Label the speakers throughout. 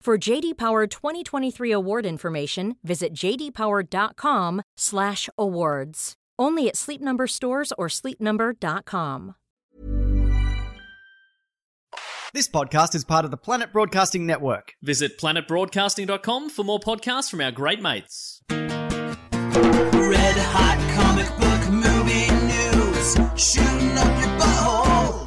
Speaker 1: For JD Power 2023 award information, visit jdpower.com/awards. Only at Sleep Number stores or sleepnumber.com.
Speaker 2: This podcast is part of the Planet Broadcasting Network.
Speaker 3: Visit planetbroadcasting.com for more podcasts from our great mates.
Speaker 4: Red hot comic book movie news, shooting up your butthole.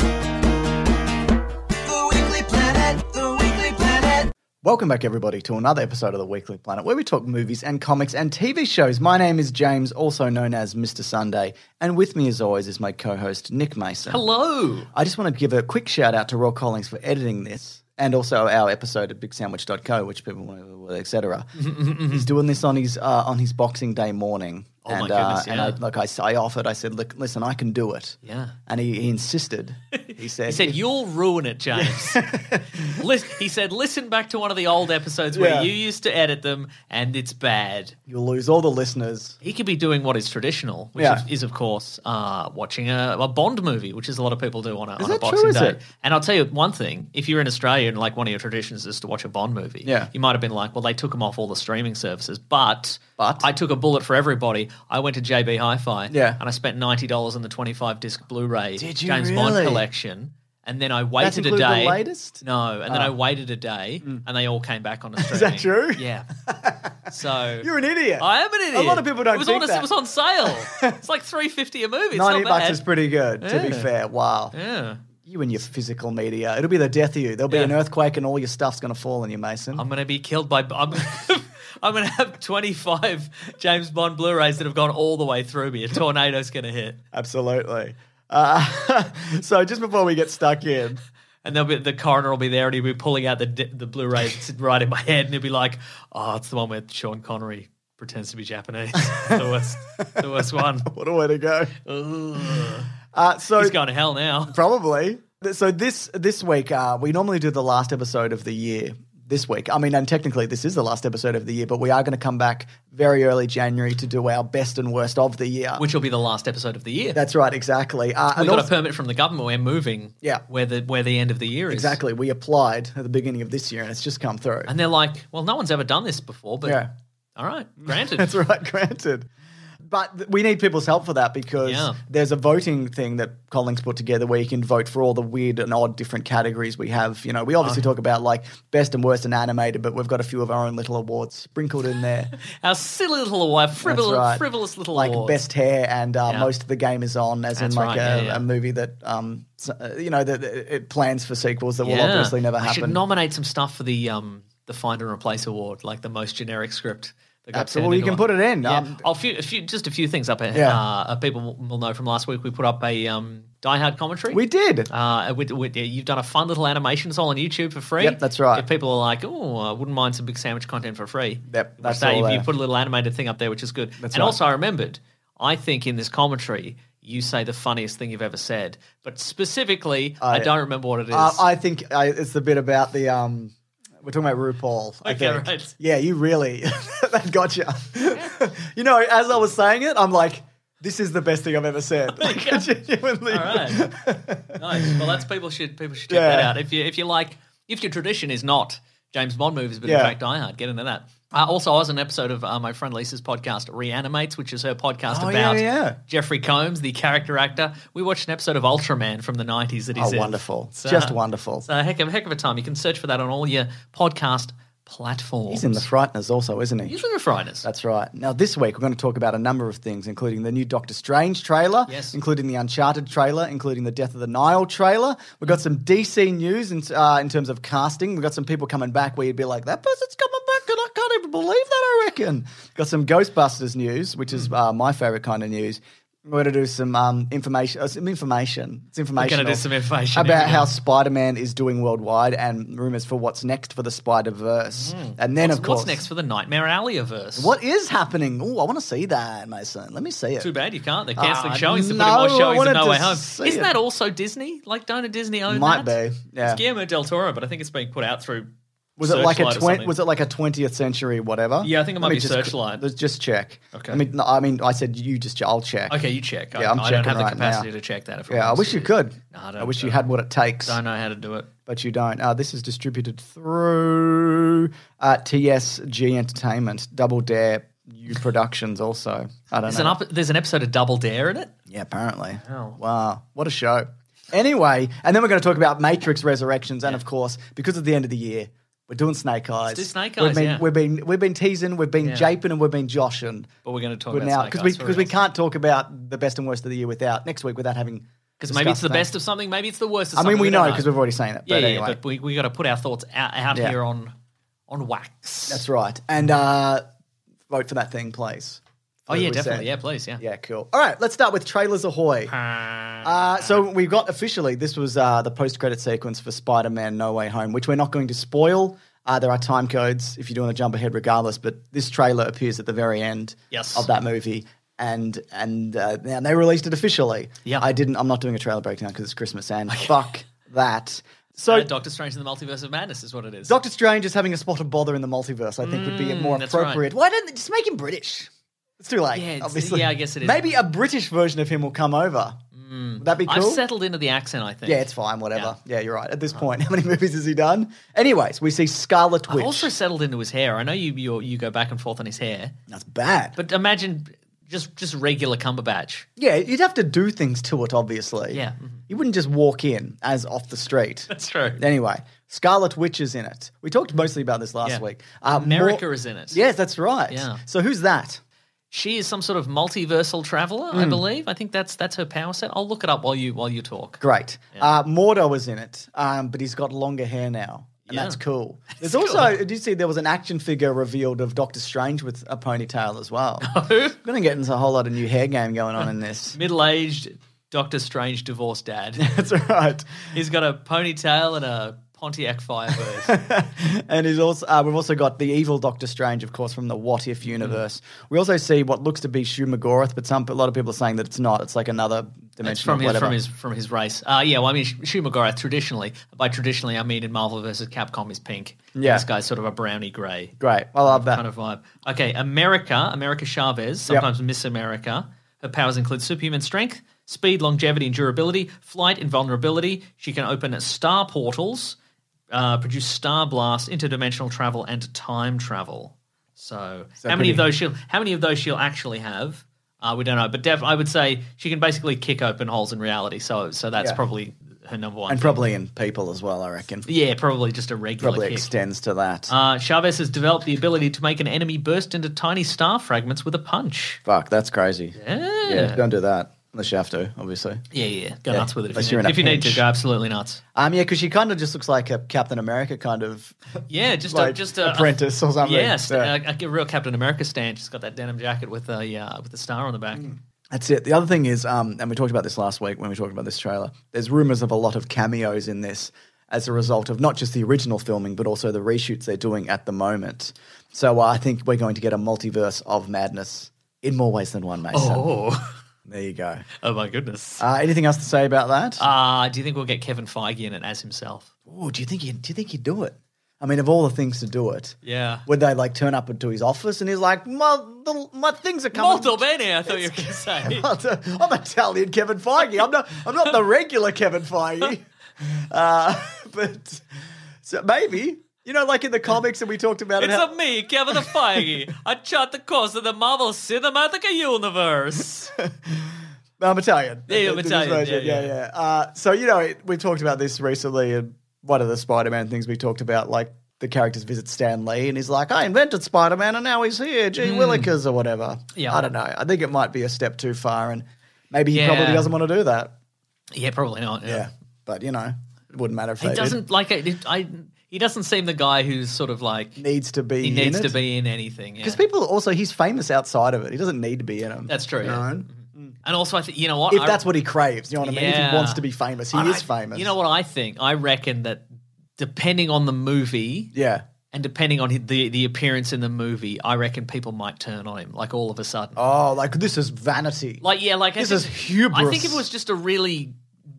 Speaker 4: The Weekly Planet, the Weekly Planet.
Speaker 2: Welcome back, everybody, to another episode of the Weekly Planet, where we talk movies and comics and TV shows. My name is James, also known as Mr. Sunday, and with me, as always, is my co-host Nick Mason.
Speaker 3: Hello.
Speaker 2: I just want to give a quick shout out to Rob Collings for editing this. And also our episode at BigSandwich.co, which people want to, etc. He's doing this on his uh, on his Boxing Day morning.
Speaker 3: Oh my
Speaker 2: and, uh,
Speaker 3: goodness,
Speaker 2: and
Speaker 3: yeah.
Speaker 2: I, like I, s- I offered, I said, "Look, listen, I can do it."
Speaker 3: Yeah.
Speaker 2: And he, he insisted. He said,
Speaker 3: He said, You'll ruin it, James. Lis- he said, Listen back to one of the old episodes where
Speaker 2: Yeah.
Speaker 3: you used to edit them and it's bad.
Speaker 2: "You'll lose all the listeners."
Speaker 3: He could be doing what is traditional, which
Speaker 2: Yeah.
Speaker 3: is, is, of course, uh, watching a, a Bond movie, which is a lot of people do on a, on a
Speaker 2: that true,
Speaker 3: Boxing
Speaker 2: is
Speaker 3: Day.
Speaker 2: it?
Speaker 3: And I'll tell you one thing: if you're in Australia and like one of your traditions is to watch a Bond movie,
Speaker 2: Yeah.
Speaker 3: you might have been like, "Well, they took them off all the streaming services," but
Speaker 2: But?
Speaker 3: I took a bullet for everybody. I went to JB Hi-Fi,
Speaker 2: Yeah.
Speaker 3: and I spent ninety dollars on the 25 disc Blu-ray
Speaker 2: Did you
Speaker 3: James Bond
Speaker 2: really?
Speaker 3: collection. And then I waited a
Speaker 2: included the
Speaker 3: day.
Speaker 2: latest? Ah. Mm.
Speaker 3: No, and then I waited a day, and they all came back on the
Speaker 2: Is
Speaker 3: streaming.
Speaker 2: that true?
Speaker 3: Yeah. So
Speaker 2: You're an idiot.
Speaker 3: I am an
Speaker 2: A
Speaker 3: idiot.
Speaker 2: lot of people don't
Speaker 3: It was
Speaker 2: think
Speaker 3: on,
Speaker 2: that.
Speaker 3: It was on sale. it's like three fifty a movie. It's
Speaker 2: Ninety
Speaker 3: not
Speaker 2: bucks
Speaker 3: bad.
Speaker 2: is pretty good, to be
Speaker 3: Yeah.
Speaker 2: fair. Wow.
Speaker 3: Yeah,
Speaker 2: You and your physical media. It'll be the death of you. There'll be
Speaker 3: Yeah. Um,
Speaker 2: an earthquake and all your stuff's going to fall on you, Mason.
Speaker 3: I'm gonna be killed by. I'm, I'm gonna have twenty five James Bond Blu-rays that have gone all the way through me. A tornado's gonna hit,
Speaker 2: Absolutely. Uh, so just before we get stuck in,
Speaker 3: and they'll be the coroner will be there and he'll be pulling out the di- the Blu-ray that's right in my head, and he'll be like, "Oh, it's the one where Sean Connery pretends to be Japanese. the worst, the worst one.
Speaker 2: what a way to go.
Speaker 3: Ugh.
Speaker 2: Uh, so
Speaker 3: He's going to hell now."
Speaker 2: probably. Th- So this this week, uh, we normally do the last episode of the year. This week, I mean, and technically this is the last episode of the year, but we are going to come back very early January to do our best and worst of the year.
Speaker 3: Which will be the last episode of the year.
Speaker 2: That's right, exactly. Uh,
Speaker 3: We
Speaker 2: and
Speaker 3: got
Speaker 2: also-
Speaker 3: a permit from the government. We're moving.
Speaker 2: Yeah.
Speaker 3: Where the where the end of the year is.
Speaker 2: Exactly. We applied at the beginning of this year and it's just come through.
Speaker 3: And they're like, well, no one's ever done this before, but
Speaker 2: Yeah.
Speaker 3: all right, granted.
Speaker 2: That's right, granted. But th- we need people's help for that because
Speaker 3: Yeah.
Speaker 2: there's a voting thing that Collins put together where you can vote for all the weird and odd different categories we have. You know, we obviously
Speaker 3: Uh-huh.
Speaker 2: talk about like best and worst and animated, but we've got a few of our own little awards sprinkled in there.
Speaker 3: Our silly little award,
Speaker 2: That's
Speaker 3: frivolous,
Speaker 2: right.
Speaker 3: frivolous little
Speaker 2: like
Speaker 3: awards.
Speaker 2: best hair and uh,
Speaker 3: Yeah.
Speaker 2: most of the game is on, as
Speaker 3: That's
Speaker 2: in like a,
Speaker 3: right, yeah, yeah.
Speaker 2: a movie that um s- uh, you know that that it plans for sequels that will
Speaker 3: Yeah.
Speaker 2: obviously never
Speaker 3: I should
Speaker 2: happen.
Speaker 3: nominate some stuff for the um the find and replace award, like the most generic script. that got
Speaker 2: Absolutely,
Speaker 3: turned
Speaker 2: you
Speaker 3: into
Speaker 2: can
Speaker 3: one.
Speaker 2: put it in.
Speaker 3: Yeah.
Speaker 2: Um,
Speaker 3: Oh, a few, a few, just a few things up. Here.
Speaker 2: Yeah.
Speaker 3: Uh, uh, people will know from last week we put up a um, Die Hard commentary.
Speaker 2: we did.
Speaker 3: Uh, with, with, you've done a fun little animation all on YouTube for free.
Speaker 2: Yep, that's right.
Speaker 3: If people are like, "Oh, I wouldn't mind some big sandwich content for free,"
Speaker 2: Yep,
Speaker 3: Which
Speaker 2: that's
Speaker 3: they-
Speaker 2: all
Speaker 3: you- You
Speaker 2: there.
Speaker 3: put a little animated thing up there, which is good.
Speaker 2: That's
Speaker 3: and
Speaker 2: right.
Speaker 3: also, I remembered. I think in this commentary, you say the funniest thing you've ever said, but specifically, I, don't remember what it is.
Speaker 2: Uh, I think I, it's the bit about the um. We're talking about RuPaul. I
Speaker 3: Okay,
Speaker 2: think.
Speaker 3: right.
Speaker 2: Yeah, you really that got you. you know, as I was saying it, I'm like, this is the best thing I've ever said. Like,
Speaker 3: Yeah.
Speaker 2: genuinely.
Speaker 3: Oh all right, nice. Well, that's people should people should check
Speaker 2: Yeah.
Speaker 3: that out. If you if you like, if your tradition is not James Bond movies, but
Speaker 2: Yeah.
Speaker 3: in fact Die Hard, get into that. Uh, also, I was on an episode of uh, my friend Lisa's podcast, Reanimates, which is her podcast
Speaker 2: Oh, yeah,
Speaker 3: about
Speaker 2: yeah.
Speaker 3: Jeffrey Combs, the character actor. We watched an episode of Ultraman from the 90s that he's
Speaker 2: Oh,
Speaker 3: in.
Speaker 2: wonderful!
Speaker 3: So-
Speaker 2: Just wonderful.
Speaker 3: So, heck of, heck of a time. You can search for that on all your podcast platforms.
Speaker 2: He's in the Frighteners also, isn't he?
Speaker 3: He's in the Fridays.
Speaker 2: That's right. Now, this week, we're going to talk about a number of things, including the new Doctor Strange trailer,
Speaker 3: Yes.
Speaker 2: including the Uncharted trailer, including the Death of the Nile trailer. We've got some DC news in, uh, in terms of casting. We've got some people coming back where you'd be like, that person's coming back, and I can't even believe that, I reckon. Got some Ghostbusters news, which is uh, my favorite kind of news. We're going to do some um, information. Uh, some information. It's information.
Speaker 3: do some information,
Speaker 2: about
Speaker 3: yeah.
Speaker 2: how Spider Man is doing worldwide and rumors for what's next for the Spider Verse. And then,
Speaker 3: Mm. What's-
Speaker 2: of course,
Speaker 3: What's next for the Nightmare Alley verse?
Speaker 2: what is happening? Oh, I want to see that, Mason. Let me see it.
Speaker 3: Too bad you can't. They're cancelling
Speaker 2: Ah,
Speaker 3: showings. They're
Speaker 2: no,
Speaker 3: putting
Speaker 2: I
Speaker 3: more showings
Speaker 2: wanted
Speaker 3: in No
Speaker 2: to
Speaker 3: Way Home.
Speaker 2: see
Speaker 3: Isn't
Speaker 2: it.
Speaker 3: that also Disney? Like, don't a Disney own
Speaker 2: Might
Speaker 3: that?
Speaker 2: be, yeah.
Speaker 3: It's Guillermo del Toro, but I think it's being put out through.
Speaker 2: Was it like a
Speaker 3: Searchlight or
Speaker 2: twen-
Speaker 3: something.
Speaker 2: was it like a twentieth century whatever?
Speaker 3: Yeah, I think it
Speaker 2: Let
Speaker 3: might
Speaker 2: me
Speaker 3: be
Speaker 2: just,
Speaker 3: Searchlight.
Speaker 2: Let's just check.
Speaker 3: Okay.
Speaker 2: I mean, no, I mean, I said you just. I'll check.
Speaker 3: Okay, you check. I,
Speaker 2: Yeah, I'm
Speaker 3: I don't
Speaker 2: checking
Speaker 3: have the
Speaker 2: right
Speaker 3: capacity
Speaker 2: now.
Speaker 3: to check that. If I'm
Speaker 2: Yeah, I
Speaker 3: honest
Speaker 2: wish you
Speaker 3: with
Speaker 2: could.
Speaker 3: No, I don't.
Speaker 2: I wish you
Speaker 3: know.
Speaker 2: had what it takes,
Speaker 3: Don't know how to do it.
Speaker 2: but you don't. Uh, this is distributed through uh, TSG Entertainment, Double Dare U Productions. Also, I don't
Speaker 3: There's
Speaker 2: know.
Speaker 3: an, up, there's an episode of Double Dare in it.
Speaker 2: Yeah, apparently.
Speaker 3: Wow.
Speaker 2: Wow. Ah, What a show. Anyway, and then we're going to talk about Matrix Resurrections, and of course, because of the end of the year, we're doing Snake Eyes.
Speaker 3: do Snake
Speaker 2: We've
Speaker 3: Eyes,
Speaker 2: been,
Speaker 3: yeah.
Speaker 2: we've been we've been teasing, we've been japing, and we've been joshing.
Speaker 3: But we're going to talk
Speaker 2: But
Speaker 3: about
Speaker 2: now,
Speaker 3: Snake
Speaker 2: because
Speaker 3: Eyes
Speaker 2: we
Speaker 3: for
Speaker 2: because we
Speaker 3: reals.
Speaker 2: can't talk about the best and worst of the year without next week without having
Speaker 3: 'Cause maybe it's the
Speaker 2: discussed
Speaker 3: best of something. Maybe it's the worst. of
Speaker 2: that. I
Speaker 3: something.
Speaker 2: mean, we know
Speaker 3: don't
Speaker 2: because we've already seen it.
Speaker 3: Yeah,
Speaker 2: but
Speaker 3: yeah,
Speaker 2: anyway.
Speaker 3: but we we got to put our thoughts out, out
Speaker 2: Yeah.
Speaker 3: here on on wax.
Speaker 2: that's right. And uh, vote for that thing, please.
Speaker 3: oh
Speaker 2: what
Speaker 3: yeah,
Speaker 2: we said.
Speaker 3: definitely. Yeah, please. Yeah.
Speaker 2: Yeah, cool. All right, let's start with trailers ahoy. Uh, so we've got officially this was uh, the post-credit sequence for Spider-Man: No Way Home, which we're not going to spoil. Uh, there are time codes if you do want to jump ahead, regardless. But this trailer appears at the very end
Speaker 3: Yes.
Speaker 2: of that movie, and and uh, now they released it officially.
Speaker 3: Yeah.
Speaker 2: I didn't. I'm not doing a trailer breakdown because it's Christmas, and fuck that. So
Speaker 3: Uh, Doctor Strange in the Multiverse of Madness is what it is.
Speaker 2: Doctor Strange is having a spot of bother in the multiverse. I think would be more
Speaker 3: Mm, that's right.
Speaker 2: appropriate. Why don't they just make him British? It's too late.
Speaker 3: Yeah, it's-
Speaker 2: obviously.
Speaker 3: yeah, I guess it is. Mm.
Speaker 2: Maybe a British version of him will come over. Would that be cool?
Speaker 3: I've settled into the accent. I think.
Speaker 2: yeah, it's fine. Whatever. Yeah, you're right. At this point, how many movies has he done? Anyways, we see Scarlet
Speaker 3: I've
Speaker 2: Witch.
Speaker 3: also settled into his hair. I know you you you go back and forth on his hair,
Speaker 2: That's bad. But
Speaker 3: but imagine just just regular Cumberbatch.
Speaker 2: yeah, you'd have to do things to it. Obviously.
Speaker 3: Yeah, mhm.
Speaker 2: You wouldn't just walk in as off the street.
Speaker 3: That's true.
Speaker 2: Anyway, Scarlet Witch is in it. We talked mostly about this last
Speaker 3: Yeah.
Speaker 2: week. Uh,
Speaker 3: America
Speaker 2: more-
Speaker 3: is in it.
Speaker 2: Yes, that's right.
Speaker 3: Yeah.
Speaker 2: So who's that?
Speaker 3: She is some sort of multiversal traveler,
Speaker 2: Mm.
Speaker 3: I believe. I think that's that's her power set. I'll look it up while you while you talk.
Speaker 2: Great. Uh, Mordo was in it, um, but he's got longer hair now. And
Speaker 3: Yeah.
Speaker 2: that's cool. There's also, did you see there was an action figure revealed of Doctor Strange with a ponytail as well?
Speaker 3: Oh.
Speaker 2: We're going to get into a whole lot of new hair game going on in this.
Speaker 3: Middle-aged Doctor Strange divorced dad.
Speaker 2: That's right.
Speaker 3: He's got a ponytail and a Pontiac Firebird.
Speaker 2: And he's also, uh, we've also got the evil Doctor Strange, of course, from the What If
Speaker 3: Mm.
Speaker 2: universe. We also see what looks to be Shumagorath, but some a lot of people are saying that it's not. It's like another dimension.
Speaker 3: It's from
Speaker 2: or
Speaker 3: his
Speaker 2: whatever.
Speaker 3: from his from his race. Uh, yeah, well, I mean, Sh- Shumagorath traditionally. By traditionally, I mean in Marvel versus Capcom is pink.
Speaker 2: Yeah.
Speaker 3: this guy's sort of a browny grey.
Speaker 2: Great. I love that.
Speaker 3: kind of vibe. Okay, America, America Chavez, sometimes Miss America. Her powers include superhuman strength, speed, longevity, and durability, flight, invulnerability. She can open star portals, uh, produce star blasts, interdimensional travel, and time travel. So, how many of those she'll how many of those she'll actually have? Uh, we don't know, but def- I would say she can basically kick open holes in reality. So, so that's
Speaker 2: Yeah.
Speaker 3: probably her number one.
Speaker 2: and
Speaker 3: thing.
Speaker 2: probably in people as well, I reckon.
Speaker 3: yeah, probably just a regular
Speaker 2: Probably
Speaker 3: kick.
Speaker 2: extends to that.
Speaker 3: Uh, Chavez has developed the ability to make an enemy burst into tiny star fragments with a punch.
Speaker 2: Fuck, that's crazy.
Speaker 3: Yeah,
Speaker 2: Yeah,
Speaker 3: yeah,
Speaker 2: don't do that unless you have to, obviously.
Speaker 3: yeah. Go
Speaker 2: Yeah,
Speaker 3: nuts with it
Speaker 2: unless
Speaker 3: if you,
Speaker 2: you're in
Speaker 3: need,
Speaker 2: a
Speaker 3: if you need to.
Speaker 2: pinch.
Speaker 3: Go absolutely nuts.
Speaker 2: Um, yeah, because she kind of just looks like a Captain America kind of
Speaker 3: Yeah, just a,
Speaker 2: like
Speaker 3: just a
Speaker 2: apprentice or something.
Speaker 3: Yes,
Speaker 2: Yeah.
Speaker 3: a, a real Captain America stand. She's got that denim jacket with a uh, with a star on the back.
Speaker 2: Mm. That's it. The other thing is, um, and we talked about this last week when we talked about this trailer. There's rumors of a lot of cameos in this as a result of not just the original filming, but also the reshoots they're doing at the moment. So uh, I think we're going to get a multiverse of madness in more ways than one, Mason.
Speaker 3: Oh,
Speaker 2: There you go.
Speaker 3: oh my goodness.
Speaker 2: Uh, anything else to say about that?
Speaker 3: Uh, do you think we'll get Kevin Feige in it as himself?
Speaker 2: Ooh, do you think he, do you think he'd do it? I mean, of all the things to do it,
Speaker 3: Yeah.
Speaker 2: Would they like turn up into his office and he's like, my, the, my things are coming.
Speaker 3: Molto bene, I thought you were going to say.
Speaker 2: I'm Italian Kevin Feige. I'm not. I'm not the regular Kevin Feige. Uh, but so maybe you know, like in the comics that we talked about. it
Speaker 3: It's
Speaker 2: how-
Speaker 3: a me, Kevin Feige. I chart the course of the Marvel Cinematic Universe.
Speaker 2: I'm Italian.
Speaker 3: Yeah, I'm
Speaker 2: This
Speaker 3: Italian.
Speaker 2: version,
Speaker 3: Yeah,
Speaker 2: yeah, yeah. Uh, so you know, it, we talked about this recently in one of the Spider-Man things we talked about, like the characters visit Stan Lee and he's like, I invented Spider Man and now he's here, gee willikers or whatever.
Speaker 3: Mm. Yeah.
Speaker 2: I don't know. I think it might be a step too far and maybe he
Speaker 3: Yeah.
Speaker 2: probably doesn't want to do that.
Speaker 3: Yeah, probably not.
Speaker 2: Yeah. But you know, it wouldn't matter if
Speaker 3: He
Speaker 2: they did.
Speaker 3: doesn't like it. it- I. He doesn't seem the guy who's sort of like
Speaker 2: needs to be
Speaker 3: he needs
Speaker 2: in
Speaker 3: to
Speaker 2: it.
Speaker 3: be in anything. yeah.
Speaker 2: Because people also he's famous outside of it. He doesn't need to be in them.
Speaker 3: That's true,
Speaker 2: You know?
Speaker 3: yeah. Mm-hmm. and also I think you know what
Speaker 2: If
Speaker 3: I-
Speaker 2: that's what he craves, you know what I mean? If
Speaker 3: Yeah.
Speaker 2: he wants to be famous, he
Speaker 3: I-
Speaker 2: is famous.
Speaker 3: You know what I think? I reckon that depending on the movie
Speaker 2: Yeah.
Speaker 3: and depending on hi- the the appearance in the movie, I reckon people might turn on him like all of a sudden.
Speaker 2: Oh, like this is vanity.
Speaker 3: Like yeah, like I
Speaker 2: This
Speaker 3: think-
Speaker 2: is hubris.
Speaker 3: I think if it was just a really,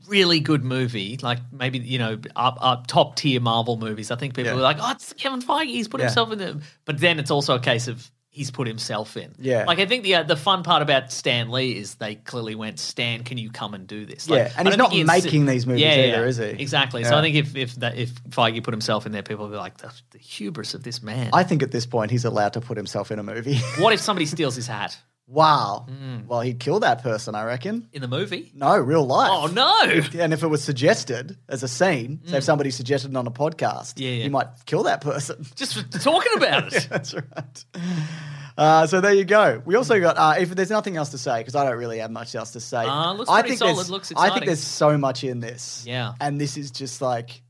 Speaker 3: really good movie, like maybe you know up up top tier Marvel movies, I think people
Speaker 2: Yeah.
Speaker 3: are like, oh, it's Kevin Feige, he's put
Speaker 2: Yeah.
Speaker 3: himself in the. But then it's also a case of he's put himself in.
Speaker 2: Yeah.
Speaker 3: like I think the uh, the fun part about Stan Lee is they clearly went, Stan, can you come and do this?
Speaker 2: Yeah, and
Speaker 3: I
Speaker 2: he's
Speaker 3: don't think
Speaker 2: not
Speaker 3: he
Speaker 2: making these movies either, is he?
Speaker 3: Exactly. So
Speaker 2: Yeah.
Speaker 3: I think if if that, if Feige put himself in there, people would be like, the, the hubris of this man.
Speaker 2: I think at this point he's allowed to put himself in a movie.
Speaker 3: what if somebody steals his hat
Speaker 2: wow.
Speaker 3: Hmm.
Speaker 2: Well, he'd kill that person, I reckon.
Speaker 3: in the movie?
Speaker 2: No, real life.
Speaker 3: Oh no! Hmm.
Speaker 2: And if it was suggested as a scene, so if somebody suggested it on a podcast,
Speaker 3: Yeah, yeah.
Speaker 2: you might kill that person.
Speaker 3: Just for talking about it.
Speaker 2: That's right. Uh, so there you go. We also
Speaker 3: Hmm.
Speaker 2: got. Uh, if there's nothing else to say, because I don't really have much else to say.
Speaker 3: Uh, looks
Speaker 2: I
Speaker 3: pretty
Speaker 2: think
Speaker 3: solid,
Speaker 2: there's-
Speaker 3: looks
Speaker 2: I think
Speaker 3: exciting.
Speaker 2: there's so much in this.
Speaker 3: Yeah.
Speaker 2: And this is just like,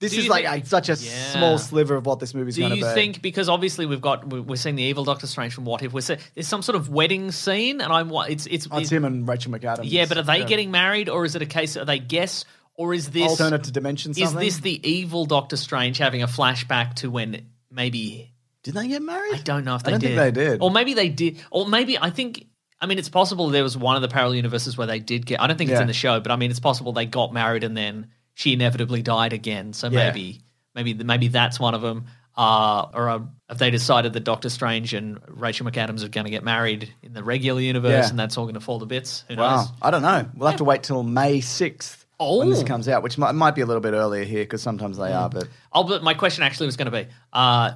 Speaker 2: this
Speaker 3: Do
Speaker 2: is
Speaker 3: you
Speaker 2: like
Speaker 3: think-
Speaker 2: a, such a
Speaker 3: Yeah.
Speaker 2: small sliver of what this movie's
Speaker 3: Do
Speaker 2: going to be.
Speaker 3: you think because obviously we've got we- we're seeing the evil Doctor Strange from What If we're se- there's some sort of wedding scene and I'm wa- it's it's,
Speaker 2: Oh, it's
Speaker 3: it-
Speaker 2: him and Rachel McAdams?
Speaker 3: yeah but are they
Speaker 2: Yeah.
Speaker 3: getting married or is it a case are they guess or is this
Speaker 2: alternate dimension?
Speaker 3: is
Speaker 2: Something?
Speaker 3: this the evil Doctor Strange having a flashback to when maybe
Speaker 2: Did they get married?
Speaker 3: I don't know if
Speaker 2: I
Speaker 3: they
Speaker 2: don't
Speaker 3: did Oh
Speaker 2: think they did.
Speaker 3: or maybe they did or maybe I think. I mean, it's possible there was one of the parallel universes where they did get. I don't think it's
Speaker 2: Yeah.
Speaker 3: in the show, but I mean, it's possible they got married and then she inevitably died again. So
Speaker 2: Yeah.
Speaker 3: maybe, maybe, maybe that's one of them. Uh, or uh, if they decided that Doctor Strange and Rachel McAdams are going to get married in the regular universe,
Speaker 2: Yeah.
Speaker 3: and that's all going to fall to bits. Who
Speaker 2: Wow,
Speaker 3: knows?
Speaker 2: I don't know. We'll have to wait till May sixth when this
Speaker 3: Oh.
Speaker 2: comes out, which might, might be a little bit earlier here because sometimes they are. But
Speaker 3: Oh, but my question actually was going to be: uh,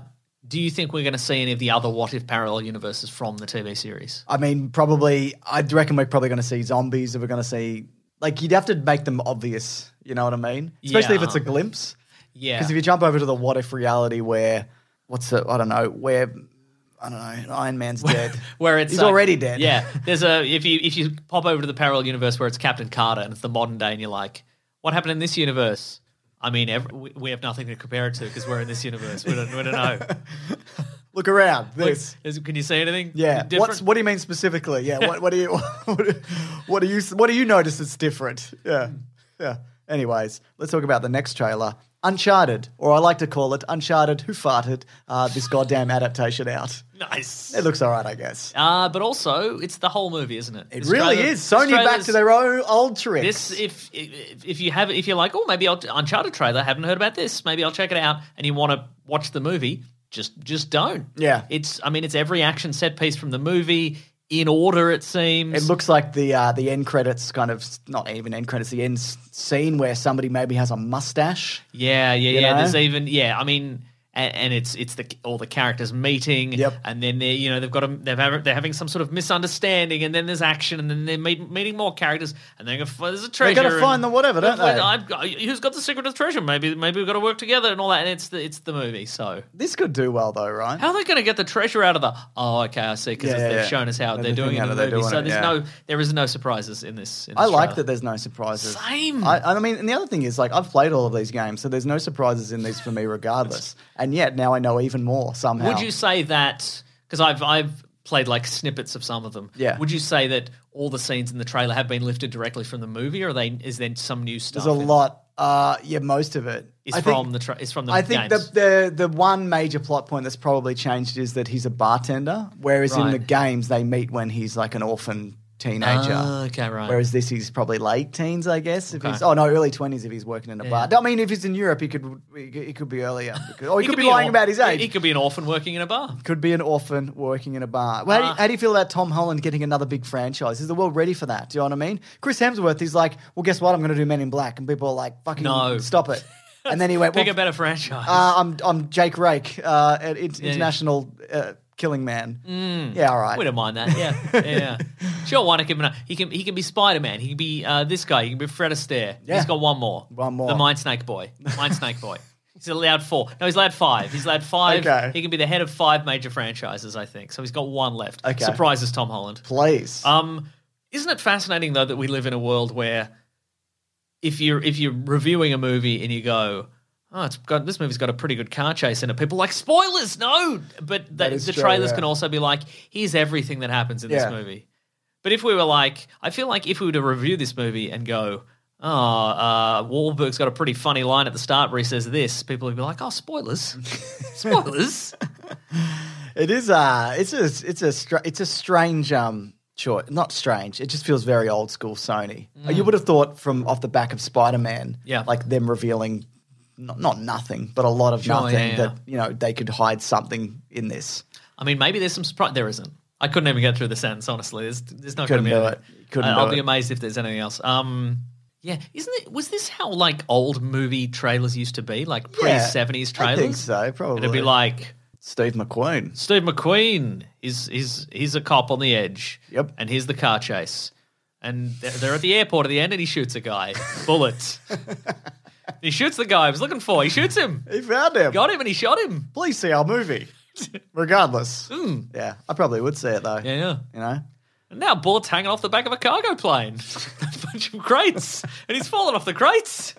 Speaker 3: Do you think we're going to see any of the other what if parallel universes from the TV series?
Speaker 2: I mean, probably. I would reckon we're probably going to see zombies. If we're going to see, like, you'd have to make them obvious. You know what I mean? Especially if
Speaker 3: Yeah.
Speaker 2: it's a glimpse.
Speaker 3: Yeah,
Speaker 2: Because if you jump over to the what if reality, where what's it? I don't know. Where I don't know. Iron Man's dead.
Speaker 3: where it's
Speaker 2: he's
Speaker 3: uh,
Speaker 2: already dead.
Speaker 3: Yeah, there's a if you if you pop over to the parallel universe where it's Captain Carter and it's the modern day, and you're like, what happened in this universe? I mean, every, we- we have nothing to compare it to because we're in this universe. We don't, we don't know.
Speaker 2: Look around. This.
Speaker 3: Is- can you see anything?
Speaker 2: Yeah.
Speaker 3: different?
Speaker 2: What's, what do you mean specifically? Yeah. What, what do you what, do- what do you what do you notice that's different? Yeah. Yeah. Anyways, let's talk about the next trailer. Uncharted, or I like to call it Uncharted Who Farted, uh, this goddamn adaptation out.
Speaker 3: nice.
Speaker 2: It looks all right, I guess.
Speaker 3: uh, but also, it's the whole movie, isn't it?
Speaker 2: It really is. Sony back to their own old tricks.
Speaker 3: This if if if you have if you're like oh maybe I'll Uncharted trailer haven't heard about this maybe I'll check it out and you want to watch the movie just just don't
Speaker 2: Yeah.
Speaker 3: it's I mean it's every action set piece from the movie in order it seems
Speaker 2: it looks like the uh, the end credits, kind of not even end credits, the end s- scene where somebody maybe has a mustache.
Speaker 3: yeah yeah yeah
Speaker 2: know?
Speaker 3: there's even yeah I mean and, and it's it's the all the characters meeting
Speaker 2: Yep.
Speaker 3: and then they you know they've got a, they've hav- they're having some sort of misunderstanding and then there's action and then they're meet, meeting more characters and then there's a treasure
Speaker 2: They're going to
Speaker 3: and-
Speaker 2: find the whatever, don't
Speaker 3: Well,
Speaker 2: they?
Speaker 3: I've got, who's got the secret of the treasure? Maybe maybe we've got to work together and all that. And it's the it's the movie. So
Speaker 2: This could do well, though, right?
Speaker 3: how are they going to get the treasure out of the? Oh, okay, I see. Because
Speaker 2: Yeah, yeah,
Speaker 3: they've
Speaker 2: yeah.
Speaker 3: shown us how
Speaker 2: That's
Speaker 3: they're
Speaker 2: the
Speaker 3: doing
Speaker 2: thing,
Speaker 3: it
Speaker 2: how
Speaker 3: in the
Speaker 2: they're
Speaker 3: movie.
Speaker 2: doing
Speaker 3: So
Speaker 2: it,
Speaker 3: there's
Speaker 2: yeah.
Speaker 3: no there is no surprises in this. In this
Speaker 2: I like
Speaker 3: trailer.
Speaker 2: that there's no surprises.
Speaker 3: Same.
Speaker 2: I, I mean, and the other thing is, like, I've played all of these games, so there's no surprises in these for me, regardless. and yet now I know even more somehow.
Speaker 3: Would you say that? Because I've I've played like snippets of some of them.
Speaker 2: Yeah.
Speaker 3: Would you say that all the scenes in the trailer have been lifted directly from the movie, or are they is there some new stuff?
Speaker 2: There's a
Speaker 3: in-
Speaker 2: lot. Uh, yeah, most of it
Speaker 3: Is
Speaker 2: I think-
Speaker 3: from the tra- is from the
Speaker 2: I think
Speaker 3: games.
Speaker 2: the, the the one major plot point that's probably changed is that he's a bartender, whereas in
Speaker 3: Right.
Speaker 2: the games they meet when he's like an orphan teenager.
Speaker 3: Ah, okay, right.
Speaker 2: Whereas this, he's probably late teens, I guess. If he's oh no, early twenties if he's working in a bar. I mean, if he's in Europe, he could he could, he could be earlier, or he, could, be,
Speaker 3: an
Speaker 2: lying
Speaker 3: or-
Speaker 2: about his age.
Speaker 3: He could be an orphan working in a bar.
Speaker 2: could be an orphan working in a bar. Well, how,
Speaker 3: Ah.
Speaker 2: do you, how do you feel about Tom Holland getting another big franchise? Is the world ready for that? Do you know what I mean? Chris Hemsworth, he's like, well, guess what? I'm going to do Men in Black, and people are like, fucking
Speaker 3: No.
Speaker 2: stop it. And then he went, well,
Speaker 3: Pick a better franchise.
Speaker 2: uh, I'm I'm Jake Rake, uh, at in- international uh, killing man.
Speaker 3: Mm.
Speaker 2: Yeah, all right.
Speaker 3: We don't mind that. Yeah, yeah. yeah. Sure, why not give him? A, he can. He can be Spider Man. He can be uh, this guy. He can be Fred Astaire.
Speaker 2: Yeah.
Speaker 3: He's got one more.
Speaker 2: One more.
Speaker 3: The Mind Snake Boy. Mind Snake Boy. He's allowed four. No, he's allowed five. He's allowed five.
Speaker 2: Okay.
Speaker 3: He can be the head of five major franchises, I think. So he's got one left.
Speaker 2: Okay.
Speaker 3: Surprises Tom Holland.
Speaker 2: Please.
Speaker 3: Um, isn't it fascinating though that we live in a world where if you're if you're reviewing a movie and you go, oh, it's got this movie's got a pretty good car chase in it, people are like spoilers, no. But the,
Speaker 2: That is
Speaker 3: the
Speaker 2: true,
Speaker 3: trailers
Speaker 2: yeah.
Speaker 3: can also be like, here's everything that happens in
Speaker 2: Yeah.
Speaker 3: this movie. But if we were like, I feel like if we were to review this movie and go. Oh, uh, Wahlberg's got a pretty funny line at the start where he says this. People would be like, "Oh, spoilers, spoilers."
Speaker 2: It is uh it's a it's a str- it's a strange um choice. Not strange. It just feels very old school Sony. You would have thought from off the back of Spider Man,
Speaker 3: Mm. Yeah.
Speaker 2: like them revealing not, not nothing, but a lot of
Speaker 3: Sure,
Speaker 2: nothing
Speaker 3: yeah, yeah.
Speaker 2: that you know they could hide something in this.
Speaker 3: I mean, maybe there's some surprise. There isn't. I couldn't even get through the sentence, honestly. There's, there's not going
Speaker 2: Couldn't
Speaker 3: to be.
Speaker 2: do
Speaker 3: anything.
Speaker 2: it. Couldn't
Speaker 3: I-
Speaker 2: do
Speaker 3: I'll be
Speaker 2: it.
Speaker 3: amazed if there's anything else. Um, yeah, isn't it? Was this how like old movie trailers used to be, like pre
Speaker 2: Yeah,
Speaker 3: seventies
Speaker 2: I
Speaker 3: trailers?
Speaker 2: think so. Probably
Speaker 3: It'd be like
Speaker 2: Steve McQueen.
Speaker 3: Steve McQueen. He's he's he's a cop on the edge.
Speaker 2: Yep.
Speaker 3: And here's the car chase, and they're, they're at the airport at the end, and he shoots a guy. Bullet. he shoots the guy I was looking for. He shoots him.
Speaker 2: He found him.
Speaker 3: Got him, and he shot him.
Speaker 2: Please see our movie. Regardless, yeah, I probably would see it though.
Speaker 3: Yeah. yeah.
Speaker 2: You know,
Speaker 3: And now bullets hanging off the back of a cargo plane. a bunch of crates. And he's fallen off the crates.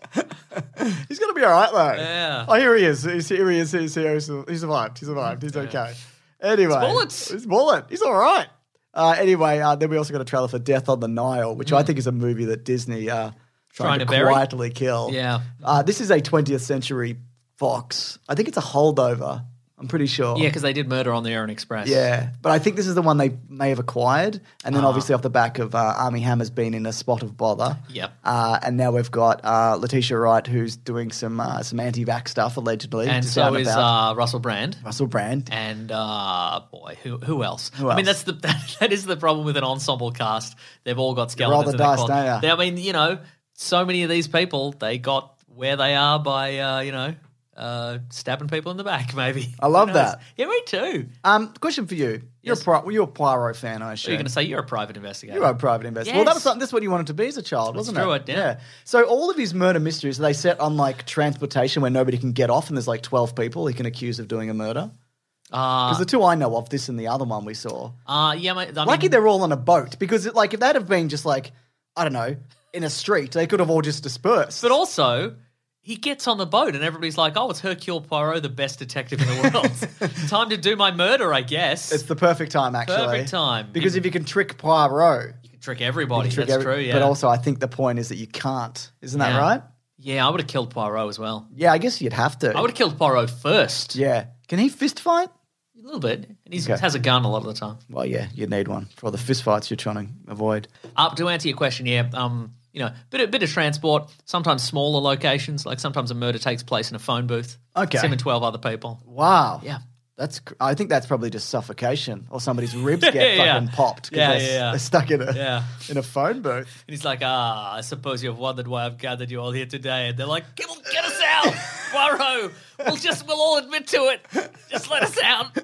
Speaker 2: he's gonna be all right though.
Speaker 3: Yeah.
Speaker 2: Oh, here he is. He's here. He is. He's here. He's he survived. He survived. He's okay. Anyway,
Speaker 3: It's bullets.
Speaker 2: It's bullet. He's all right. Uh, anyway, uh, then we also got a trailer for Death on the Nile, which I think is a movie that Disney uh, trying,
Speaker 3: Mm. Trying
Speaker 2: to,
Speaker 3: to bury.
Speaker 2: quietly kill.
Speaker 3: Yeah.
Speaker 2: Uh, this is a 20th century Fox. I think it's a holdover. I'm pretty sure.
Speaker 3: Yeah, because they did murder on the Orient Express.
Speaker 2: Yeah, but I think this is the one they may have acquired, and
Speaker 3: Uh-huh.
Speaker 2: then obviously off the back of uh, Army Hammer's been in a spot of bother.
Speaker 3: Yep.
Speaker 2: Uh, and now we've got uh, Letitia Wright, who's doing some uh, some anti-vax stuff allegedly.
Speaker 3: And
Speaker 2: to
Speaker 3: so
Speaker 2: sound
Speaker 3: is
Speaker 2: about
Speaker 3: uh, Russell Brand.
Speaker 2: Russell Brand.
Speaker 3: And uh, boy, who who else?
Speaker 2: Who
Speaker 3: I mean,
Speaker 2: else?
Speaker 3: that's the that is the problem with an ensemble cast. They've all got
Speaker 2: roll
Speaker 3: skeletons.
Speaker 2: the
Speaker 3: in their
Speaker 2: dice,
Speaker 3: closet.
Speaker 2: don't ya?
Speaker 3: They- I mean, you know, so many of these people they got where they are by uh, you know uh, stabbing people in the back. Maybe
Speaker 2: I love
Speaker 3: Who knows?
Speaker 2: that.
Speaker 3: Yeah, me too.
Speaker 2: Um, question for you. You're a
Speaker 3: Yes.
Speaker 2: Poirot, you're a Poirot fan, I
Speaker 3: So
Speaker 2: assume.
Speaker 3: you're going to say you're a private investigator?
Speaker 2: You are a private investor. Well, that was
Speaker 3: Yes.
Speaker 2: something. That's what you wanted to be as a child, wasn't
Speaker 3: true,
Speaker 2: it?
Speaker 3: I did.
Speaker 2: So all of his murder mysteries they set on like transportation where nobody can get off, and there's like twelve people he can accuse of doing a murder. Because the two I know of, this and the other one we saw,
Speaker 3: Uh, yeah, mate. I
Speaker 2: Lucky
Speaker 3: mean,
Speaker 2: they're all on a boat because, it, like, if that had been just like I don't know in a street, they could have all just dispersed.
Speaker 3: But also, he gets on the boat and everybody's like, oh, it's Hercule Poirot, the best detective in the world. time to do my murder, I guess.
Speaker 2: it's the perfect time, actually.
Speaker 3: Perfect time.
Speaker 2: because if you can trick Poirot,
Speaker 3: you can trick everybody.
Speaker 2: you can trick
Speaker 3: That's
Speaker 2: every-
Speaker 3: true, yeah.
Speaker 2: But also, I think the point is that you can't. Isn't that
Speaker 3: Yeah.
Speaker 2: right?
Speaker 3: yeah, I would have killed Poirot as well.
Speaker 2: Yeah, I guess you'd have to.
Speaker 3: I would have killed Poirot first.
Speaker 2: yeah. Can he fist fight?
Speaker 3: A little bit. And he
Speaker 2: Okay.
Speaker 3: has a gun a lot of the time.
Speaker 2: Well, yeah, you'd need one for all the fist fights you're trying to avoid.
Speaker 3: Up Uh, to answer your question, yeah. Um, you know, bit of, bit of transport, sometimes smaller locations, like sometimes a murder takes place in a phone booth.
Speaker 2: Okay.
Speaker 3: Seven, 12 other people.
Speaker 2: Wow.
Speaker 3: Yeah.
Speaker 2: That's. cr- I think that's probably just suffocation, or somebody's ribs get
Speaker 3: Yeah.
Speaker 2: fucking popped because
Speaker 3: Yeah,
Speaker 2: they're,
Speaker 3: yeah, yeah.
Speaker 2: they're stuck in a
Speaker 3: Yeah.
Speaker 2: in a phone booth.
Speaker 3: And he's like, ah, I suppose you've wondered why I've gathered you all here today. And they're like, get, get us out, Poirot. We'll just, we'll all admit to it. Just let us out.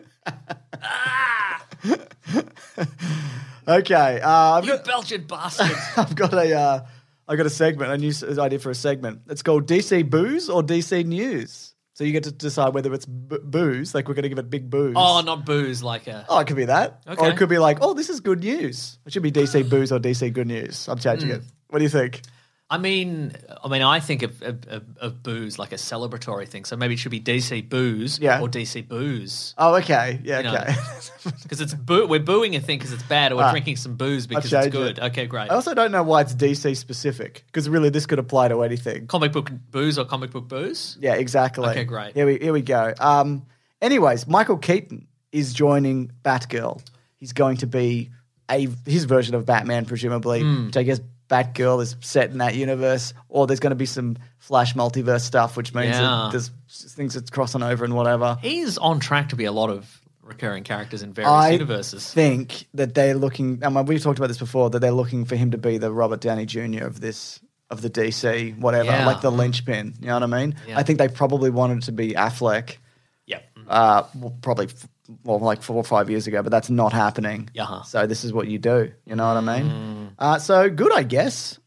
Speaker 2: Okay, uh, I've
Speaker 3: You
Speaker 2: got
Speaker 3: Belgian bastard.
Speaker 2: I've got a uh, I got a segment, a new s- idea for a segment. It's called DC Booze or DC News. So you get to decide whether it's b- booze, like we're going to give it big booze.
Speaker 3: oh, not booze, like a.
Speaker 2: Oh, it could be that. Or it
Speaker 3: Okay.
Speaker 2: could be like, oh, this is good news. It should be DC Booze or DC Good News. I'm changing
Speaker 3: Hmm.
Speaker 2: it. What do you think?
Speaker 3: I mean, I mean, I think of, of, of, of booze like a celebratory thing. So maybe it should be DC booze
Speaker 2: Yeah.
Speaker 3: or DC booze.
Speaker 2: Oh, okay. Yeah,
Speaker 3: know.
Speaker 2: okay. Ah.
Speaker 3: Because it's boo- we're booing a thing because it's bad, or we're drinking some booze because it's
Speaker 2: changed
Speaker 3: good.
Speaker 2: it.
Speaker 3: Okay, great.
Speaker 2: I also don't know why it's DC specific because really this could apply to anything.
Speaker 3: comic book booze or comic book booze?
Speaker 2: Yeah, exactly.
Speaker 3: Okay, great.
Speaker 2: Here we here we go. Um, anyways, Michael Keaton is joining Batgirl. He's going to be a his version of Batman, presumably,
Speaker 3: Hmm.
Speaker 2: which I guess Batgirl is set in that universe. Or there's going to be some Flash multiverse stuff, which means
Speaker 3: Yeah.
Speaker 2: that there's s- things that's crossing over and whatever.
Speaker 3: He's on track to be a lot of recurring characters in various
Speaker 2: I
Speaker 3: universes.
Speaker 2: think that they're looking. I mean, we've talked about this before. That they're looking for him to be the Robert Downey Jr. of this of the DC, whatever,
Speaker 3: Yeah. Mm.
Speaker 2: like the linchpin. You know what I mean?
Speaker 3: Yeah.
Speaker 2: I think they probably wanted it to be Affleck.
Speaker 3: yep.
Speaker 2: uh, well, probably f- well, like four or five years ago, but that's not happening.
Speaker 3: Yeah.
Speaker 2: So this is what you do. You know what I mean?
Speaker 3: Mm.
Speaker 2: Uh, so good, I guess.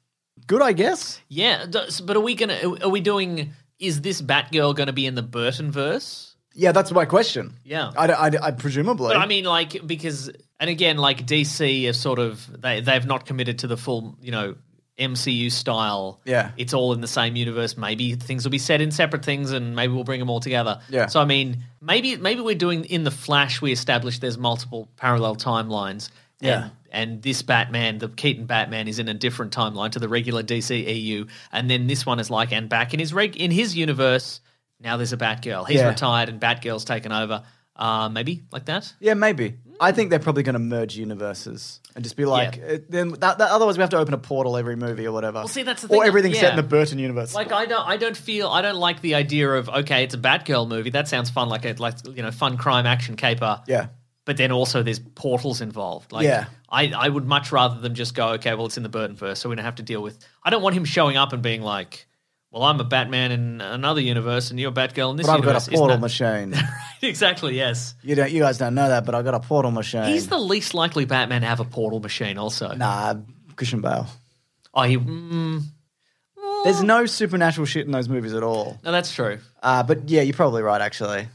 Speaker 2: Good, I guess.
Speaker 3: Yeah, d- s- but are we gonna? Are we doing is this Batgirl going to be in the Burton verse?
Speaker 2: Yeah, that's my question.
Speaker 3: Yeah.
Speaker 2: I, don't- I, don't- I presumably.
Speaker 3: But I mean, like, because, and again, like DC have sort of they they've not committed to the full, you know, MCU style.
Speaker 2: Yeah.
Speaker 3: it's all in the same universe. Maybe things will be set in separate things, and maybe we'll bring them all together.
Speaker 2: Yeah.
Speaker 3: So I mean, maybe maybe we're doing in the Flash. We established there's multiple parallel timelines.
Speaker 2: Yeah.
Speaker 3: And, and this Batman, the Keaton Batman, is in a different timeline to the regular DCEU. And then this one is like, and back in his reg- in his universe, now there's a Batgirl. He's
Speaker 2: Yeah.
Speaker 3: retired and Batgirl's taken over. Uh, maybe like that.
Speaker 2: yeah, maybe. I think they're probably going to merge universes and just be like,
Speaker 3: Yeah.
Speaker 2: eh, then that, that, otherwise we have to open a portal every movie or whatever.
Speaker 3: Well, see, that's the
Speaker 2: Or
Speaker 3: thing,
Speaker 2: everything's set in
Speaker 3: yeah.
Speaker 2: the Burton universe.
Speaker 3: Like I don't, I don't feel, I don't like the idea of okay, it's a Batgirl movie. That sounds fun, like a like you know, fun crime action caper.
Speaker 2: yeah.
Speaker 3: But then also there's portals involved. Like
Speaker 2: Yeah.
Speaker 3: I, I would much rather them just go okay, well it's in the Burton verse, so we don't have to deal with. I don't want him showing up and being like, well I'm a Batman in another universe and you're a Batgirl in this
Speaker 2: But I've
Speaker 3: universe.
Speaker 2: got a portal
Speaker 3: Isn't
Speaker 2: machine.
Speaker 3: that- exactly. Yes.
Speaker 2: you don't. You guys don't know that, but I've got a portal machine.
Speaker 3: He's the least likely Batman to have a portal machine. Also,
Speaker 2: nah, Christian Uh, Bale.
Speaker 3: oh, he. Mm,
Speaker 2: There's no supernatural shit in those movies at all.
Speaker 3: no, that's true.
Speaker 2: Uh, but yeah, you're probably right. Actually,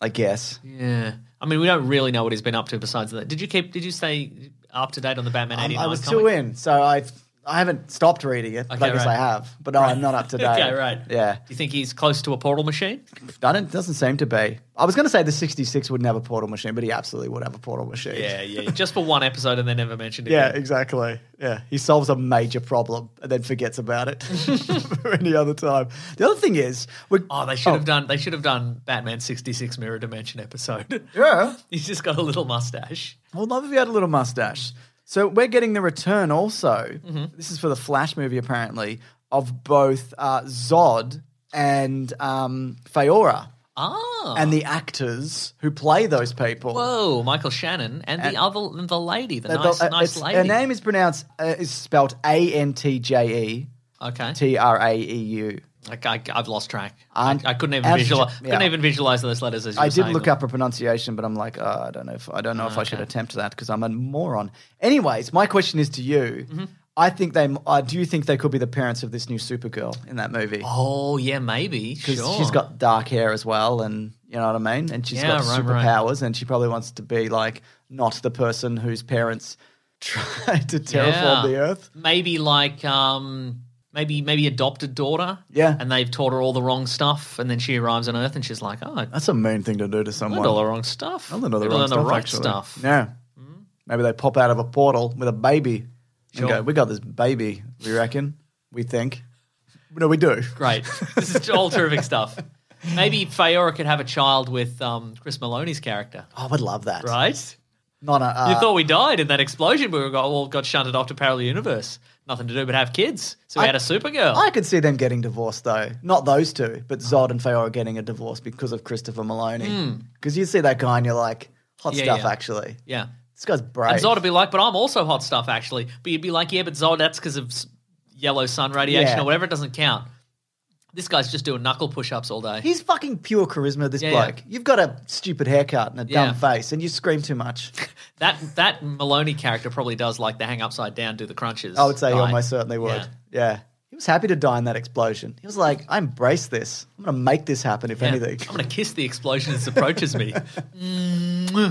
Speaker 2: I guess.
Speaker 3: Yeah. I mean, we don't really know what he's been up to besides that. Did you keep? Did you stay up to date on the Batman
Speaker 2: Um,
Speaker 3: eighty nine?
Speaker 2: I was too in, so I I haven't stopped reading it. but I
Speaker 3: Okay,
Speaker 2: guess
Speaker 3: right.
Speaker 2: I have, but no, I'm not up to date.
Speaker 3: Okay, right.
Speaker 2: Yeah,
Speaker 3: Do you think he's close to a portal machine?
Speaker 2: that don't- doesn't seem to be. I was going to say the '66 wouldn't have a portal machine, but he absolutely would have a portal machine.
Speaker 3: yeah. Just for one episode, and they never mentioned it.
Speaker 2: Yeah,
Speaker 3: again.
Speaker 2: exactly. Yeah, he solves a major problem and then forgets about it for any other time. The other thing is, we
Speaker 3: Oh, they should have done. They should have done Batman sixty six Mirror Dimension episode.
Speaker 2: yeah.
Speaker 3: he's just got a little mustache.
Speaker 2: Well, love if you had a little mustache. So we're getting the return also.
Speaker 3: Mm-hmm.
Speaker 2: This is for the Flash movie, apparently, of both uh, Zod and um, Feora
Speaker 3: Ah.
Speaker 2: and the actors who play those people.
Speaker 3: Whoa, Michael Shannon and, the other and the lady, the
Speaker 2: Uh,
Speaker 3: nice,
Speaker 2: uh,
Speaker 3: nice
Speaker 2: it's-
Speaker 3: lady.
Speaker 2: Her name is pronounced uh, is spelled A N T J E
Speaker 3: Okay,
Speaker 2: T R A E U.
Speaker 3: like I, I've lost track.
Speaker 2: And-
Speaker 3: I, I couldn't even
Speaker 2: and-
Speaker 3: visualize. Couldn't
Speaker 2: yeah.
Speaker 3: even visualize those letters as you
Speaker 2: I
Speaker 3: were
Speaker 2: did
Speaker 3: saying
Speaker 2: look
Speaker 3: them.
Speaker 2: up a pronunciation, but I'm like, oh, I don't know if I don't know if I should attempt that because I'm a moron. Anyways, my question is to you.
Speaker 3: Mm-hmm.
Speaker 2: I think they. Uh, do you think they could be the parents of this new Supergirl in that movie?
Speaker 3: Oh yeah, maybe.
Speaker 2: Because
Speaker 3: Sure.
Speaker 2: she's got dark hair as well, and you know what I mean. And she's
Speaker 3: Yeah,
Speaker 2: got
Speaker 3: right, right.
Speaker 2: superpowers, and she probably wants to be like not the person whose parents tried to terraform
Speaker 3: Yeah.
Speaker 2: the Earth.
Speaker 3: maybe like um maybe maybe adopted daughter
Speaker 2: Yeah.
Speaker 3: and they've taught her all the wrong stuff and then she arrives on earth and she's like oh i
Speaker 2: That's a mean thing to do to someone.
Speaker 3: learned all the wrong stuff
Speaker 2: I learned all the
Speaker 3: Better
Speaker 2: wrong
Speaker 3: learn
Speaker 2: stuff,
Speaker 3: right
Speaker 2: actually.
Speaker 3: stuff
Speaker 2: Yeah. Maybe they pop out of a portal with a baby
Speaker 3: Hmm? Sure.
Speaker 2: and go, "We got this baby." We reckon. We think. No, we do.
Speaker 3: great this is all terrific stuff maybe Fayora could have a child with um, chris maloney's character
Speaker 2: Oh, I would love that.
Speaker 3: right
Speaker 2: Not a.
Speaker 3: you
Speaker 2: Uh,
Speaker 3: thought we died in that explosion but we got, all got shunted off to parallel universe nothing to do but have kids so we
Speaker 2: I-
Speaker 3: had a supergirl
Speaker 2: I could see them getting divorced though. Not those two, but Zod and Feora getting a divorce because of Christopher Maloney. Because you see that guy and you're like, hot
Speaker 3: Hmm. Yeah,
Speaker 2: stuff
Speaker 3: yeah.
Speaker 2: actually.
Speaker 3: yeah
Speaker 2: This guy's brave.
Speaker 3: And Zod would be like, but I'm also hot stuff, actually. But you'd be like, yeah, but Zod, that's because of s- yellow sun radiation
Speaker 2: Yeah.
Speaker 3: or whatever. It doesn't count. This guy's just doing knuckle push ups all day.
Speaker 2: He's fucking pure charisma, this
Speaker 3: Yeah,
Speaker 2: bloke.
Speaker 3: yeah.
Speaker 2: You've got a stupid haircut and a
Speaker 3: Yeah.
Speaker 2: dumb face, and you scream too much.
Speaker 3: That that Maloney character probably does like the hang upside down, do the crunches.
Speaker 2: I would say he
Speaker 3: guy.
Speaker 2: almost certainly would. Yeah.
Speaker 3: Yeah.
Speaker 2: He was happy to die in that explosion. He was like, I embrace this. I'm going to make this happen, if
Speaker 3: Yeah.
Speaker 2: anything.
Speaker 3: I'm going to kiss the explosion as it approaches me.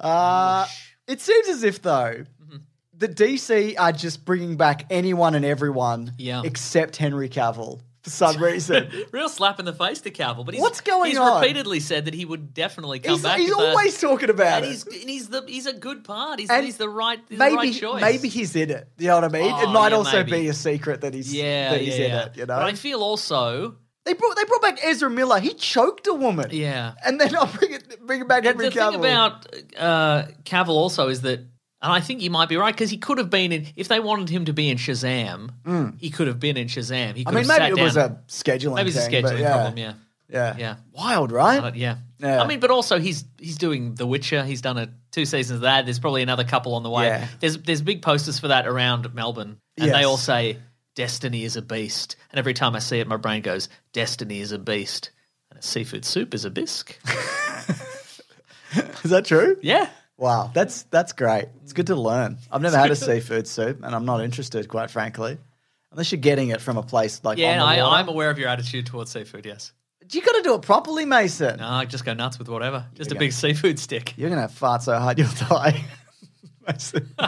Speaker 2: Uh, it seems as if, though,
Speaker 3: Mm-hmm.
Speaker 2: the DC are just bringing back anyone and everyone
Speaker 3: Yeah.
Speaker 2: except Henry Cavill for some reason.
Speaker 3: Real slap in the face to Cavill. But he's,
Speaker 2: What's going
Speaker 3: he's
Speaker 2: on?
Speaker 3: repeatedly said that he would definitely come
Speaker 2: he's
Speaker 3: back.
Speaker 2: he's
Speaker 3: if they-
Speaker 2: always talking about
Speaker 3: and
Speaker 2: it.
Speaker 3: he's, and he's the he's a good part. He's,
Speaker 2: And
Speaker 3: he's the right he's
Speaker 2: maybe,
Speaker 3: the right choice.
Speaker 2: maybe he's in it. You know what I mean? it
Speaker 3: Oh,
Speaker 2: might
Speaker 3: yeah,
Speaker 2: also
Speaker 3: maybe.
Speaker 2: be a secret that he's
Speaker 3: yeah,
Speaker 2: that he's
Speaker 3: yeah,
Speaker 2: in
Speaker 3: yeah.
Speaker 2: it. You know,
Speaker 3: But I feel also
Speaker 2: they brought they brought back Ezra Miller. He choked a woman.
Speaker 3: Yeah.
Speaker 2: and then I'll bring it bring back Henry
Speaker 3: the
Speaker 2: Cavill.
Speaker 3: thing about uh, Cavill also is that, and I think you might be right because he could have been in. If they wanted him to be in Shazam, he could have been in Shazam. He
Speaker 2: Mm. I mean,
Speaker 3: could have
Speaker 2: maybe
Speaker 3: sat
Speaker 2: it
Speaker 3: down.
Speaker 2: was a scheduling.
Speaker 3: maybe it's a
Speaker 2: thing,
Speaker 3: scheduling
Speaker 2: but yeah.
Speaker 3: problem. Yeah,
Speaker 2: Yeah.
Speaker 3: Yeah.
Speaker 2: Wild, right?
Speaker 3: but yeah.
Speaker 2: Yeah.
Speaker 3: I mean, but also he's he's doing The Witcher. He's done a two seasons of that. There's probably another couple on the way.
Speaker 2: Yeah.
Speaker 3: There's there's big posters for that around Melbourne, and
Speaker 2: Yes.
Speaker 3: they all say "Destiny is a beast." And every time I see it, my brain goes, "Destiny is a beast," and a seafood soup is a bisque.
Speaker 2: Is that true?
Speaker 3: yeah.
Speaker 2: Wow. That's
Speaker 3: Mm.
Speaker 2: that's great. It's good to learn. I've never had a seafood soup and I'm not interested, quite frankly. Unless you're getting it from a place like
Speaker 3: Yeah,
Speaker 2: on the
Speaker 3: I,
Speaker 2: water.
Speaker 3: I'm aware of your attitude towards seafood. Yes,
Speaker 2: You got to do it properly, Mason.
Speaker 3: no, I just go nuts with whatever. Just a
Speaker 2: go.
Speaker 3: big seafood stick.
Speaker 2: You're gonna fart so hard you'll die. Mason,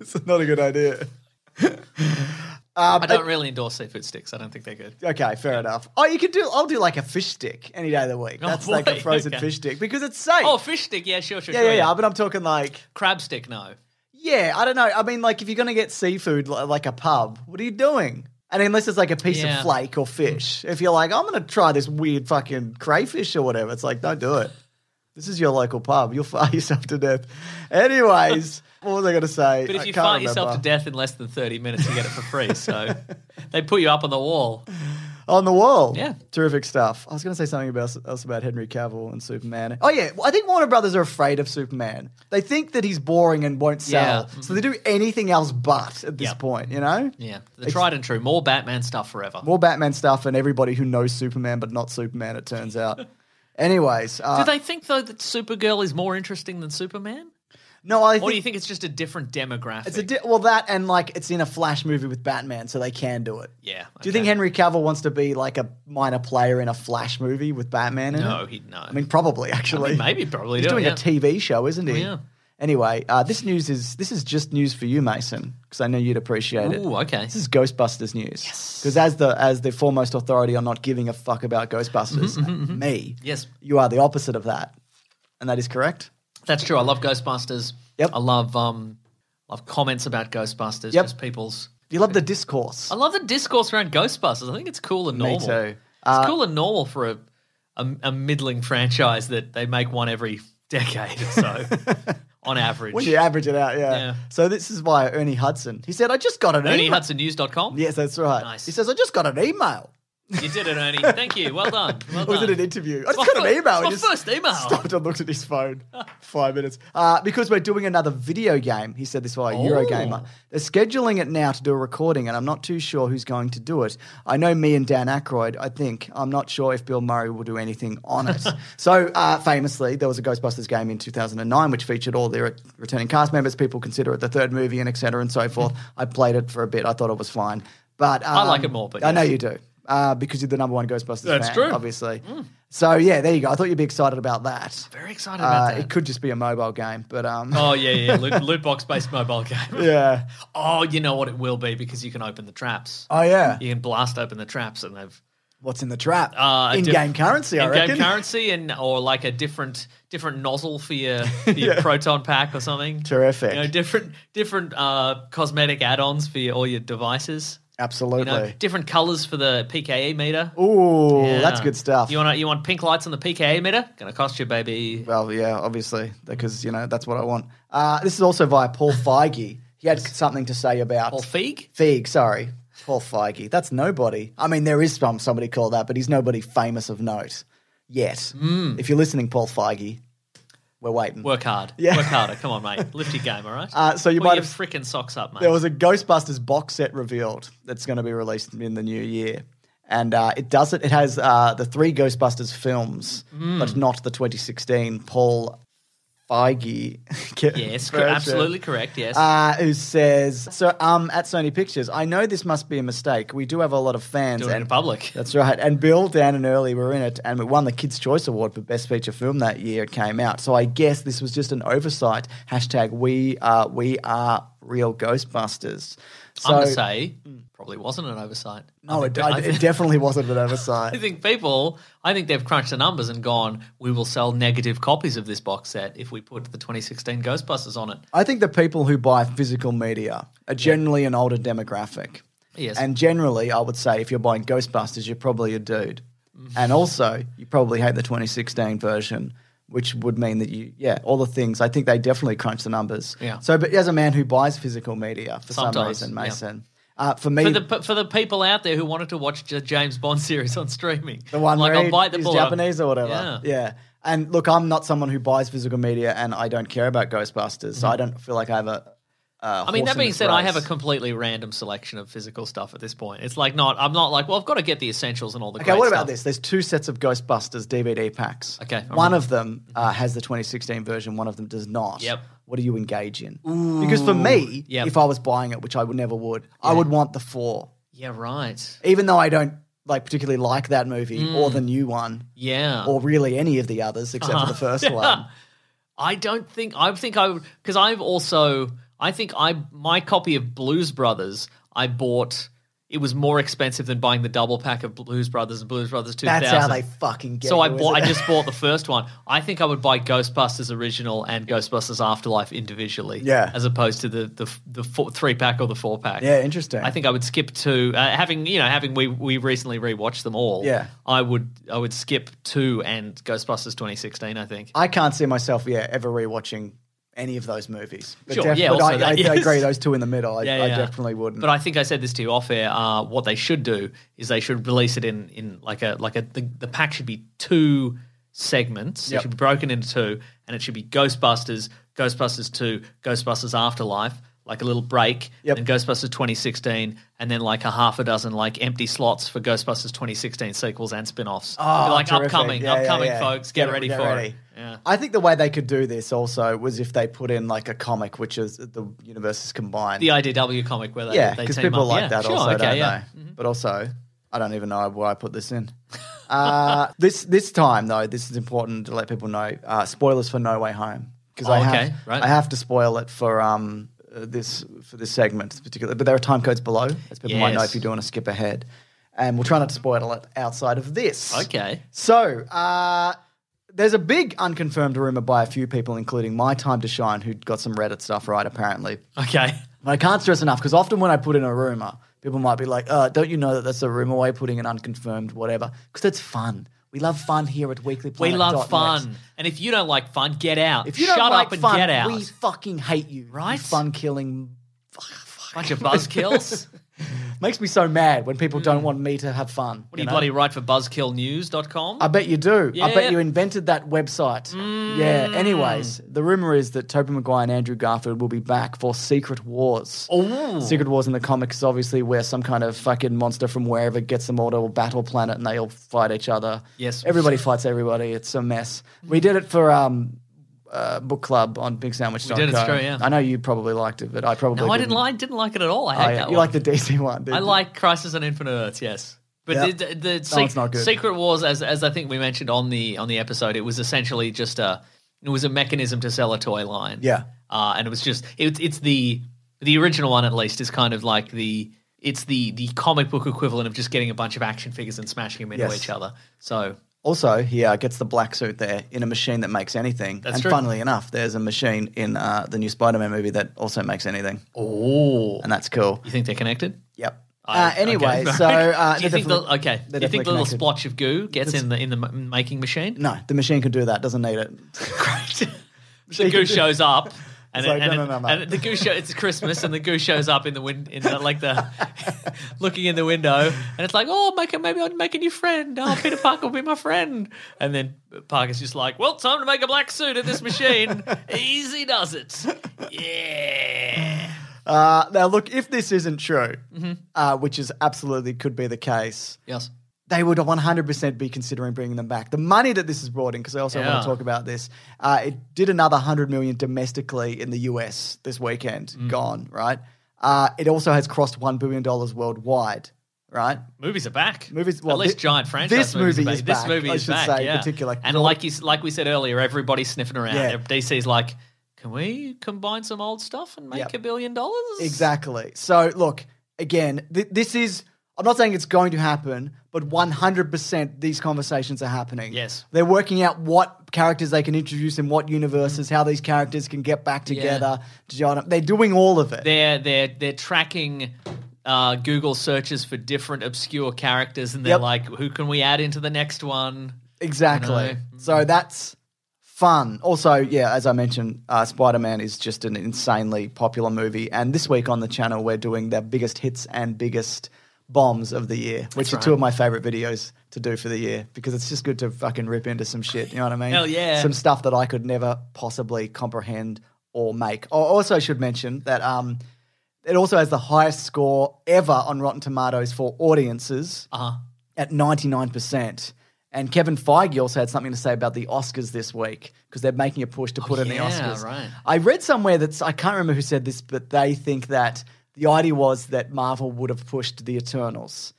Speaker 2: it's not a good idea.
Speaker 3: I don't really endorse seafood sticks. I don't think they're good.
Speaker 2: Okay, fair enough. Oh, you could do. I'll do like a fish stick any day of the week.
Speaker 3: Oh,
Speaker 2: That's like a
Speaker 3: boy,
Speaker 2: frozen
Speaker 3: okay.
Speaker 2: fish stick because it's safe.
Speaker 3: Oh, fish stick. Yeah, sure, sure.
Speaker 2: yeah,
Speaker 3: sure,
Speaker 2: yeah, yeah. But I'm talking like,
Speaker 3: Crab stick. No.
Speaker 2: yeah, I don't know. I mean, like if you're gonna get seafood li- like a pub, what are you doing? And unless it's like a piece
Speaker 3: Yeah.
Speaker 2: of flake or fish, if you're like, I'm gonna try this weird fucking crayfish or whatever, it's like, don't do it. This is your local pub. You'll fart yourself to death. Anyways, what was I gonna say?
Speaker 3: But if
Speaker 2: I
Speaker 3: you
Speaker 2: can't
Speaker 3: fart yourself to
Speaker 2: remember.
Speaker 3: death in less than 30 minutes, you get it for free. So they put you up on the wall.
Speaker 2: on the wall.
Speaker 3: Yeah.
Speaker 2: Terrific stuff. I was going to say something about, else about Henry Cavill and Superman. Oh, yeah. Well, I think Warner Brothers are afraid of Superman. They think that he's boring and won't sell.
Speaker 3: Yeah. Mm-hmm.
Speaker 2: So they do anything else but at this
Speaker 3: Yep.
Speaker 2: point, you know?
Speaker 3: Yeah. The tried and true. More Batman stuff forever.
Speaker 2: More Batman stuff and everybody who knows Superman but not Superman, it turns out. Anyways, uh,
Speaker 3: Do they think, though, that Supergirl is more interesting than Superman?
Speaker 2: no, I
Speaker 3: Or do you
Speaker 2: think
Speaker 3: think it's just a different demographic?
Speaker 2: it's a di- well that and like it's in a Flash movie with Batman, so they can do it.
Speaker 3: yeah.
Speaker 2: Do you think
Speaker 3: okay.
Speaker 2: Henry Cavill wants to be like a minor player in a Flash movie with Batman? In
Speaker 3: No,
Speaker 2: it?
Speaker 3: he'd know.
Speaker 2: I mean probably actually.
Speaker 3: maybe, probably.
Speaker 2: He's
Speaker 3: do,
Speaker 2: doing
Speaker 3: yeah. Oh,
Speaker 2: a TV show, isn't he?
Speaker 3: Yeah.
Speaker 2: Anyway, uh, this news is this is just news for you, Mason, because I know you'd appreciate it.
Speaker 3: Ooh, okay.
Speaker 2: This is Ghostbusters news. Yes. Because as the as the foremost authority on not giving a fuck about Ghostbusters, me,
Speaker 3: Yes.
Speaker 2: you are the opposite of that, and that is correct.
Speaker 3: That's true. I love Ghostbusters.
Speaker 2: Yep.
Speaker 3: I love um, love comments about Ghostbusters.
Speaker 2: Yep.
Speaker 3: Just people's.
Speaker 2: You love the discourse.
Speaker 3: I love the discourse around Ghostbusters. I think it's cool and
Speaker 2: Me
Speaker 3: normal.
Speaker 2: too. Uh,
Speaker 3: it's cool and normal for a, a a middling franchise that they make one every decade or so on average.
Speaker 2: When you average it out, yeah.
Speaker 3: Yeah.
Speaker 2: So this is why Ernie Hudson. He said, "I just got an email."
Speaker 3: ErnieHudsonNews.com.
Speaker 2: Yes, that's right.
Speaker 3: Nice.
Speaker 2: He says, "I just got an email."
Speaker 3: You did it, Ernie. Thank you. Well done. Well
Speaker 2: Or was
Speaker 3: done.
Speaker 2: it an interview? I
Speaker 3: It's
Speaker 2: just got
Speaker 3: my
Speaker 2: an
Speaker 3: fir-
Speaker 2: email.
Speaker 3: it's my
Speaker 2: I just
Speaker 3: first email.
Speaker 2: Stopped and looked at his phone. Five minutes. Uh, because we're doing another video game. He said this via
Speaker 3: Oh.
Speaker 2: Eurogamer. They're scheduling it now to do a recording, and I'm not too sure who's going to do it. I know me and Dan Aykroyd. I think I'm not sure if Bill Murray will do anything on it. so uh, famously, there was a Ghostbusters game in 2009 which featured all their returning cast members. People consider it the third movie, and et cetera, and so forth. I played it for a bit. I thought it was fine, but um,
Speaker 3: like it more, but
Speaker 2: I know
Speaker 3: yes.
Speaker 2: you do. Uh, because you're the number one Ghostbusters
Speaker 3: That's
Speaker 2: fan,
Speaker 3: true. Mm.
Speaker 2: obviously. So yeah, there you go. I thought you'd be excited about that.
Speaker 3: Very excited about
Speaker 2: Uh,
Speaker 3: that.
Speaker 2: it could just be a mobile game, but um,
Speaker 3: oh yeah, yeah. Loot, loot box based mobile game.
Speaker 2: yeah.
Speaker 3: Oh, you know what it will be because you can open the traps.
Speaker 2: Oh yeah.
Speaker 3: You can blast open the traps, and they've
Speaker 2: What's in the trap?
Speaker 3: uh, a
Speaker 2: in-game
Speaker 3: diff-
Speaker 2: currency, I
Speaker 3: in-game
Speaker 2: reckon.
Speaker 3: currency, and or like a different different nozzle for your, for your proton pack or something.
Speaker 2: Terrific.
Speaker 3: You know, different different uh, cosmetic add-ons for your, all your devices. You
Speaker 2: Absolutely.
Speaker 3: know, different colors for the PKE meter.
Speaker 2: Ooh,
Speaker 3: Yeah.
Speaker 2: that's good stuff.
Speaker 3: You want you want pink lights on the PKE meter? Gonna cost you, baby.
Speaker 2: well, yeah, obviously, because you know that's what I want. Uh, this is also via Paul Feige. He had something to say about
Speaker 3: Or fig?
Speaker 2: Feig, sorry. Paul Feige. That's nobody. I mean, there is some somebody called that, but he's nobody famous of note yet.
Speaker 3: Hmm.
Speaker 2: If you're listening, Paul Feige, we're waiting.
Speaker 3: Work hard.
Speaker 2: Yeah.
Speaker 3: Work harder. Come on, mate. Lift your game, all right?
Speaker 2: Uh, so you
Speaker 3: Pull
Speaker 2: might
Speaker 3: your
Speaker 2: have-
Speaker 3: freaking socks up, mate.
Speaker 2: there was a Ghostbusters box set revealed that's going to be released in the new year. And uh, it does it. It has uh, the three Ghostbusters films,
Speaker 3: Hmm.
Speaker 2: but not the 2016 Paul Feige.
Speaker 3: yes, cor-
Speaker 2: version.
Speaker 3: absolutely correct. Yes.
Speaker 2: uh, who says, "So, um, at Sony Pictures, I know this must be a mistake. We do have a lot of fans
Speaker 3: Doing it
Speaker 2: and
Speaker 3: in public.
Speaker 2: That's right. And Bill, Dan, and Early were in it, and we won the Kids' Choice Award for Best Feature Film that year. It came out, so I guess this was just an oversight. Hashtag We Are We Are Real Ghostbusters. So,
Speaker 3: I'm gonna say probably wasn't an oversight.
Speaker 2: no,
Speaker 3: I
Speaker 2: it,
Speaker 3: think,
Speaker 2: I-
Speaker 3: I
Speaker 2: it
Speaker 3: think-
Speaker 2: definitely wasn't an
Speaker 3: I
Speaker 2: oversight.
Speaker 3: think people, I think they've crunched the numbers and gone, we will sell negative copies of this box set if we put the 2016 Ghostbusters on it.
Speaker 2: I think the people who buy physical media are generally an older demographic.
Speaker 3: Yes.
Speaker 2: And generally, I would say if you're buying Ghostbusters, you're probably a dude.
Speaker 3: Mm-hmm.
Speaker 2: And also, you probably hate the 2016 version, which would mean that you, yeah, all the things. I think they definitely crunch the numbers.
Speaker 3: Yeah.
Speaker 2: So, but as a man who buys physical media for some
Speaker 3: Sometimes,
Speaker 2: reason,
Speaker 3: yeah.
Speaker 2: Mason, uh, for me,
Speaker 3: for the for the people out there who wanted to watch J- James Bond series on streaming,
Speaker 2: the one
Speaker 3: like
Speaker 2: where
Speaker 3: I'll bite the
Speaker 2: he's
Speaker 3: bullet.
Speaker 2: Japanese or whatever.
Speaker 3: Yeah. Mm-hmm.
Speaker 2: And look, I'm not someone who buys physical media, and I don't care about Ghostbusters, so I don't feel like I have a Uh,
Speaker 3: I mean,
Speaker 2: horse
Speaker 3: that
Speaker 2: in
Speaker 3: being
Speaker 2: its
Speaker 3: said, I
Speaker 2: race.
Speaker 3: have a completely random selection of physical stuff at this point. It's like not, I'm not like, well, I've got to get the essentials and all the.
Speaker 2: Okay,
Speaker 3: great
Speaker 2: what about
Speaker 3: stuff.
Speaker 2: this? There's two sets of Ghostbusters DVD packs.
Speaker 3: Okay, I'm
Speaker 2: one
Speaker 3: ready.
Speaker 2: of them uh, has the 2016 version, one of them does not.
Speaker 3: Yep.
Speaker 2: What do you engage in? Because for me,
Speaker 3: Yep.
Speaker 2: if I was buying it, which I would never would, I would want the four,
Speaker 3: Yeah, right.
Speaker 2: even though I don't like particularly like that movie
Speaker 3: Mm.
Speaker 2: or the new one
Speaker 3: Yeah.
Speaker 2: or really any of the others except
Speaker 3: Uh-huh.
Speaker 2: for the first one.
Speaker 3: I don't think I think I because I've also I think I my copy of Blues Brothers I bought it was more expensive than buying the double pack of Blues Brothers and Blues Brothers 2000.
Speaker 2: That's how they fucking get.
Speaker 3: so I
Speaker 2: you,
Speaker 3: bought I
Speaker 2: isn't it?
Speaker 3: just bought the first one. I think I would buy Ghostbusters original and Ghostbusters Afterlife individually
Speaker 2: Yeah.
Speaker 3: as opposed to the the the four, three pack or the four pack.
Speaker 2: yeah, interesting.
Speaker 3: I think I would skip to uh, having you know having we we recently rewatched them all.
Speaker 2: Yeah.
Speaker 3: I would I would skip two and Ghostbusters 2016. I think.
Speaker 2: I can't see myself, yeah, ever rewatching any of those movies. But
Speaker 3: Sure, yeah,
Speaker 2: but
Speaker 3: also
Speaker 2: I, I,
Speaker 3: that,
Speaker 2: I
Speaker 3: yes.
Speaker 2: agree. Those two in the middle, I,
Speaker 3: Yeah,
Speaker 2: I
Speaker 3: yeah.
Speaker 2: definitely wouldn't.
Speaker 3: But I think I said this to you off air. Uh, what they should do is they should release it in in like a like a the, the pack should be two segments.
Speaker 2: Yep.
Speaker 3: It should be broken into two, and it should be Ghostbusters, Ghostbusters Two, Ghostbusters Afterlife, like a little break,
Speaker 2: Yep.
Speaker 3: and Ghostbusters 2016, and then like a half a dozen like empty slots for Ghostbusters 2016 sequels and spin-offs. Be like
Speaker 2: Oh, terrific.
Speaker 3: upcoming,
Speaker 2: Yeah, yeah,
Speaker 3: upcoming
Speaker 2: yeah.
Speaker 3: folks, get,
Speaker 2: it-
Speaker 3: ready for
Speaker 2: ready.
Speaker 3: it. Yeah.
Speaker 2: I think the way they could do this also was if they put in like a comic, which is the universes combined.
Speaker 3: The IDW comic where they
Speaker 2: yeah,
Speaker 3: they
Speaker 2: because
Speaker 3: team
Speaker 2: people
Speaker 3: up.
Speaker 2: like
Speaker 3: Yeah,
Speaker 2: that
Speaker 3: sure,
Speaker 2: also,
Speaker 3: okay,
Speaker 2: don't
Speaker 3: yeah. Mm-hmm.
Speaker 2: they? But also, I don't even know why I put this in. Uh, this this time though, this is important to let people know. Uh, spoilers for No Way Home because
Speaker 3: Oh,
Speaker 2: I have
Speaker 3: okay, right.
Speaker 2: I have to spoil it for um uh, this for this segment particularly. But there are time codes below, as people might know
Speaker 3: Yes.
Speaker 2: if you do want to skip ahead. And we'll try not to spoil it outside of this.
Speaker 3: Okay.
Speaker 2: So, uh, there's a big unconfirmed rumor by a few people, including My Time to Shine, who got some Reddit stuff right, apparently.
Speaker 3: Okay.
Speaker 2: But I can't stress enough because often when I put in a rumor, people might be like, uh, don't you know that that's a rumor way of putting an unconfirmed whatever? Because that's fun. We love fun here at Weekly
Speaker 3: We
Speaker 2: Planet.
Speaker 3: love fun. And if you don't like fun, get out.
Speaker 2: If you don't
Speaker 3: Shut
Speaker 2: like
Speaker 3: up and
Speaker 2: fun,
Speaker 3: get out.
Speaker 2: we fucking hate you.
Speaker 3: Right?
Speaker 2: Fun killing
Speaker 3: Bunch of buzzkills. Mm.
Speaker 2: makes me so mad when people don't want me to have fun.
Speaker 3: what do you
Speaker 2: know?
Speaker 3: bloody write for buzzkillnews.com?
Speaker 2: I bet you do. I
Speaker 3: Yeah. Mm.
Speaker 2: bet you invented that website. Yeah. Anyways, the rumor is that Tobey Maguire and Andrew Garfield will be back for Secret Wars.
Speaker 3: Ooh.
Speaker 2: Secret Wars in the comics is obviously where some kind of fucking monster from wherever gets them all to a battle planet and they all fight each other.
Speaker 3: Yes.
Speaker 2: Everybody fights everybody. It's a mess. We did it for um, uh, book club on Big Sandwich.
Speaker 3: We did, it's true, yeah.
Speaker 2: I know you probably liked it, but I probably
Speaker 3: no, I
Speaker 2: didn't.
Speaker 3: didn't like didn't like it at all. I hate
Speaker 2: Oh, yeah.
Speaker 3: that
Speaker 2: You
Speaker 3: one.
Speaker 2: like the DC one, did
Speaker 3: I
Speaker 2: you?
Speaker 3: like Crisis on Infinite Earths, yes. But
Speaker 2: Yeah.
Speaker 3: the, the, the
Speaker 2: That one's not good.
Speaker 3: Secret Wars, as as I think we mentioned on the on the episode, it was essentially just a it was a mechanism to sell a toy line.
Speaker 2: Yeah.
Speaker 3: uh, and it was just it's it's the the original one at least is kind of like the it's the the comic book equivalent of just getting a bunch of action figures and smashing them into
Speaker 2: Yes.
Speaker 3: each other. So
Speaker 2: Also, he uh, gets the black suit there in a machine that makes anything.
Speaker 3: That's
Speaker 2: and
Speaker 3: true.
Speaker 2: funnily enough, there's a machine in uh, the new Spider-Man movie that also makes anything,
Speaker 3: oh,
Speaker 2: and that's cool.
Speaker 3: you think they're connected?
Speaker 2: Yep.
Speaker 3: I-
Speaker 2: Uh, anyway,
Speaker 3: okay.
Speaker 2: so uh,
Speaker 3: do you
Speaker 2: they're
Speaker 3: think the,
Speaker 2: definitely-
Speaker 3: okay?
Speaker 2: they're
Speaker 3: Do you
Speaker 2: definitely
Speaker 3: think the little
Speaker 2: connected.
Speaker 3: splotch of goo gets in the in the m- making machine?
Speaker 2: No, the machine can do that. Doesn't need it.
Speaker 3: Great. the goo shows up. And,
Speaker 2: It's
Speaker 3: it-
Speaker 2: like,
Speaker 3: and,
Speaker 2: no,
Speaker 3: it-
Speaker 2: no, no, no.
Speaker 3: and the goo show it's Christmas and the goo shows up in the wind in the, like the looking in the window and it's like oh make a, maybe I'll make a new friend oh Peter Parker will be my friend and then Parker's just like well time to make a black suit of this machine easy does it yeah
Speaker 2: Uh, now, look, if this isn't true,
Speaker 3: Mm-hmm.
Speaker 2: uh, which is absolutely could be the case,
Speaker 3: yes
Speaker 2: they would 100% be considering bringing them back. The money that this has brought in, because I also want
Speaker 3: Yeah.
Speaker 2: to talk about this, uh, it did another 100 million domestically in the US this weekend,
Speaker 3: Mm.
Speaker 2: gone, right? Uh, it also has crossed $1 billion worldwide, right?
Speaker 3: movies are back
Speaker 2: Movies- well,
Speaker 3: at least
Speaker 2: thi-
Speaker 3: giant franchise
Speaker 2: this
Speaker 3: movies are
Speaker 2: movie
Speaker 3: back.
Speaker 2: is
Speaker 3: this
Speaker 2: back,
Speaker 3: movie
Speaker 2: I
Speaker 3: is
Speaker 2: should
Speaker 3: back
Speaker 2: say,
Speaker 3: yeah.
Speaker 2: particularly.
Speaker 3: and like you s- like we said earlier everybody's sniffing around
Speaker 2: Yeah.
Speaker 3: DC's like can we combine some old stuff and make
Speaker 2: Yep.
Speaker 3: a billion dollars
Speaker 2: Exactly. So, look, again, th- this is. I'm not saying it's going to happen, but 100% these conversations are happening.
Speaker 3: Yes.
Speaker 2: They're working out what characters they can introduce in what
Speaker 3: Mm.
Speaker 2: universes, how these characters can get back together. Do you know what I- They're doing all of it.
Speaker 3: they're they're they're tracking uh, Google searches for different obscure characters, and they're
Speaker 2: Yep.
Speaker 3: like, "Who can we add into the next one?"
Speaker 2: Exactly.
Speaker 3: You know?
Speaker 2: So that's fun. Also, yeah, as I mentioned, uh, Spider Man is just an insanely popular movie. And this week on the channel, we're doing the biggest hits and biggest bombs of the year, which are two of my favorite videos to do for the year because it's just good to fucking rip into some shit. You know what I mean?
Speaker 3: Hell yeah.
Speaker 2: Some stuff that I could never possibly comprehend or make. I also should mention that um, it also has the highest score ever on Rotten Tomatoes for audiences
Speaker 3: Uh-huh.
Speaker 2: at 99%. And Kevin Feige also had something to say about the Oscars this week because they're making a push to put in
Speaker 3: Oh, yeah,
Speaker 2: the Oscars.
Speaker 3: right.
Speaker 2: I read somewhere that's, I can't remember who said this, but they think that the idea was that Marvel would have pushed the Eternals.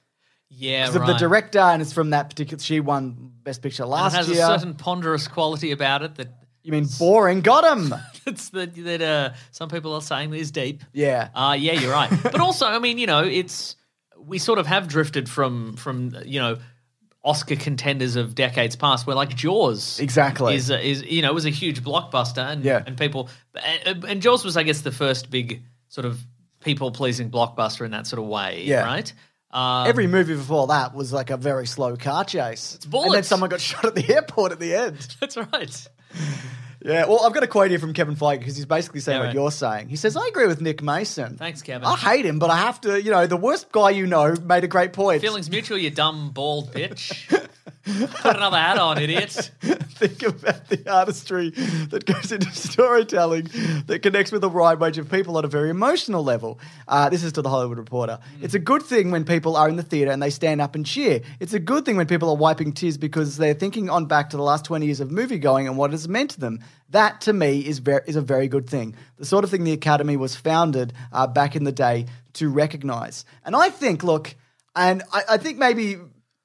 Speaker 3: Yeah,
Speaker 2: 'Cause of
Speaker 3: right.
Speaker 2: The director, and it's from that particular, she won Best Picture
Speaker 3: And
Speaker 2: last
Speaker 3: it has
Speaker 2: year.
Speaker 3: a certain ponderous quality about it that
Speaker 2: you mean boring? Got him.
Speaker 3: Um, it's that that uh, some people are saying is deep.
Speaker 2: yeah.
Speaker 3: Uh, yeah, you're right. but also, I mean, you know, it's we sort of have drifted from from you know Oscar contenders of decades past, where like Jaws
Speaker 2: Exactly.
Speaker 3: is is you know was a huge blockbuster, and
Speaker 2: Yeah.
Speaker 3: and people and, and Jaws was, I guess, the first big sort of people pleasing blockbuster in that sort of way,
Speaker 2: Yeah.
Speaker 3: right? Uh,
Speaker 2: Every movie before that was like a very slow car chase. It's And then
Speaker 3: bullets.
Speaker 2: someone got shot at the airport at the end.
Speaker 3: that's right.
Speaker 2: Yeah. Well, I've got a quote here from Kevin Feige because he's basically saying
Speaker 3: Yeah,
Speaker 2: what
Speaker 3: right.
Speaker 2: you're saying. He says, I agree with Nick Mason.
Speaker 3: Thanks, Kevin.
Speaker 2: I hate him, but I have to, you know, the worst guy you know made a great point.
Speaker 3: Feelings mutual, you dumb bald bitch. Put another hat on, idiot.
Speaker 2: Think about the artistry that goes into storytelling that connects with a wide range of people on a very emotional level. Uh, this is to the Hollywood Reporter. It's a good thing when people are in the theatre and they stand up and cheer. It's a good thing when people are wiping tears because they're thinking on back to the last 20 years of movie going and what it has meant to them. That, to me, is, ver- is a very good thing. The sort of thing the Academy was founded uh, back in the day to recognise. And I think, look, and I, I think maybe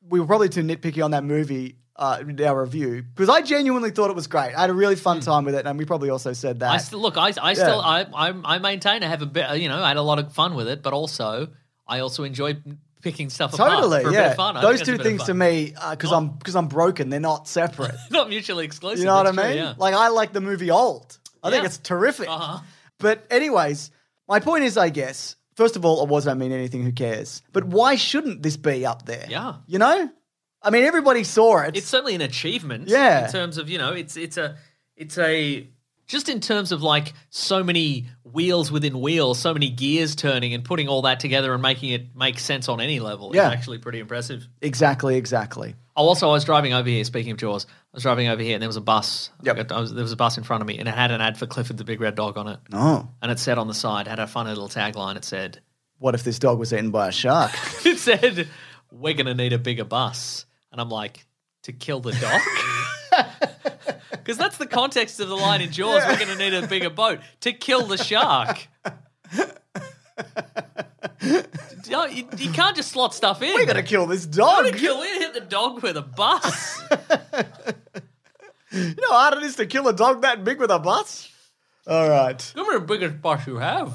Speaker 2: we were probably too nitpicky on that movie uh, in our review because I genuinely thought it was great. I had a really fun time with it, and we probably also said that.
Speaker 3: Hmm. I still look. I, I still. I, I I maintain. I have a bit. You know, I had a lot of fun with it, but also I also enjoy picking stuff
Speaker 2: totally,
Speaker 3: apart for a
Speaker 2: yeah.
Speaker 3: bit of fun. I think
Speaker 2: Those
Speaker 3: that's a
Speaker 2: two
Speaker 3: bit of
Speaker 2: things to
Speaker 3: fun.
Speaker 2: me, because I'm because I'm broken, they're not separate.
Speaker 3: not mutually exclusive.
Speaker 2: you know what I
Speaker 3: that's
Speaker 2: mean?
Speaker 3: true, yeah.
Speaker 2: Like I like the movie Old. I think
Speaker 3: Yeah.
Speaker 2: it's terrific.
Speaker 3: Uh-huh.
Speaker 2: But anyways, my point is, I guess. First of all, awards don't mean anything. Who cares? But why shouldn't this be up there?
Speaker 3: Hmm. Yeah.
Speaker 2: you know, I mean, everybody saw it.
Speaker 3: it's certainly an achievement.
Speaker 2: Yeah.
Speaker 3: In terms of you know, it's it's a it's a just in terms of like so many wheels within wheels, so many gears turning, and putting all that together and making it make sense on any level
Speaker 2: Yeah.
Speaker 3: is actually pretty impressive.
Speaker 2: exactly, exactly.
Speaker 3: Oh, also, I was driving over here. Speaking of Jaws, I was driving over here, and there was a bus. I
Speaker 2: Yep.
Speaker 3: got- I was, there was a bus in front of me, and it had an ad for Clifford the Big Red Dog on it.
Speaker 2: Oh,
Speaker 3: And it said on the side, had a funny little tagline. It said,
Speaker 2: what if this dog was eaten by a shark?
Speaker 3: "It said, we're gonna need a bigger bus." And I'm like, "To kill the dog." Because that's the context of the line in Jaws. We're going to need a bigger boat to kill the shark. No, you, you can't just slot stuff in.
Speaker 2: We're gonna kill this dog.
Speaker 3: kill it. Hit the dog with a bus.
Speaker 2: You know how hard it is to kill a dog that big with a bus? All right.
Speaker 3: Give me the biggest bus you have.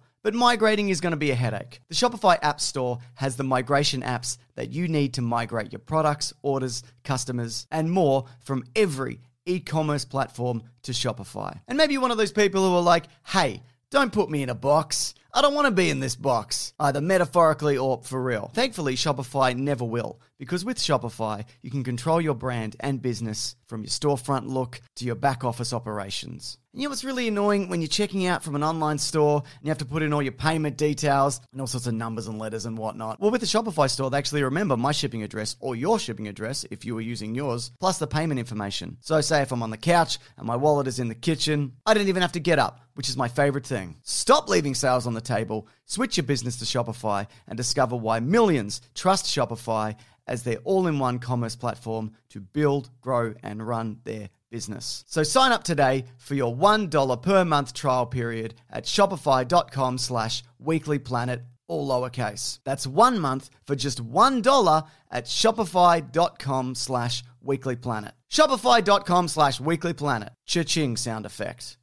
Speaker 2: But migrating is going to be a headache. The Shopify App Store has the migration apps that you need to migrate your products, orders, customers, and more from every e commerce platform to Shopify. And maybe you're one of those people who are like, hey, don't put me in a box. I don't want to be in this box, either metaphorically or for real. Thankfully, Shopify never will, because with Shopify, you can control your brand and business from your storefront look to your back office operations. And you know what's really annoying when you're checking out from an online store and you have to put in all your payment details and all sorts of numbers and letters and whatnot? Well, with the Shopify store, they actually remember my shipping address or your shipping address if you were using yours, plus the payment information. So, say if I'm on the couch and my wallet is in the kitchen, I don't even have to get up, which is my favorite thing. Stop leaving sales on the table, switch your business to Shopify, and discover why millions trust Shopify as their all in one commerce platform to build, grow, and run their business. So sign up today for your $1 per month trial period at shopify.com slash weeklyplanet, all lowercase. That's one month for just $1 at shopify.com slash weeklyplanet. Shopify.com slash weeklyplanet. Cha-ching sound effect.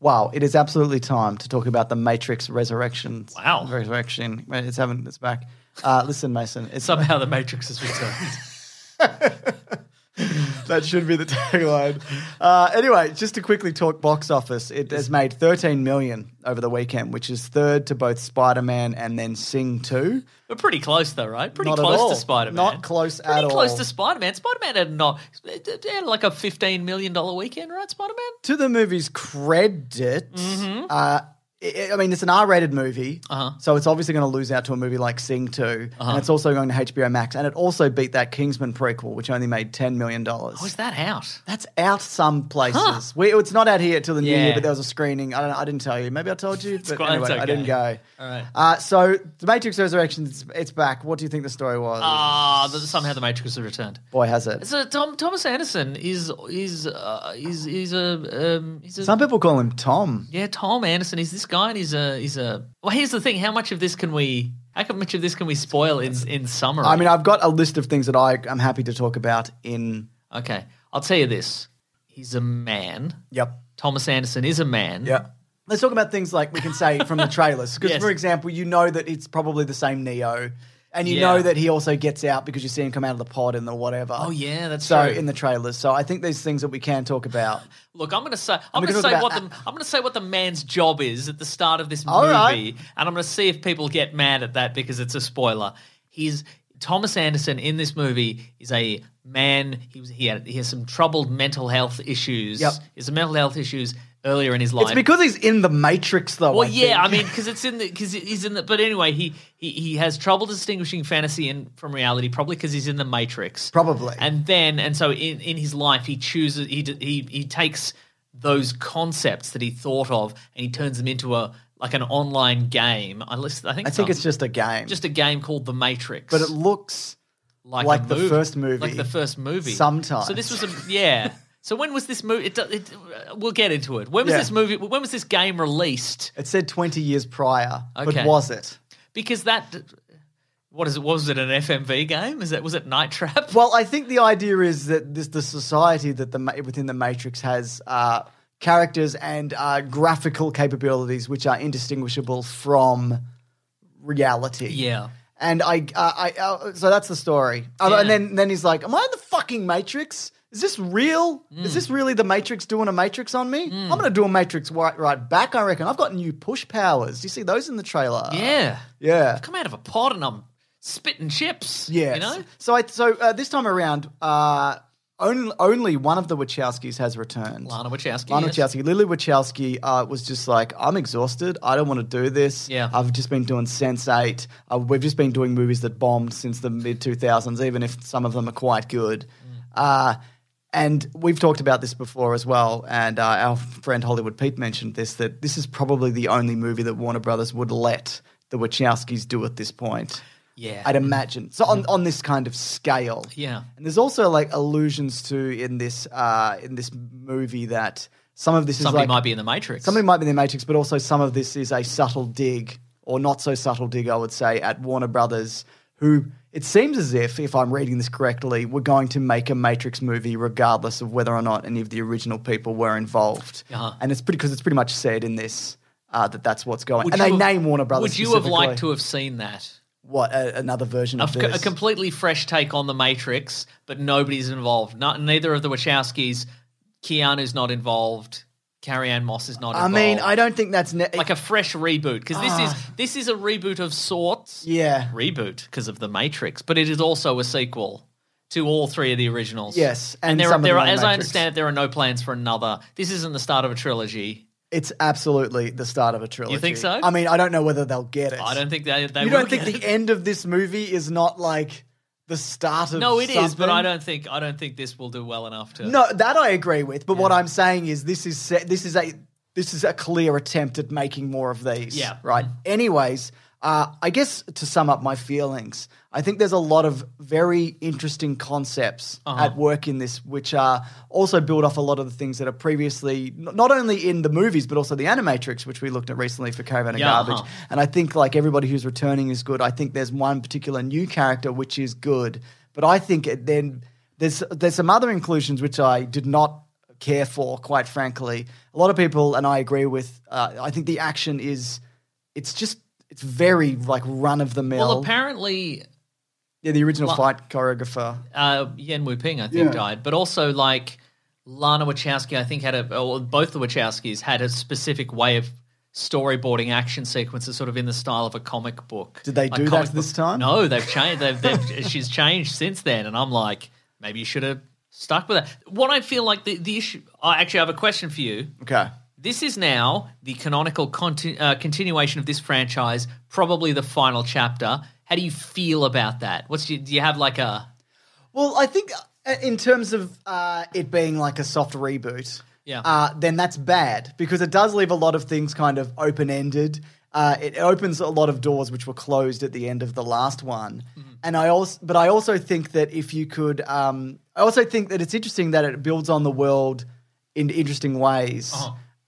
Speaker 2: Wow, it is absolutely time to talk about the Matrix Resurrections.
Speaker 3: Wow.
Speaker 2: Resurrection. It's having it's back. Uh, listen, Mason, it's
Speaker 3: Somehow the Matrix has returned.
Speaker 2: that should be the tagline. Uh, anyway, just to quickly talk box office, it has made 13 million over the weekend, which is third to both Spider Man and then Sing 2.
Speaker 3: We're pretty close though, right? Pretty
Speaker 2: Not at
Speaker 3: close
Speaker 2: all.
Speaker 3: to Spider Man.
Speaker 2: Not close at
Speaker 3: pretty close
Speaker 2: all.
Speaker 3: to Spider Man. Spider Man had not it had like a fifteen million dollar weekend, right? Spider Man.
Speaker 2: To the movie's credit,
Speaker 3: Mm-hmm.
Speaker 2: uh, i I mean, it's an R rated movie, uh-huh. so it's obviously going to lose out to a movie like Sing 2,
Speaker 3: Uh-huh.
Speaker 2: and it's also going to HBO Max, and it also beat that Kingsman prequel, which only made $10 million.
Speaker 3: Oh, is that out?
Speaker 2: That's out some places. We, it's not out here till the new
Speaker 3: Yeah.
Speaker 2: year, but there was a screening. I don't. know, I didn't tell you. Maybe I told you, but
Speaker 3: quite-
Speaker 2: anyway,
Speaker 3: it's
Speaker 2: I didn't go.
Speaker 3: okay. All right.
Speaker 2: Uh, so, The Matrix Resurrection, it's, it's back. What do you think the story was?
Speaker 3: Ah, th- somehow the Matrix has returned.
Speaker 2: Boy, has it.
Speaker 3: So Tom Thomas Anderson is is uh, is is a um, he's a
Speaker 2: Some people call him Tom.
Speaker 3: yeah Tom Anderson. He's this guy and he's a he's a. Well, here's the thing. How much of this can we? How much of this can we spoil in in summary?
Speaker 2: I mean, I've got a list of things that I, I'm happy to talk about in.
Speaker 3: okay, I'll tell you this. He's a man.
Speaker 2: Yep.
Speaker 3: Thomas Anderson is a man.
Speaker 2: Yeah. Let's talk about things like we can say from the trailers. Because,
Speaker 3: Yes.
Speaker 2: for example, you know that it's probably the same Neo, and you
Speaker 3: Yeah.
Speaker 2: know that he also gets out because you see him come out of the pod and the whatever.
Speaker 3: Oh yeah, that's
Speaker 2: So,
Speaker 3: true.
Speaker 2: in the trailers. So, I think there's things that we can talk about.
Speaker 3: Look, I'm going to say I'm
Speaker 2: gonna
Speaker 3: going to
Speaker 2: talk
Speaker 3: say
Speaker 2: about-
Speaker 3: what the I'm going to say what the man's job is at the start of this movie,
Speaker 2: All right.
Speaker 3: and I'm going to see if people get mad at that because it's a spoiler. He's Thomas Anderson in this movie is a man. He was he, had, he has some troubled mental health issues.
Speaker 2: Yep.
Speaker 3: Is mental health issues earlier in his life.
Speaker 2: It's because he's in the Matrix, though.
Speaker 3: Well,
Speaker 2: Oh, I
Speaker 3: yeah,
Speaker 2: think.
Speaker 3: I mean, because it's in the because he's in the. But anyway, he he he has trouble distinguishing fantasy and from reality, probably because he's in the Matrix,
Speaker 2: Probably.
Speaker 3: And then and so in in his life, he chooses he d- he he takes those concepts that he thought of and he turns them into a like an online game. I list, I think
Speaker 2: I think it's just a game.
Speaker 3: Oh. just a game called The Matrix,
Speaker 2: but it looks. like
Speaker 3: a
Speaker 2: the first movie.
Speaker 3: like the first movie.
Speaker 2: Sometimes.
Speaker 3: So this was a yeah. So when was this movie? It, do- it, we'll get into it. When was
Speaker 2: Yeah.
Speaker 3: this movie? When was this game released?
Speaker 2: It said 20 years prior, but
Speaker 3: Okay.
Speaker 2: was it?
Speaker 3: because that What is it? Was it an FMV game? Is that was it Night Trap?
Speaker 2: Well, I think the idea is that this the society that the ma- within the Matrix has uh, characters and uh, graphical capabilities which are indistinguishable from reality.
Speaker 3: yeah.
Speaker 2: And I, uh, I uh, so that's the story. Uh, And then then he's like, "Am I in the fucking Matrix? Is this real? Is
Speaker 3: Mm.
Speaker 2: this really the Matrix doing a Matrix on me? I'm gonna do a Matrix right, right back. I reckon. I've got new push powers. Do you see those in the trailer?
Speaker 3: Yeah.
Speaker 2: yeah.
Speaker 3: I've come out of a pod and I'm spitting chips.
Speaker 2: Yes.
Speaker 3: You know?
Speaker 2: So I so uh, this time around, uh, only only one of the Wachowskis has returned.
Speaker 3: Lana Wachowski.
Speaker 2: Lana
Speaker 3: yes.
Speaker 2: Wachowski. Lily Wachowski uh, was just like, I'm exhausted. I don't want to do this.
Speaker 3: Yeah.
Speaker 2: I've just been doing Sense Eight. Uh, we've just been doing movies that bombed since the mid 2000s, even if some of them are quite good.
Speaker 3: Mm.
Speaker 2: Uh, and we've talked about this before as well. And uh, our friend Hollywood Pete mentioned this that this is probably the only movie that Warner Brothers would let the Wachowskis do at this point.
Speaker 3: Yeah.
Speaker 2: I'd imagine. So on, on this kind of scale.
Speaker 3: Yeah.
Speaker 2: And there's also like allusions to in this uh, in this movie that some of this
Speaker 3: Somebody
Speaker 2: is like
Speaker 3: might be in the Matrix.
Speaker 2: something might be in the Matrix, but also some of this is a subtle dig or not so subtle dig, I would say, at Warner Brothers, who it seems as if, if I'm reading this correctly, we're going to make a Matrix movie regardless of whether or not any of the original people were involved.
Speaker 3: Uh-huh.
Speaker 2: And it's pretty because it's pretty much said in this. Uh, that that's what's going,
Speaker 3: Would
Speaker 2: and
Speaker 3: you
Speaker 2: they
Speaker 3: have-
Speaker 2: name Warner Brothers.
Speaker 3: Would you have liked
Speaker 2: specifically.
Speaker 3: to have seen that?
Speaker 2: what a, another version
Speaker 3: A,
Speaker 2: of
Speaker 3: f-
Speaker 2: this?
Speaker 3: a completely fresh take on the Matrix, but nobody's involved. Not neither of the Wachowskis. Keanu's not involved. Carrie Ann Moss is not.
Speaker 2: I
Speaker 3: involved.
Speaker 2: mean, I don't think that's ne-
Speaker 3: like a fresh reboot because this is this is a reboot of sorts.
Speaker 2: Ah. yeah.
Speaker 3: Reboot because of the Matrix, but it is also a sequel to all three of the originals.
Speaker 2: Yes, and
Speaker 3: there
Speaker 2: some
Speaker 3: are,
Speaker 2: of
Speaker 3: there
Speaker 2: them
Speaker 3: are
Speaker 2: are
Speaker 3: as
Speaker 2: Matrix.
Speaker 3: I understand it, there are no plans for another. This isn't the start of a trilogy.
Speaker 2: It's absolutely the start of a trilogy.
Speaker 3: think so?
Speaker 2: I mean, I don't know whether they'll get it.
Speaker 3: I don't think they. they
Speaker 2: you
Speaker 3: will
Speaker 2: don't think
Speaker 3: get
Speaker 2: the
Speaker 3: it.
Speaker 2: end of this movie is not like the start of?
Speaker 3: No, it is, but I
Speaker 2: something?
Speaker 3: don't think I don't think this will do well enough to.
Speaker 2: No, that I agree with. But what I'm saying is, this is se- this is a this is a clear attempt at making more of these.
Speaker 3: Yeah.
Speaker 2: Right. Anyways, uh, I guess to sum up my feelings, I think there's a lot of very interesting concepts at work in this, which are also build off a lot of the things that are previously n- not only in the movies but also the animatrix, which we looked at recently for Caravan and
Speaker 3: Yeah,
Speaker 2: Garbage.
Speaker 3: uh-huh.
Speaker 2: And I think like everybody who's returning is good. I think there's one particular new character which is good, but I think it then there's there's some other inclusions which I did not care for, quite frankly. A lot of people and I agree with. Uh, I think the action is it's just it's very like run of the mill.
Speaker 3: Well, apparently,
Speaker 2: yeah, the original fight choreographer.
Speaker 3: uh, Yen Wu Ping I think died, but also like Lana Wachowski I think had a or both the Wachowskis had a specific way of storyboarding action sequences, sort of in the style of a comic book.
Speaker 2: Did they
Speaker 3: Like
Speaker 2: do that
Speaker 3: comic
Speaker 2: this
Speaker 3: book-
Speaker 2: time?
Speaker 3: No, they've changed. They've, they've she's changed since then, and I'm like, maybe you should have stuck with that. What I feel like the the issue. I actually have a question for you.
Speaker 2: Okay.
Speaker 3: This is now the canonical conti- uh, continuation of this franchise, probably the final chapter. How do you feel about that? What's your, do you have like a
Speaker 2: Well, I think uh, in terms of uh, it being like a soft reboot,
Speaker 3: Yeah.
Speaker 2: uh, then that's bad because it does leave a lot of things kind of open ended. Uh, it opens a lot of doors which were closed at the end of the last one, and I also, but I also think that if you could, um, I also think that it's interesting that it builds on the world in interesting ways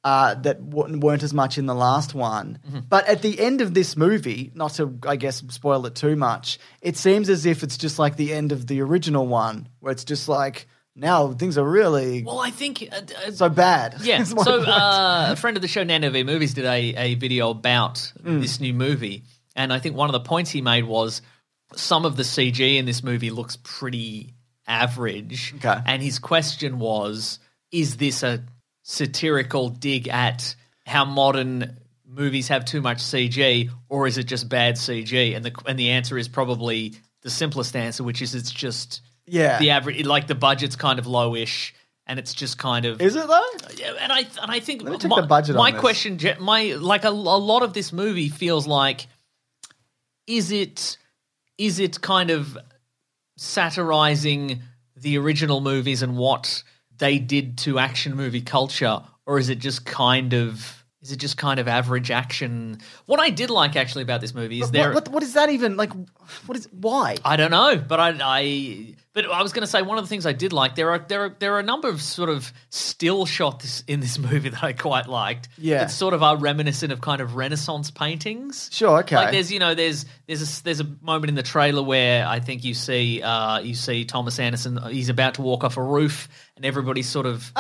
Speaker 2: uh, that w- weren't as much in the last one. But at the end of this movie, not to, I guess, spoil it too much, it seems as if it's just like the end of the original one, where it's just like, now things are really
Speaker 3: Well, I think uh, uh,
Speaker 2: so bad.
Speaker 3: yeah.
Speaker 2: is my
Speaker 3: So
Speaker 2: point.
Speaker 3: uh, a friend of the show, Nano V Movies, did a, a video about
Speaker 2: Mm.
Speaker 3: this new movie, and I think one of the points he made was some of the CG in this movie looks pretty average.
Speaker 2: Okay.
Speaker 3: And his question was, is this a satirical dig at how modern movies have too much CG, or is it just bad CG? And the and the answer is probably the simplest answer, which is it's just
Speaker 2: Yeah.
Speaker 3: the average like the budget's kind of lowish. And it's just kind of
Speaker 2: is it though?
Speaker 3: yeah, and I and I think
Speaker 2: Let me check
Speaker 3: my,
Speaker 2: the budget on
Speaker 3: my
Speaker 2: this.
Speaker 3: question, Je- my like a, a lot of this movie feels like is it is it kind of satirizing the original movies and what they did to action movie culture, or is it just kind of is it just kind of average action? What I did like actually about this movie is there.
Speaker 2: What, what, what is that even like? What is why?
Speaker 3: I don't know, but I, I But I was going to say one of the things I did like there are there are there are a number of sort of still shots in this movie that I quite liked.
Speaker 2: Yeah.
Speaker 3: that sort of are reminiscent of kind of Renaissance paintings.
Speaker 2: Sure, okay.
Speaker 3: Like there's you know there's there's a, there's a moment in the trailer where I think you see uh you see Thomas Anderson uh, he's about to walk off a roof and everybody's sort of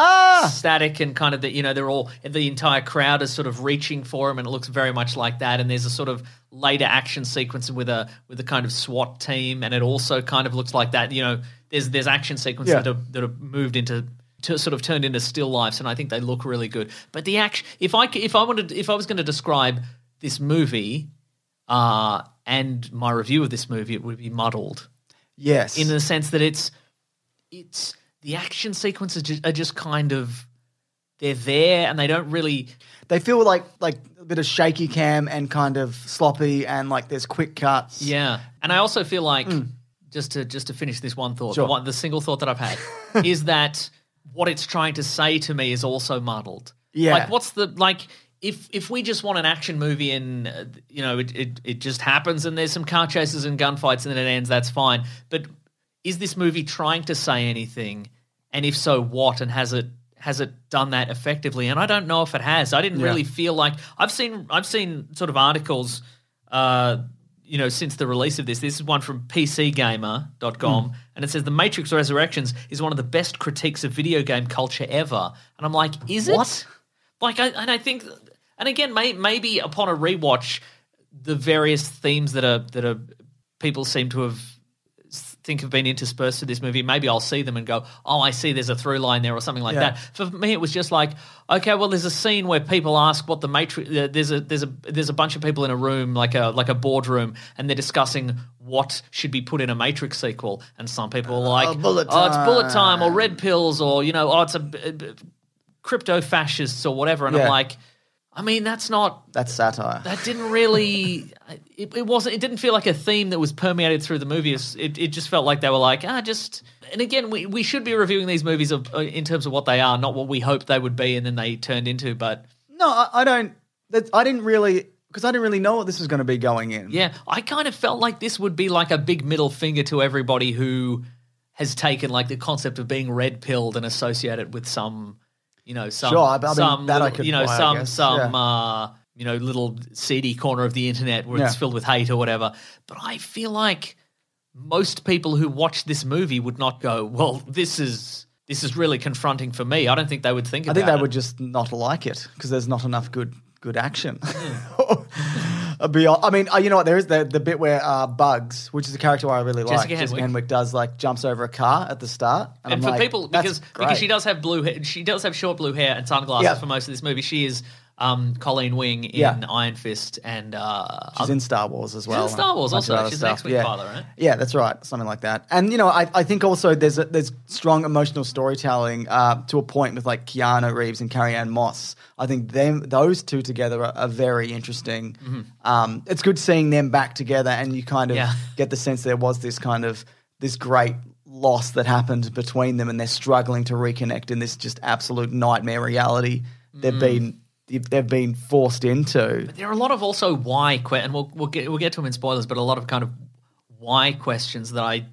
Speaker 3: static and kind of that you know they're all the entire crowd is sort of reaching for him and it looks very much like that and there's a sort of later action sequence with a with a kind of SWAT team and it also kind of looks like that you know there's there's action sequences
Speaker 2: Yeah.
Speaker 3: that are that are moved into to sort of turned into still lifes and I think they look really good but the action if I c- if I wanted if I was going to describe this movie uh and my review of this movie it would be muddled
Speaker 2: Yes.
Speaker 3: in the sense that it's it's the action sequences ju- are just kind of they're there and they don't really
Speaker 2: they feel like like a bit of shaky cam and kind of sloppy and like there's quick cuts.
Speaker 3: yeah and i also feel like just to just to finish this one thought
Speaker 2: Hmm. Sure.
Speaker 3: the, one, the single thought that i've had is that what it's trying to say to me is also muddled
Speaker 2: Yeah.
Speaker 3: like what's the like if if we just want an action movie and uh, you know it, it it just happens and there's some car chases and gunfights and then it ends that's fine but is this movie trying to say anything and if so what and has it has it done that effectively and i don't know if it has i didn't
Speaker 2: Yeah.
Speaker 3: really feel like i've seen i've seen sort of articles uh you know since the release of this this is one from pcgamer.com
Speaker 2: Hmm.
Speaker 3: and it says the matrix resurrections is one of the best critiques of video game culture ever and i'm like is
Speaker 2: What?
Speaker 3: it like I and I think and again may, maybe upon a rewatch the various themes that are that are people seem to have think have been interspersed to this movie maybe I'll see them and go oh I see there's a through line there or something like
Speaker 2: Yeah.
Speaker 3: that for me it was just like okay well there's a scene where people ask what the matrix uh, there's a there's a there's a bunch of people in a room like a like a boardroom and they're discussing what should be put in a matrix sequel and some people are like
Speaker 2: Oh, bullet
Speaker 3: oh it's bullet
Speaker 2: time."
Speaker 3: time or red pills or you know oh it's a b- b- crypto fascists or whatever and
Speaker 2: Yeah.
Speaker 3: I'm like I mean that's not
Speaker 2: That's satire.
Speaker 3: that didn't really it, it wasn't it didn't feel like a theme that was permeated through the movie It's- it, it just felt like they were like ah just and again we, we should be reviewing these movies of, uh, in terms of what they are not what we hoped they would be and then they turned into but
Speaker 2: no, I, I don't. That, I didn't really because I didn't really know what this was going to be going in.
Speaker 3: yeah I kind of felt like this would be like a big middle finger to everybody who has taken like the concept of being red pilled and associate it with some you know some
Speaker 2: Sure, I- I mean,
Speaker 3: some
Speaker 2: that I
Speaker 3: little,
Speaker 2: could
Speaker 3: you know
Speaker 2: buy, I
Speaker 3: some
Speaker 2: guess.
Speaker 3: some
Speaker 2: Yeah.
Speaker 3: uh you know little seedy corner of the internet where it's
Speaker 2: Yeah.
Speaker 3: filled with hate or whatever but I feel like most people who watch this movie would not go well this is this is really confronting for me I don't think they would
Speaker 2: I
Speaker 3: think about
Speaker 2: think they
Speaker 3: it.
Speaker 2: would just not like it because there's not enough good good action.
Speaker 3: Hmm.
Speaker 2: Beyond, I mean, uh, you know what? There is the, the bit where uh, Bugs, which is a character I really like,
Speaker 3: Jessica Henwick.
Speaker 2: does like jumps over a car at the start, and,
Speaker 3: and,
Speaker 2: I'm
Speaker 3: for
Speaker 2: like,
Speaker 3: people
Speaker 2: "That's
Speaker 3: because
Speaker 2: great."
Speaker 3: because she does have blue hair, she does have short blue hair and sunglasses
Speaker 2: Yeah.
Speaker 3: for most of this movie. She is um, Colleen Wing in
Speaker 2: Yeah.
Speaker 3: Iron Fist and uh,
Speaker 2: She's in Star Wars as well.
Speaker 3: in Star Wars
Speaker 2: and a bunch of
Speaker 3: also.
Speaker 2: other
Speaker 3: She's an
Speaker 2: stuff.
Speaker 3: X-Wing
Speaker 2: yeah.
Speaker 3: pilot, right?
Speaker 2: Yeah, that's right. Something like that. And you know, I, I think also there's a, there's strong emotional storytelling uh, to a point with like Keanu Reeves and Carrie Ann Moss. I think them those two together are, are very interesting. Um, it's good seeing them back together, and you kind of
Speaker 3: Mm-hmm. Yeah.
Speaker 2: get the sense there was this kind of this great loss that happened between them, and they're struggling to reconnect in this just absolute nightmare reality they've
Speaker 3: Mm.
Speaker 2: been they've been forced into.
Speaker 3: there are a lot of also why que- and we'll we'll get we'll get to them in spoilers, but a lot of kind of why questions that I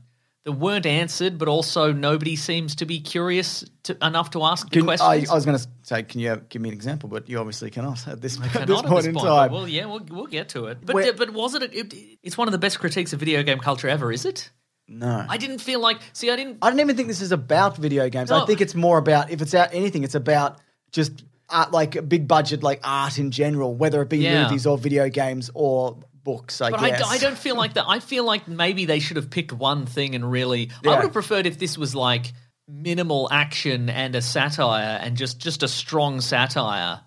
Speaker 3: that weren't answered, but also nobody seems to be curious to, enough to ask the
Speaker 2: Can- I,
Speaker 3: questions.
Speaker 2: I was going to say, can you give me an example? But you obviously cannot at this, at
Speaker 3: Not
Speaker 2: this
Speaker 3: at
Speaker 2: point in
Speaker 3: point,
Speaker 2: time.
Speaker 3: but Well, yeah, we'll, we'll get to it. But
Speaker 2: Where-
Speaker 3: but was it, a, it? It's one of the best critiques of video game culture ever, is it?
Speaker 2: no,
Speaker 3: I didn't feel like. See, I didn't.
Speaker 2: I don't even think this is about video games. I
Speaker 3: No.
Speaker 2: think it's more about if it's out anything, it's about just art, like big budget, like art in general, whether it be
Speaker 3: Yeah.
Speaker 2: movies or video games or books. I
Speaker 3: But I,
Speaker 2: guess
Speaker 3: d- I don't feel like that. I feel like maybe they should have picked one thing and really.
Speaker 2: Yeah.
Speaker 3: I would have preferred if this was like minimal action and a satire and just just a strong satire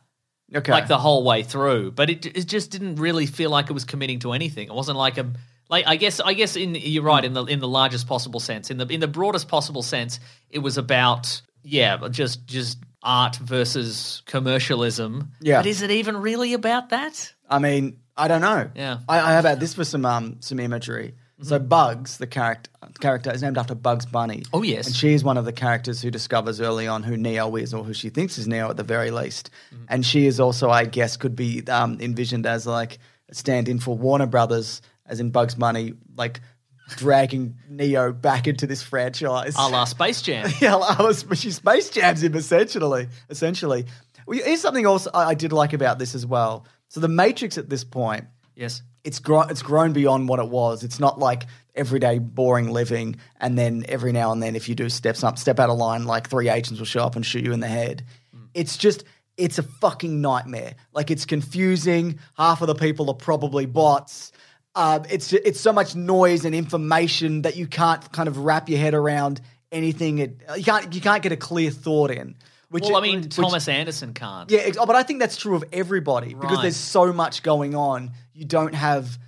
Speaker 2: Okay.
Speaker 3: like the whole way through. But it it just didn't really feel like it was committing to anything. It wasn't like a like I guess I guess in you're right in the in the largest possible sense in the in the broadest possible sense it was about yeah just just art versus commercialism.
Speaker 2: Yeah.
Speaker 3: But is it even really about that?
Speaker 2: I mean, I don't know.
Speaker 3: Yeah. Mm-hmm.
Speaker 2: I, I have had this for some um, some imagery. So Bugs, the character, character is named after Bugs Bunny.
Speaker 3: Oh, yes.
Speaker 2: and she is one of the characters who discovers early on who Neo is, or who she thinks is Neo at the very least.
Speaker 3: Mm-hmm.
Speaker 2: And she is also, I guess, could be um, envisioned as like a stand-in for Warner Brothers, as in Bugs Bunny, like dragging Neo back into this franchise.
Speaker 3: A la Space Jam.
Speaker 2: Yeah, I was. She space jams him essentially. Essentially, Well, here's something else I I did like about this as well. So the Matrix at this point,
Speaker 3: Yes.
Speaker 2: it's grown. It's grown beyond what it was. It's not like everyday boring living, and then every now and then, if you do step some step out of line, like three agents will show up and shoot you in the head.
Speaker 3: Mm.
Speaker 2: It's just. It's a fucking nightmare. Like it's confusing. Half of the people are probably bots. Um, it's it's so much noise and information that you can't kind of wrap your head around anything. It, you can't you can't get a clear thought in. Which
Speaker 3: Well, I mean,
Speaker 2: which-
Speaker 3: Thomas Anderson can't.
Speaker 2: yeah, ex- oh, but I think that's true of everybody because
Speaker 3: Right.
Speaker 2: there's so much going on. You don't have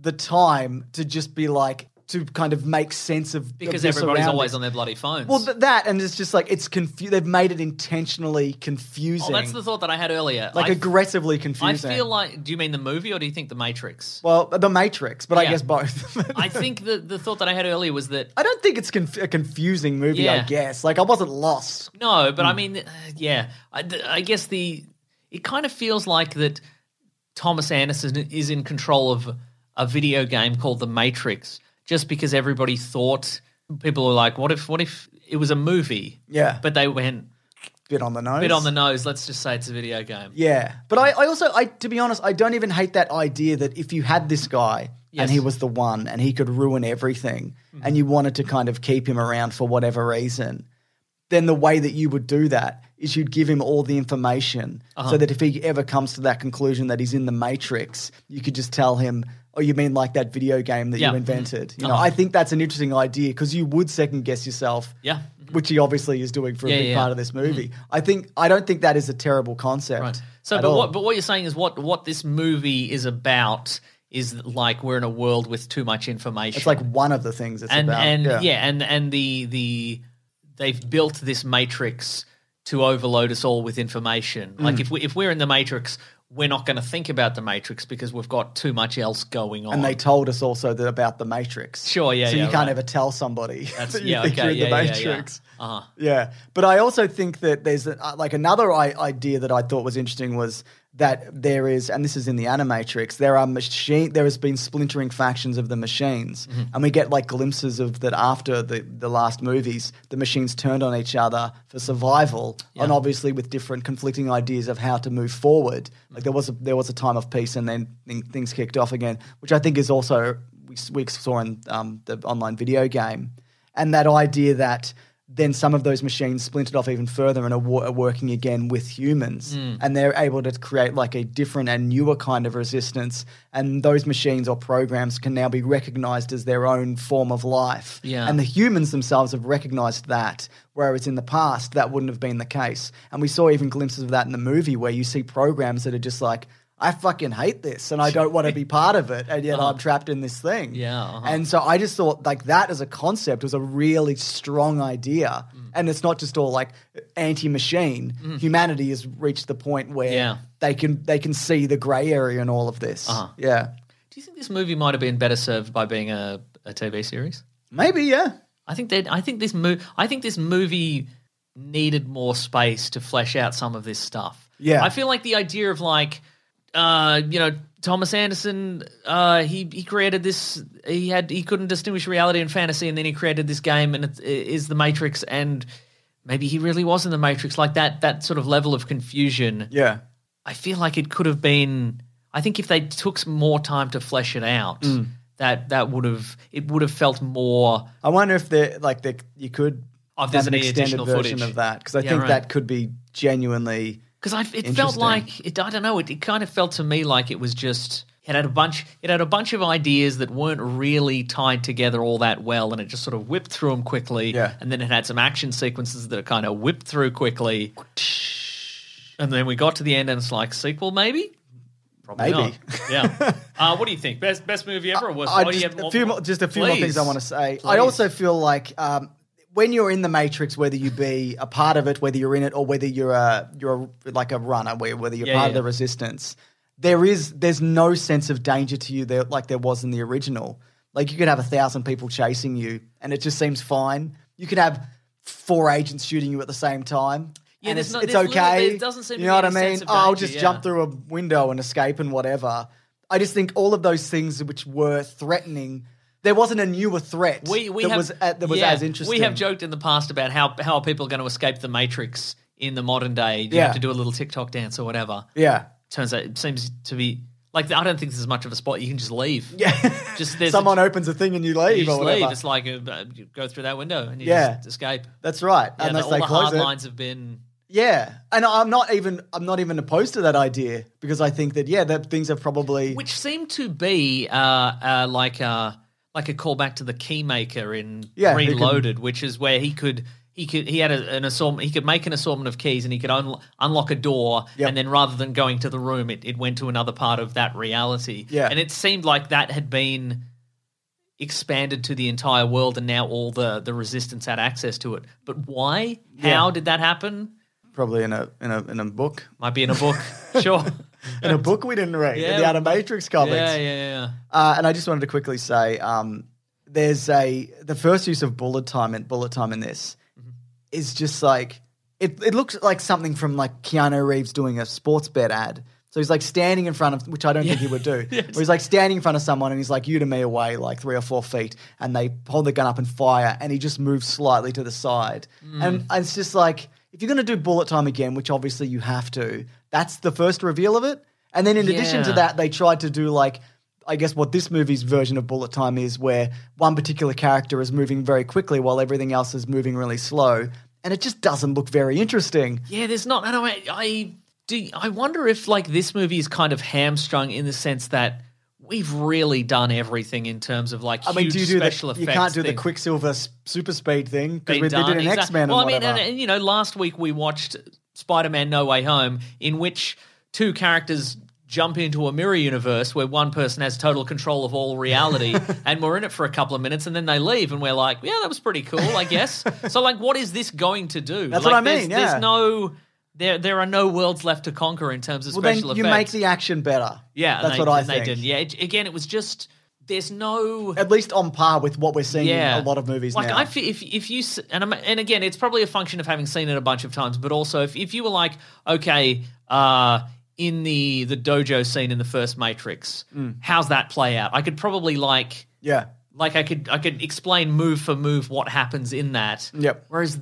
Speaker 2: the time to just be like to kind of make sense of of
Speaker 3: Because
Speaker 2: your
Speaker 3: everybody's always
Speaker 2: surroundings.
Speaker 3: on their bloody phones.
Speaker 2: Well, th- that and it's just like it's confused. They've made it intentionally confusing,
Speaker 3: oh, that's the thought that I had earlier.
Speaker 2: like
Speaker 3: I,
Speaker 2: aggressively
Speaker 3: I
Speaker 2: confusing.
Speaker 3: feel like, do you mean the movie or do you think The Matrix?
Speaker 2: well, The Matrix, but I
Speaker 3: Yeah.
Speaker 2: guess both.
Speaker 3: I think the, the thought that I had earlier was that
Speaker 2: I don't think it's conf- a confusing movie. I
Speaker 3: Yeah.
Speaker 2: guess like I wasn't lost.
Speaker 3: No, but I
Speaker 2: Hmm.
Speaker 3: mean, uh, yeah, I, th- I guess the it kind of feels like that Thomas Anderson is in control of a video game called The Matrix, just because everybody thought people were like, what if what if it was a movie?
Speaker 2: Yeah,
Speaker 3: But they went
Speaker 2: bit on the nose.
Speaker 3: bit on the nose. Let's just say it's a video game.
Speaker 2: Yeah, but I, I also, I to be honest, I don't even hate that idea that if you had this guy
Speaker 3: Yes.
Speaker 2: and he was the one and he could ruin everything, and you wanted to kind of keep him around for whatever reason, then the way that you would do that is you'd give him all the information
Speaker 3: Uh-huh.
Speaker 2: so that if he ever comes to that conclusion that he's in the matrix, you could just tell him. Oh, you mean like that video game that
Speaker 3: Yeah.
Speaker 2: you
Speaker 3: Mhm.
Speaker 2: invented? You know, I think that's an interesting idea because you would second guess yourself.
Speaker 3: Yeah.
Speaker 2: which he obviously is doing for a
Speaker 3: Yeah,
Speaker 2: big
Speaker 3: yeah. Mm-hmm.
Speaker 2: part of this movie. I think I don't think that is a terrible concept.
Speaker 3: Right. So,
Speaker 2: at
Speaker 3: but
Speaker 2: all.
Speaker 3: what, but what you're saying is what what this movie is about is like we're in a world with too much information.
Speaker 2: it's like one of the things it's
Speaker 3: and
Speaker 2: about.
Speaker 3: and yeah. and and the the they've built this matrix to overload us all with information
Speaker 2: Hmm.
Speaker 3: like if we if we're in the matrix we're not going to think about the matrix because we've got too much else going on
Speaker 2: And they told us also that about the Matrix.
Speaker 3: Sure, yeah,
Speaker 2: So you
Speaker 3: yeah,
Speaker 2: can't
Speaker 3: right.
Speaker 2: ever tell somebody that you
Speaker 3: yeah,
Speaker 2: think
Speaker 3: okay,
Speaker 2: you're in the
Speaker 3: yeah, yeah, yeah.
Speaker 2: Matrix.
Speaker 3: Uh-huh.
Speaker 2: Yeah, but I also think that there's a, uh, like another I- idea that I thought was interesting was that there is, and this is in the Animatrix, there are machine, there has been splintering factions of the machines, and we get like glimpses of that after the the last movies, the machines turned on each other for survival, and obviously with different conflicting ideas of how to move forward. Like there was a, there was a time of peace, and then thing- things kicked off again, which I think is also we, s- we saw in um, the online video game and that idea that then some of those machines splintered off even further and are, wo- are working again with humans and they're able to create like a different and newer kind of resistance and those machines or programs can now be recognized as their own form of life
Speaker 3: Yeah.
Speaker 2: and the humans themselves have recognized that whereas in the past that wouldn't have been the case and we saw even glimpses of that in the movie where you see programs that are just like I fucking hate this and I don't want to be part of it and yet I'm trapped in this thing
Speaker 3: Uh-huh. Yeah, uh-huh.
Speaker 2: and so I just thought like that as a concept was a really strong idea.
Speaker 3: Mm.
Speaker 2: And it's not just all like anti-machine. Humanity has reached the point where
Speaker 3: Yeah. Uh-huh.
Speaker 2: they can they can see the grey area in all of this. Yeah.
Speaker 3: do you think this movie might have been better served by being a, a tv series
Speaker 2: Maybe, yeah.
Speaker 3: i think that i think this mo- i think this movie needed more space to flesh out some of this stuff
Speaker 2: Yeah.
Speaker 3: i feel like the idea of like uh, you know, Thomas Anderson, uh, he he created this. He had he couldn't distinguish reality and fantasy, and then he created this game, and it, it is the Matrix. And maybe he really was in the Matrix, like that that sort of level of confusion.
Speaker 2: Yeah.
Speaker 3: I feel like it could have been. I think if they took some more time to flesh it out,
Speaker 2: Mm.
Speaker 3: that that would have it would have felt more.
Speaker 2: I wonder if they like they you could
Speaker 3: Oh, if there's
Speaker 2: have an
Speaker 3: any
Speaker 2: extended
Speaker 3: additional
Speaker 2: version
Speaker 3: footage.
Speaker 2: of that because I
Speaker 3: Yeah,
Speaker 2: think
Speaker 3: right.
Speaker 2: that could be genuinely
Speaker 3: because it felt
Speaker 2: Interesting.
Speaker 3: like it, I don't know. It, it kind of felt to me like it was just it had a bunch it had a bunch of ideas that weren't really tied together all that well, and it just sort of whipped through them quickly.
Speaker 2: Yeah.
Speaker 3: and then it had some action sequences that it kind of whipped through quickly. And then we got to the end, and it's like sequel maybe. Probably
Speaker 2: Maybe.
Speaker 3: not. Yeah. uh, what do you think? Best best movie ever or worst?
Speaker 2: I
Speaker 3: oh, you
Speaker 2: just,
Speaker 3: have
Speaker 2: a few more, just a few more things I
Speaker 3: Please.
Speaker 2: want to say. I
Speaker 3: Please.
Speaker 2: also feel like um, when you're in the matrix, whether you be a part of it, whether you're in it, or whether you're a you're a, like a runner, where whether you're
Speaker 3: Yeah,
Speaker 2: part
Speaker 3: yeah,
Speaker 2: of the
Speaker 3: yeah.
Speaker 2: resistance, there is there's no sense of danger to you there like there was in the original. Like you could have a thousand people chasing you, and it just seems fine. You could have four agents shooting you at the same time.
Speaker 3: Yeah,
Speaker 2: and
Speaker 3: there's
Speaker 2: it's,
Speaker 3: no-
Speaker 2: it's
Speaker 3: there's little-
Speaker 2: okay.
Speaker 3: there doesn't seem
Speaker 2: you
Speaker 3: to
Speaker 2: know
Speaker 3: be
Speaker 2: what I
Speaker 3: any
Speaker 2: mean?
Speaker 3: sense of
Speaker 2: Oh, I'll
Speaker 3: danger,
Speaker 2: just
Speaker 3: yeah.
Speaker 2: jump through a window and escape and whatever. I just think all of those things which were threatening there wasn't a newer threat
Speaker 3: We, we
Speaker 2: that
Speaker 3: have,
Speaker 2: was at, that was
Speaker 3: yeah,
Speaker 2: as interesting.
Speaker 3: We have joked in the past about how how are people going to escape the Matrix in the modern day? You
Speaker 2: Yeah.
Speaker 3: have to do a little TikTok dance or whatever.
Speaker 2: Yeah.
Speaker 3: Turns out it seems to be like I don't think there's much of a spot you can just leave.
Speaker 2: Yeah.
Speaker 3: just there's
Speaker 2: Someone
Speaker 3: a,
Speaker 2: opens a thing and you leave
Speaker 3: you just
Speaker 2: or whatever.
Speaker 3: leave. It's like uh, you go through that window and you
Speaker 2: Yeah.
Speaker 3: just escape.
Speaker 2: That's right.
Speaker 3: Yeah,
Speaker 2: Unless
Speaker 3: the,
Speaker 2: they
Speaker 3: all the
Speaker 2: close
Speaker 3: hard
Speaker 2: it.
Speaker 3: lines have been
Speaker 2: Yeah. And I'm not even I'm not even opposed to that idea because I think that yeah, that things have probably
Speaker 3: which seemed to be uh, uh, like a like a callback to the keymaker in
Speaker 2: Yeah, he can-
Speaker 3: Reloaded, which is where he could he could he had a, an assortment he could make an assortment of keys and he could un- unlock a door
Speaker 2: Yep.
Speaker 3: and then rather than going to the room, it, it went to another part of that reality.
Speaker 2: Yeah.
Speaker 3: and it seemed like that had been expanded to the entire world and now all the the resistance had access to it. But why? How did that happen?
Speaker 2: probably in a in a in a book.
Speaker 3: Might be in a book, sure.
Speaker 2: In a book we didn't read, in the
Speaker 3: Yeah.
Speaker 2: Outer Matrix comics.
Speaker 3: Yeah, yeah, yeah.
Speaker 2: Uh, and I just wanted to quickly say, um, there's a the first use of bullet time and bullet time in this is just like it. It looks like something from like Keanu Reeves doing a sports bet ad. So he's like standing in front of, which I don't think he would do. Where he's like standing in front of someone and he's like, "You to me away," like three or four feet, and they hold the gun up and fire, and he just moves slightly to the side, and it's just like if you're going to do bullet time again, which obviously you have to, that's the first reveal of it. And then in addition to
Speaker 3: Yeah.
Speaker 2: that, they tried to do like I guess what this movie's version of bullet time is, where one particular character is moving very quickly while everything else is moving really slow, and it just doesn't look very interesting.
Speaker 3: Yeah, there's not. I don't. I, I do. I wonder if like this movie is kind of hamstrung in the sense that we've really done everything in terms of like
Speaker 2: I mean,
Speaker 3: huge
Speaker 2: do you do
Speaker 3: special
Speaker 2: the, you
Speaker 3: effects.
Speaker 2: can't do
Speaker 3: thing.
Speaker 2: the Quicksilver s- super speed thing because
Speaker 3: They've
Speaker 2: we they did
Speaker 3: done,
Speaker 2: an
Speaker 3: exact-
Speaker 2: X Men.
Speaker 3: Well,
Speaker 2: and
Speaker 3: I mean,
Speaker 2: whatever.
Speaker 3: and, and, you know, last week we watched Spider-Man: No Way Home, in which two characters jump into a mirror universe where one person has total control of all reality, and we're in it for a couple of minutes, and then they leave, and we're like, yeah, that was pretty cool, I guess. so, like, what is this going to do?
Speaker 2: That's
Speaker 3: like,
Speaker 2: what I
Speaker 3: there's-
Speaker 2: mean, yeah.
Speaker 3: There's no. There, there are no worlds left to conquer in terms of
Speaker 2: well, then
Speaker 3: special
Speaker 2: you make
Speaker 3: effects.
Speaker 2: the action better.
Speaker 3: yeah, and
Speaker 2: that's
Speaker 3: they-
Speaker 2: what I
Speaker 3: and
Speaker 2: think.
Speaker 3: They did. Yeah, it- again, it was just there's no
Speaker 2: At least on par with what we're seeing
Speaker 3: yeah.
Speaker 2: in a lot of movies
Speaker 3: Like
Speaker 2: now.
Speaker 3: I feel if if you s- and I'm, and again, it's probably a function of having seen it a bunch of times, but also if if you were like, okay, uh, in the the dojo scene in the first Matrix,
Speaker 2: Mm.
Speaker 3: how's that play out? I could probably like
Speaker 2: yeah,
Speaker 3: like I could I could explain move for move what happens in that.
Speaker 2: Yep.
Speaker 3: Whereas,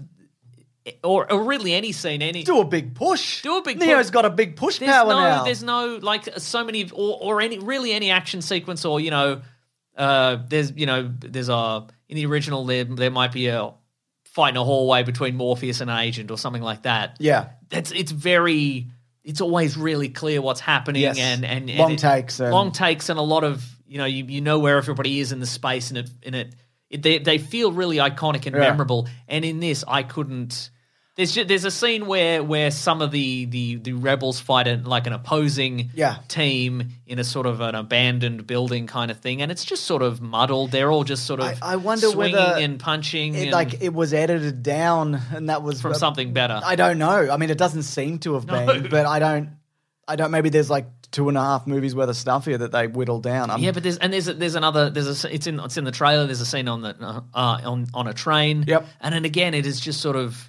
Speaker 3: or, or really any scene, any
Speaker 2: do a big push.
Speaker 3: Do a big
Speaker 2: Neo's
Speaker 3: push.
Speaker 2: got a big push
Speaker 3: there's
Speaker 2: power
Speaker 3: no,
Speaker 2: now.
Speaker 3: There's no like so many or or any really any action sequence or you know, uh, there's you know there's a in the original there there might be a fight in a hallway between Morpheus and an agent or something like that.
Speaker 2: yeah.
Speaker 3: that's it's very it's always really clear what's happening
Speaker 2: Yes.
Speaker 3: and and, and
Speaker 2: Long
Speaker 3: it-
Speaker 2: takes and-
Speaker 3: long takes and a lot of you know you, you know where everybody is in the space and it in it, it they they feel really iconic and
Speaker 2: Yeah.
Speaker 3: memorable and in this I couldn't. There's, ju- there's a scene where, where some of the, the, the rebels fight in like an opposing
Speaker 2: Yeah.
Speaker 3: team in a sort of an abandoned building kind of thing, and it's just sort of muddled. They're all just sort of
Speaker 2: I- I wonder
Speaker 3: swinging
Speaker 2: whether
Speaker 3: and punching
Speaker 2: It,
Speaker 3: and
Speaker 2: like it was edited down, and that was
Speaker 3: from
Speaker 2: uh,
Speaker 3: something better.
Speaker 2: I don't know. I mean, it doesn't seem to have been, but I don't. I don't. Maybe there's like two and a half movies worth of stuff here that they whittle down. I'm,
Speaker 3: Yeah, but there's and there's a, there's another there's a s- it's in it's in the trailer. There's a scene on the uh, uh, on on a train.
Speaker 2: Yep.
Speaker 3: And then again, it is just sort of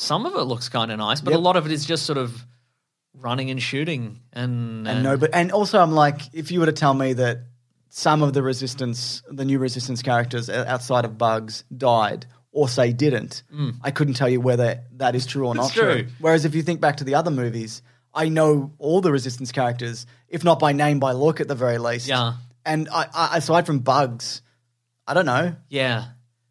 Speaker 3: some of it looks kind of nice, but
Speaker 2: Yep.
Speaker 3: a lot of it is just sort of running and shooting and,
Speaker 2: and no, but and also I'm like, if you were to tell me that some of the resistance, the new resistance characters o- outside of Bugs died. Or say didn't, I couldn't tell you whether that is true or not
Speaker 3: Mm. true.
Speaker 2: Whereas if you think back to the other movies, I know all the Resistance characters, if not by name, by look at the very least.
Speaker 3: Yeah.
Speaker 2: And I, I, aside from Bugs, I don't know.
Speaker 3: yeah.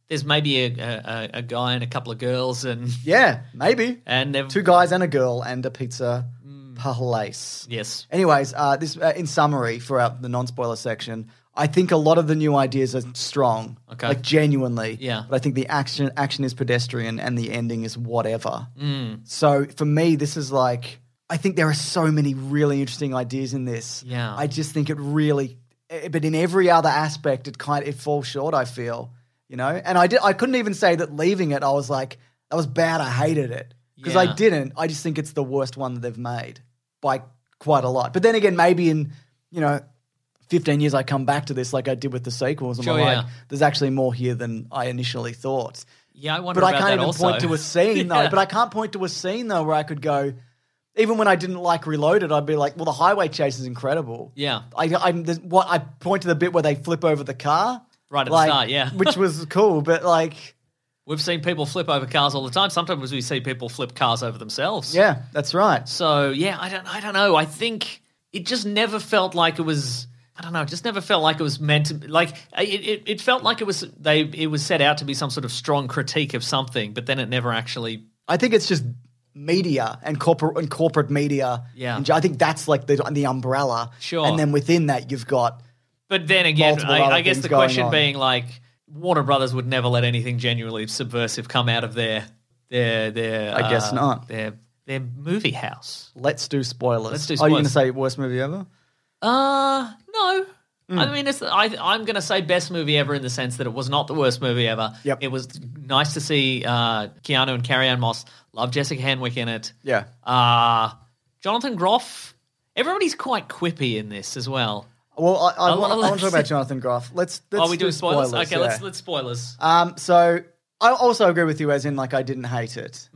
Speaker 3: There's maybe a, a a- a guy and a couple of girls and
Speaker 2: Yeah, maybe.
Speaker 3: and they've-
Speaker 2: two guys and a girl and a pizza
Speaker 3: Mm.
Speaker 2: place.
Speaker 3: yes
Speaker 2: Anyways, uh, this uh, in summary for our, the non-spoiler section, I think a lot of the new ideas are strong,
Speaker 3: Okay.
Speaker 2: like genuinely.
Speaker 3: Yeah.
Speaker 2: But I think the action action is pedestrian and the ending is whatever.
Speaker 3: Mm.
Speaker 2: So for me, this is like I think there are so many really interesting ideas in this.
Speaker 3: Yeah.
Speaker 2: I just think it really, eh, but in every other aspect, it kind it falls short. I feel you know, and I did I couldn't even say that leaving it. I was like that was bad. I hated it because I
Speaker 3: Yeah.
Speaker 2: didn't. I just think it's the worst one that they've made by quite a lot. But then again, maybe in you know. 15 years I come back to this like I did with the sequels and
Speaker 3: Sure,
Speaker 2: I'm like
Speaker 3: yeah.
Speaker 2: there's actually more here than I initially thought.
Speaker 3: yeah I wonder
Speaker 2: But I
Speaker 3: about
Speaker 2: can't
Speaker 3: that
Speaker 2: even
Speaker 3: also.
Speaker 2: point to a scene
Speaker 3: Yeah.
Speaker 2: though. But I can't point to a scene though where I could go. Even when I didn't like Reloaded, I'd be like, "Well, the highway chase is incredible."
Speaker 3: Yeah.
Speaker 2: I, I there's- what I point to the bit where they flip over the car.
Speaker 3: Right at
Speaker 2: like,
Speaker 3: the start, yeah.
Speaker 2: which was cool, but like,
Speaker 3: We've seen people flip over cars all the time. Sometimes we see people flip cars over themselves.
Speaker 2: yeah, that's right.
Speaker 3: So yeah, I don't I don't know. I think it just never felt like it was I don't know, it just never felt like it was meant to like it, it, it felt like it was they it was set out to be some sort of strong critique of something, but then it never actually
Speaker 2: I think it's just media and corporate and corporate media.
Speaker 3: Yeah.
Speaker 2: in ge- I think that's like the the umbrella.
Speaker 3: Sure.
Speaker 2: and then within that you've got
Speaker 3: But then again,
Speaker 2: Multiple
Speaker 3: I,
Speaker 2: other
Speaker 3: I guess
Speaker 2: things
Speaker 3: the
Speaker 2: going
Speaker 3: question
Speaker 2: on.
Speaker 3: being like Warner Brothers would never let anything genuinely subversive come out of their their their
Speaker 2: I guess
Speaker 3: uh,
Speaker 2: not.
Speaker 3: Their their movie house.
Speaker 2: let's do spoilers.
Speaker 3: Let's do
Speaker 2: Are you going to
Speaker 3: spoilers.
Speaker 2: say worst movie ever?
Speaker 3: Uh no.
Speaker 2: Hmm.
Speaker 3: I mean, it's, I, I'm going to say best movie ever in the sense that it was not the worst movie ever.
Speaker 2: Yep.
Speaker 3: It was nice to see uh, Keanu and Carrie Ann Moss. Love Jessica Henwick in it.
Speaker 2: Yeah,
Speaker 3: Uh, Jonathan Groff. Everybody's quite quippy in this as well.
Speaker 2: Well, I, I,
Speaker 3: I
Speaker 2: want,
Speaker 3: wanna-
Speaker 2: I want to talk about Jonathan Groff. Let's. let's
Speaker 3: Are we
Speaker 2: do
Speaker 3: doing spoilers? Okay, let's
Speaker 2: yeah.
Speaker 3: let's spoilers.
Speaker 2: Um, so I also agree with you, as in like I didn't hate it,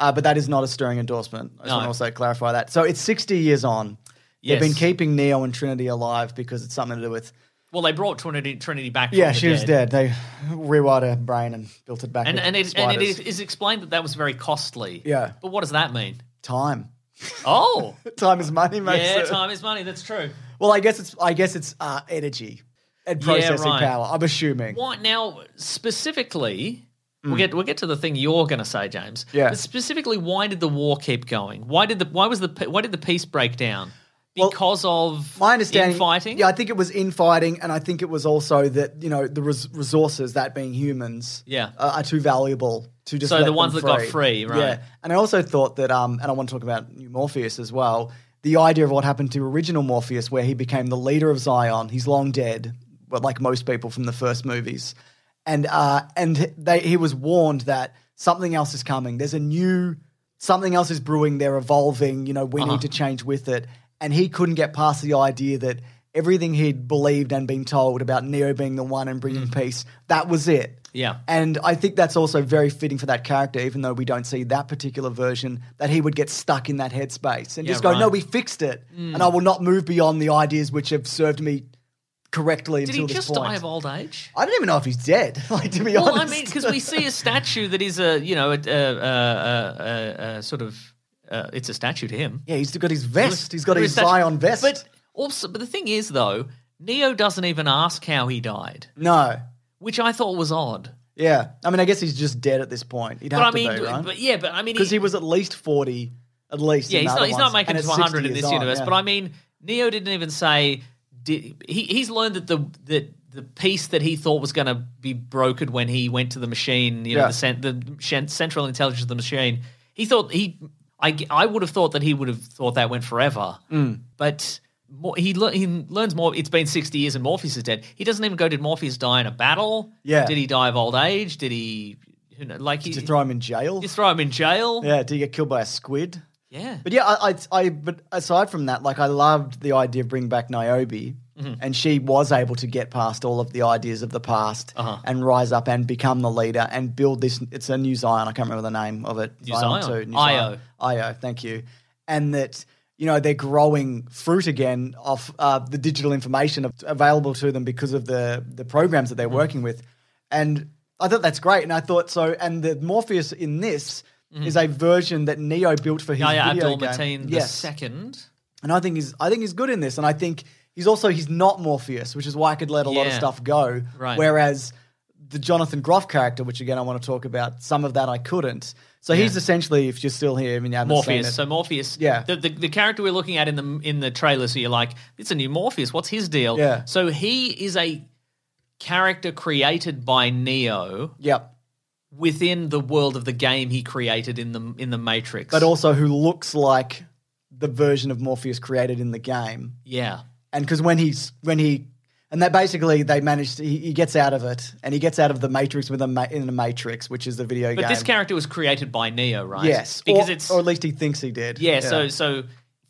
Speaker 2: uh, but that is not a stirring endorsement. I just
Speaker 3: Hmm. No.
Speaker 2: want to also clarify that. So it's 60 years on.
Speaker 3: Yes.
Speaker 2: They've been keeping Neo and Trinity alive because it's something to do with.
Speaker 3: Well, they brought Trinity, Trinity back. From
Speaker 2: Yeah,
Speaker 3: the
Speaker 2: she was dead. They rewired her brain and built it back.
Speaker 3: And
Speaker 2: with
Speaker 3: and it, and
Speaker 2: spiders.
Speaker 3: it is- is explained that that was very costly.
Speaker 2: Yeah.
Speaker 3: But what does that mean?
Speaker 2: time.
Speaker 3: Oh,
Speaker 2: Time is money, makes
Speaker 3: yeah,
Speaker 2: it-
Speaker 3: time is money. That's true.
Speaker 2: Well, I guess it's I guess it's uh, energy and
Speaker 3: Yeah,
Speaker 2: processing
Speaker 3: right.
Speaker 2: power. I'm assuming.
Speaker 3: What now specifically? We'll get we'll get to the thing you're going to say, James.
Speaker 2: Mm. Yeah.
Speaker 3: But specifically, why did the war keep going? Why did the why was the pe- why did the peace break down?
Speaker 2: Well,
Speaker 3: Because of
Speaker 2: My understanding,
Speaker 3: fighting.
Speaker 2: Yeah, I think it was infighting, and I think it was also that you know the res- resources that being humans,
Speaker 3: Yeah.
Speaker 2: uh, are too valuable to just.
Speaker 3: So
Speaker 2: let
Speaker 3: the ones
Speaker 2: them
Speaker 3: that got free, right.
Speaker 2: Yeah, and I also thought that, um, and I want to talk about New Morpheus as well. The idea of what happened to original Morpheus, where he became the leader of Zion, he's long dead, but like most people from the first movies, and uh, and they, he was warned that something else is coming. There's a new something else is brewing. They're evolving. You know, we
Speaker 3: Uh-huh.
Speaker 2: need to change with it. And he couldn't get past the idea that everything he'd believed and been told about Neo being the one and bringing peace, that was it.
Speaker 3: Mm. Yeah.
Speaker 2: And I think that's also very fitting for that character, even though we don't see that particular version, that he would get stuck in that headspace and
Speaker 3: Yeah,
Speaker 2: just go, no,
Speaker 3: right. Mm.
Speaker 2: we fixed it. And I will not move beyond the ideas which have served me correctly
Speaker 3: Did
Speaker 2: until
Speaker 3: he
Speaker 2: this
Speaker 3: just
Speaker 2: point.
Speaker 3: die of old age?
Speaker 2: I don't even know if he's dead, like, to be
Speaker 3: Well, I
Speaker 2: honest.
Speaker 3: mean, because we see a statue that is a you know a, a, a, a, a sort of uh, it's a statue to him.
Speaker 2: yeah, he's got his vest. He's got
Speaker 3: There
Speaker 2: his
Speaker 3: is statue-
Speaker 2: Zion vest.
Speaker 3: But also, but the thing is though, Neo doesn't even ask how he died,
Speaker 2: no.
Speaker 3: which I thought was odd.
Speaker 2: Yeah. I mean, I guess he's just dead at this point. He'd
Speaker 3: But I
Speaker 2: have
Speaker 3: mean,
Speaker 2: to be, right?
Speaker 3: but yeah, but I mean,
Speaker 2: Because he was at least 40, at least.
Speaker 3: yeah,
Speaker 2: in
Speaker 3: he's
Speaker 2: the
Speaker 3: not
Speaker 2: other
Speaker 3: he's
Speaker 2: ones,
Speaker 3: not making
Speaker 2: and
Speaker 3: it to
Speaker 2: it's
Speaker 3: 100
Speaker 2: 60
Speaker 3: in this
Speaker 2: years on,
Speaker 3: universe.
Speaker 2: yeah.
Speaker 3: But I mean, Neo didn't even say did, he he's learned that the that the piece that he thought was going to be brokered when he went to the machine, you know,
Speaker 2: Yeah.
Speaker 3: the, cent, the sh- central intelligence of the machine. He thought he I, g- I would have thought that he would have thought that went forever,
Speaker 2: Mm.
Speaker 3: but. More, he, lear- he learns more. It's been sixty years, and Morpheus is dead. He doesn't even go. Did Morpheus die in a battle?
Speaker 2: Yeah.
Speaker 3: Did he die of old age? Did he? You know, like he
Speaker 2: Did you throw him in jail?
Speaker 3: you throw him in jail?
Speaker 2: Yeah, did you get killed by a squid?
Speaker 3: yeah.
Speaker 2: But yeah, I, I, I, but aside from that, like I loved the idea of bringing back Niobe,
Speaker 3: Mm-hmm.
Speaker 2: and she was able to get past all of the ideas of the past
Speaker 3: Uh-huh.
Speaker 2: and rise up and become the leader and build this. It's a new Zion. I can't remember the name of it.
Speaker 3: New Zion?
Speaker 2: two, New
Speaker 3: Io.
Speaker 2: Zion. Io. Thank you. And that you know they're growing fruit again off uh, the digital information av- available to them because of the the programs that they're
Speaker 3: Mm-hmm.
Speaker 2: working with, and I thought that's great. And I thought so. And the Morpheus in this.
Speaker 3: Mm-hmm.
Speaker 2: Is a version that Neo built for his
Speaker 3: Yahya
Speaker 2: video
Speaker 3: Oh, Abdul
Speaker 2: game.
Speaker 3: Mateen the second.
Speaker 2: And I think he's I think he's good in this, and I think he's also he's not Morpheus, which is why I could let a lot of
Speaker 3: Yeah.
Speaker 2: stuff go.
Speaker 3: Right.
Speaker 2: Whereas the Jonathan Groff character, which again I want to talk about, some of that I couldn't. So he's essentially, if you're still here, I mean, you haven't seen
Speaker 3: Morpheus.
Speaker 2: it.
Speaker 3: So Morpheus,
Speaker 2: Yeah.
Speaker 3: the, the the character we're looking at in the in the trailer. So you're like, it's a new Morpheus. What's his deal?
Speaker 2: Yeah.
Speaker 3: So he is a character created by Neo
Speaker 2: yep.
Speaker 3: within the world of the game he created in the in the Matrix.
Speaker 2: But also, who looks like the version of Morpheus created in the game,
Speaker 3: yeah,
Speaker 2: and because when he's when he and that basically they managed to, he, he gets out of it, and he gets out of the Matrix with a ma- in a Matrix, which is the video
Speaker 3: but
Speaker 2: game.
Speaker 3: this character was created by Neo, right?
Speaker 2: yes,
Speaker 3: because
Speaker 2: or,
Speaker 3: it's
Speaker 2: or at least he thinks he did.
Speaker 3: Yeah, so so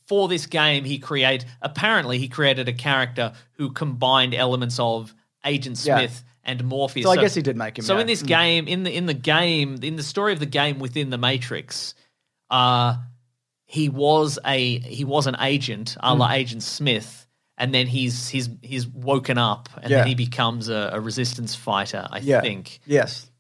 Speaker 3: for this game he create apparently he created a character who combined elements of Agent
Speaker 2: Yeah.
Speaker 3: Smith and Morpheus.
Speaker 2: So I guess he did make him,
Speaker 3: So
Speaker 2: yeah. Mm.
Speaker 3: in this game, in the in the game, in the story of the game within the Matrix,
Speaker 2: Mm.
Speaker 3: uh he was a he was an agent, a la Agent Smith. and then he's he's he's woken up, and
Speaker 2: Yeah.
Speaker 3: then he becomes a, a resistance fighter, I
Speaker 2: Yeah.
Speaker 3: think.
Speaker 2: Yes.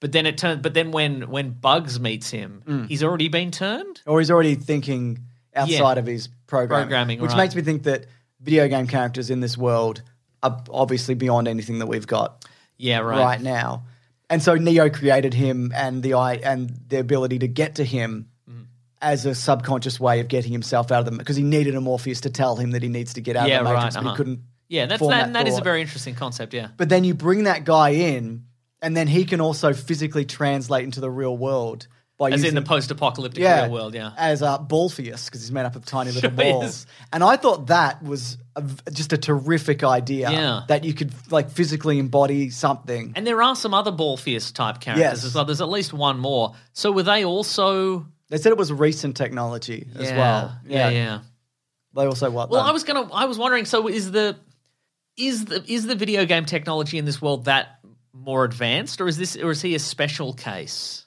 Speaker 3: But then it turns. But then when when Bugs meets him,
Speaker 2: Mm.
Speaker 3: he's already been turned.
Speaker 2: Or he's already thinking outside of his programming.
Speaker 3: Programming,
Speaker 2: which
Speaker 3: right.
Speaker 2: makes me think that video game characters in this world are obviously beyond anything that we've got
Speaker 3: Yeah, right.
Speaker 2: right, now. And so Neo created him and the i and the ability to get to him
Speaker 3: Mm-hmm.
Speaker 2: as a subconscious way of getting himself out of them because he needed a Morpheus to tell him that he needs to get out
Speaker 3: Yeah,
Speaker 2: of the
Speaker 3: right,
Speaker 2: matrix, but
Speaker 3: uh-huh.
Speaker 2: he couldn't.
Speaker 3: Yeah, that's
Speaker 2: form
Speaker 3: that,
Speaker 2: that
Speaker 3: that is a
Speaker 2: thought.
Speaker 3: very interesting concept. Yeah,
Speaker 2: But then you bring that guy in, and then he can also physically translate into the real world by
Speaker 3: as
Speaker 2: using
Speaker 3: in the post-apocalyptic real world. Yeah,
Speaker 2: as a Balpheus because he's made up of tiny little
Speaker 3: Sure is.
Speaker 2: balls. And I thought that was a v just a terrific idea
Speaker 3: Yeah.
Speaker 2: that you could like physically embody something.
Speaker 3: and there are some other Balpheus type characters
Speaker 2: Yes.
Speaker 3: as well. There's at least one more. So were they also
Speaker 2: they said it was recent technology as
Speaker 3: Yeah,
Speaker 2: well.
Speaker 3: Yeah, yeah.
Speaker 2: They also what?
Speaker 3: Well,
Speaker 2: though?
Speaker 3: I was gonna. I was wondering. So is the is the is the video game technology in this world that more advanced, or is this or is he a special case?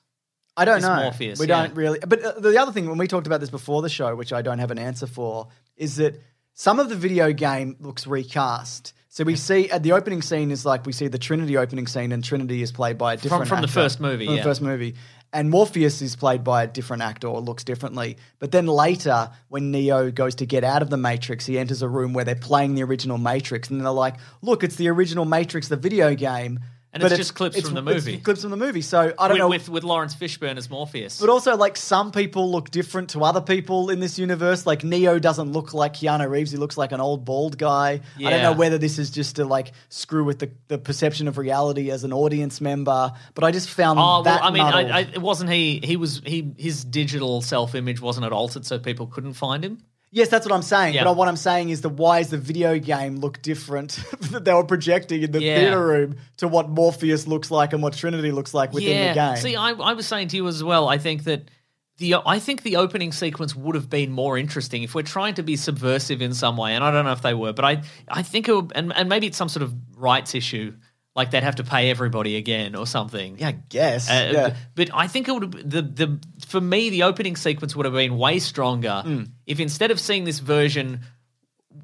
Speaker 2: I don't
Speaker 3: It's
Speaker 2: know.
Speaker 3: Morpheus,
Speaker 2: we
Speaker 3: yeah.
Speaker 2: don't really. But uh, the other thing, when we talked about this before the show, which I don't have an answer for, is that some of the video game looks recast. So we see at the opening scene is like we see the Trinity opening scene, and Trinity is played by a different
Speaker 3: from the
Speaker 2: actor.
Speaker 3: first movie,
Speaker 2: From
Speaker 3: yeah.
Speaker 2: the first movie, and Morpheus is played by a different actor or looks differently. But then later, when Neo goes to get out of the Matrix, he enters a room where they're playing the original Matrix, and they're like, "Look, it's the original Matrix, the video game."
Speaker 3: And
Speaker 2: but
Speaker 3: it's just clips from the
Speaker 2: it's
Speaker 3: movie.
Speaker 2: clips from the movie. So I don't
Speaker 3: With,
Speaker 2: know
Speaker 3: with with Lawrence Fishburne as Morpheus.
Speaker 2: but also, like, some people look different to other people in this universe. Like, Neo doesn't look like Keanu Reeves. He looks like an old bald guy. I don't
Speaker 3: Yeah.
Speaker 2: know whether this is just to, like, screw with the, the perception of reality as an audience member, but I just found
Speaker 3: Oh well,
Speaker 2: that
Speaker 3: I mean,
Speaker 2: muddled.
Speaker 3: I, I, it wasn't he. He was he. His digital self image wasn't it altered, so people couldn't find him.
Speaker 2: Yes, that's what I'm saying.
Speaker 3: Yeah.
Speaker 2: But what I'm saying is the why is the video game look different that they were projecting in the
Speaker 3: Yeah.
Speaker 2: theater room to what Morpheus looks like and what Trinity looks like within the game.
Speaker 3: See, I, I was saying to you as well. I think that the I think the opening sequence would have been more interesting if we're trying to be subversive in some way. And I don't know if they were, but I I think it would, and and maybe it's some sort of rights issue, like they'd have to pay everybody again or something.
Speaker 2: yeah, I guess.
Speaker 3: Uh,
Speaker 2: yeah.
Speaker 3: But I think it would the the for me the opening sequence would have been way stronger
Speaker 2: Mm.
Speaker 3: if instead of seeing this version,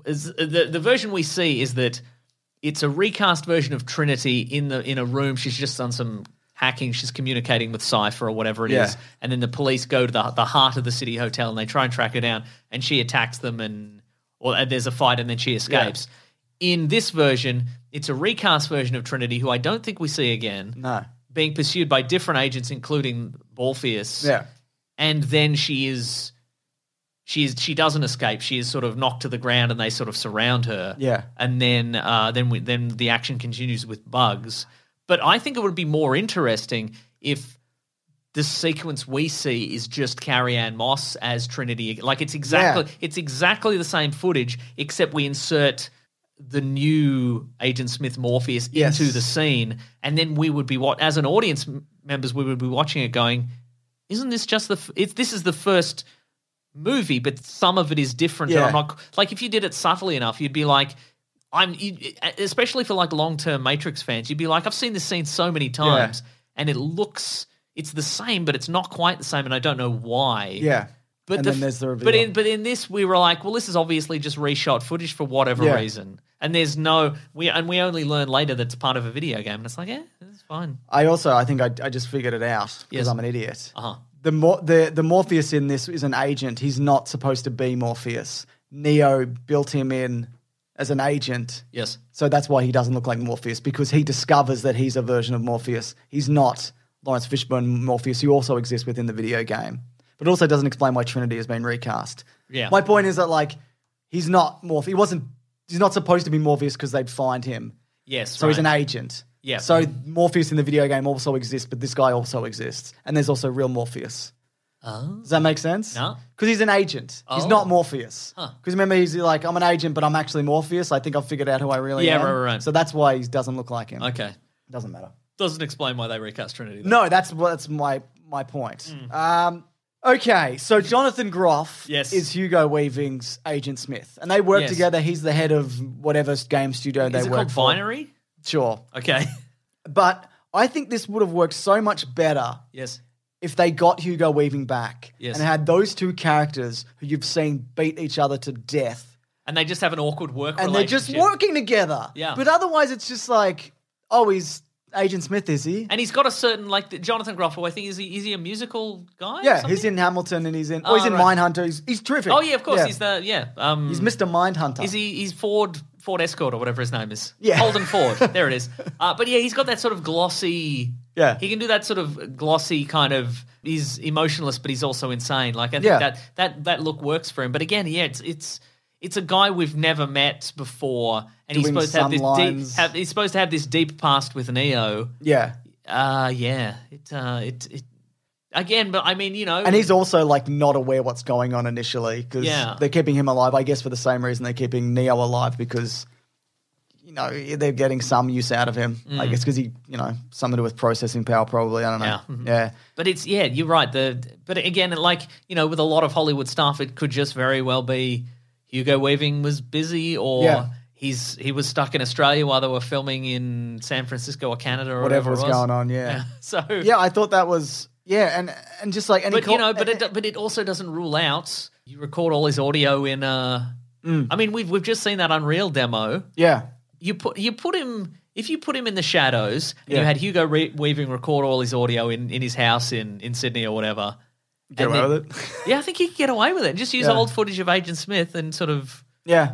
Speaker 3: is, uh, the the version we see is that it's a recast version of Trinity in the in a room. She's just done some hacking. She's communicating with Cipher or whatever it is,
Speaker 2: Yeah.
Speaker 3: and then the police go to the the heart of the city hotel and they try and track her down, and she attacks them, and or and there's a fight, and then she escapes. In this version, it's a recast version of Trinity, who I don't think we see again
Speaker 2: No.
Speaker 3: being pursued by different agents, including Orpheus.
Speaker 2: Yeah.
Speaker 3: And then she is, she is, she doesn't escape. She is sort of knocked to the ground, and they sort of surround her.
Speaker 2: Yeah.
Speaker 3: And then, uh, then we, then the action continues with Bugs. But I think it would be more interesting if the sequence we see is just Carrie Ann Moss as Trinity. Like it's exactly
Speaker 2: Yeah.
Speaker 3: it's exactly the same footage, except we insert the new Agent Smith Morpheus
Speaker 2: Yes.
Speaker 3: into the scene, and then we would be what as an audience m- members we would be watching it going, isn't this just the f- it's this is the first movie, but some of it is different. And
Speaker 2: Yeah.
Speaker 3: I'm not like if you did it subtly enough, you'd be like. I'm you, e, especially for like long term Matrix fans, you'd be like, I've seen this scene so many times, and it looks it's the same, but it's not quite the same, and I don't know why.
Speaker 2: Yeah.
Speaker 3: But
Speaker 2: And
Speaker 3: the,
Speaker 2: then
Speaker 3: f-
Speaker 2: there's the
Speaker 3: But
Speaker 2: reveal.
Speaker 3: in but in this, we were like, well, this is obviously just reshot footage for whatever
Speaker 2: Yeah.
Speaker 3: reason, and there's no we and we only learn later that it's part of a video game, and it's like, yeah, it's fine.
Speaker 2: I also, I think I, I just figured it out because
Speaker 3: Yes.
Speaker 2: I'm an idiot.
Speaker 3: Uh huh.
Speaker 2: the Mor- the the Morpheus in this is an agent. He's not supposed to be Morpheus. Neo built him in as an agent.
Speaker 3: Yes.
Speaker 2: So that's why he doesn't look like Morpheus because he discovers that he's a version of Morpheus. He's not Lawrence Fishburne Morpheus, who also exists within the video game, but it also doesn't explain why Trinity has been recast.
Speaker 3: Yeah.
Speaker 2: My point is that like he's not Morpheus. He wasn't. He's not supposed to be Morpheus because they'd find him.
Speaker 3: Yes.
Speaker 2: So he's
Speaker 3: right.
Speaker 2: an agent.
Speaker 3: Yeah.
Speaker 2: So Morpheus in the video game also exists, but this guy also exists. And there's also real Morpheus.
Speaker 3: Oh.
Speaker 2: Does that make sense?
Speaker 3: No.
Speaker 2: Because he's an agent. He's
Speaker 3: Oh.
Speaker 2: not Morpheus. Because remember, he's like, I'm an agent, but I'm actually Morpheus. I think I've figured out who I really
Speaker 3: Yeah,
Speaker 2: am.
Speaker 3: right, right, right.
Speaker 2: So that's why he doesn't look like him.
Speaker 3: Okay.
Speaker 2: Doesn't matter.
Speaker 3: Doesn't explain why they recast Trinity. though.
Speaker 2: No, that's what- that's my my point. Um, okay, so Jonathan Groff
Speaker 3: Hmm. Yes.
Speaker 2: is Hugo Weaving's Agent Smith, and they work
Speaker 3: Yes. together.
Speaker 2: together. He's the head of whatever game studio they
Speaker 3: Is it
Speaker 2: work
Speaker 3: called Binary?
Speaker 2: for. Sure,
Speaker 3: Okay.
Speaker 2: But I think this would have worked so much better
Speaker 3: yes.
Speaker 2: if they got Hugo Weaving back
Speaker 3: Yes.
Speaker 2: and had those two characters who you've seen beat each other to death
Speaker 3: and they just have an awkward work
Speaker 2: and they're just
Speaker 3: relationship.
Speaker 2: working together.
Speaker 3: Yeah.
Speaker 2: But otherwise, it's just like, oh, he's Agent Smith, is he?
Speaker 3: And he's got a certain like the- Jonathan Groffo. I think is he is he a musical guy? or
Speaker 2: yeah, he's
Speaker 3: something?
Speaker 2: in Hamilton and he's in. Oh,
Speaker 3: Ah,
Speaker 2: he's in
Speaker 3: right.
Speaker 2: Mindhunter. He's, he's terrific.
Speaker 3: Oh yeah, of course he's the yeah. Um,
Speaker 2: He's Mr. Mindhunter.
Speaker 3: Is he? He's Ford Ford Escort or whatever his name is.
Speaker 2: Yeah.
Speaker 3: Holden Ford. there it is. Uh, but yeah, he's got that sort of glossy.
Speaker 2: Yeah.
Speaker 3: He can do that sort of glossy kind of. He's emotionless, but he's also insane. Like I think
Speaker 2: Yeah.
Speaker 3: that that that look works for him. But again, yeah, it's it's. It's a guy we've never met before, and he's
Speaker 2: Doing
Speaker 3: supposed to have
Speaker 2: some
Speaker 3: this
Speaker 2: lines.
Speaker 3: deep. Have, he's supposed to have this deep past with Neo.
Speaker 2: Yeah.
Speaker 3: Uh yeah. It uh it it again, but I mean, you know,
Speaker 2: And he's also like not aware what's going on initially because
Speaker 3: Yeah.
Speaker 2: they're keeping him alive, I guess, for the same reason they're keeping Neo alive because, you know, they're getting some use out of him. I guess because he, you know, something to do with processing power, probably. I don't know.
Speaker 3: Mm. Yeah. Mhm.
Speaker 2: Yeah.
Speaker 3: But it's yeah, you're right. The but again, like you know, with a lot of Hollywood stuff, it could just very well be Hugo Weaving was busy, or
Speaker 2: Yeah.
Speaker 3: he's he was stuck in Australia while they were filming in San Francisco or Canada or
Speaker 2: Whatever
Speaker 3: whatever,
Speaker 2: was
Speaker 3: it was.
Speaker 2: going on. Yeah.
Speaker 3: So
Speaker 2: yeah. I thought that was, yeah. And, and just like, eh, and he
Speaker 3: but you
Speaker 2: called-
Speaker 3: know, but it, but it also doesn't rule out you record all his audio in. Uh,
Speaker 2: Mm.
Speaker 3: I mean, we've we've just seen that Unreal demo.
Speaker 2: yeah.
Speaker 3: You put you put him if you put him in the shadows and you
Speaker 2: Yeah.
Speaker 3: had Hugo Re- Weaving record all his audio in, in his house in, in Sydney or whatever.
Speaker 2: Get
Speaker 3: and
Speaker 2: away
Speaker 3: then-
Speaker 2: with it.
Speaker 3: Yeah, I think he could get away with it. Just use
Speaker 2: Yeah.
Speaker 3: old footage of Agent Smith and sort of,
Speaker 2: yeah.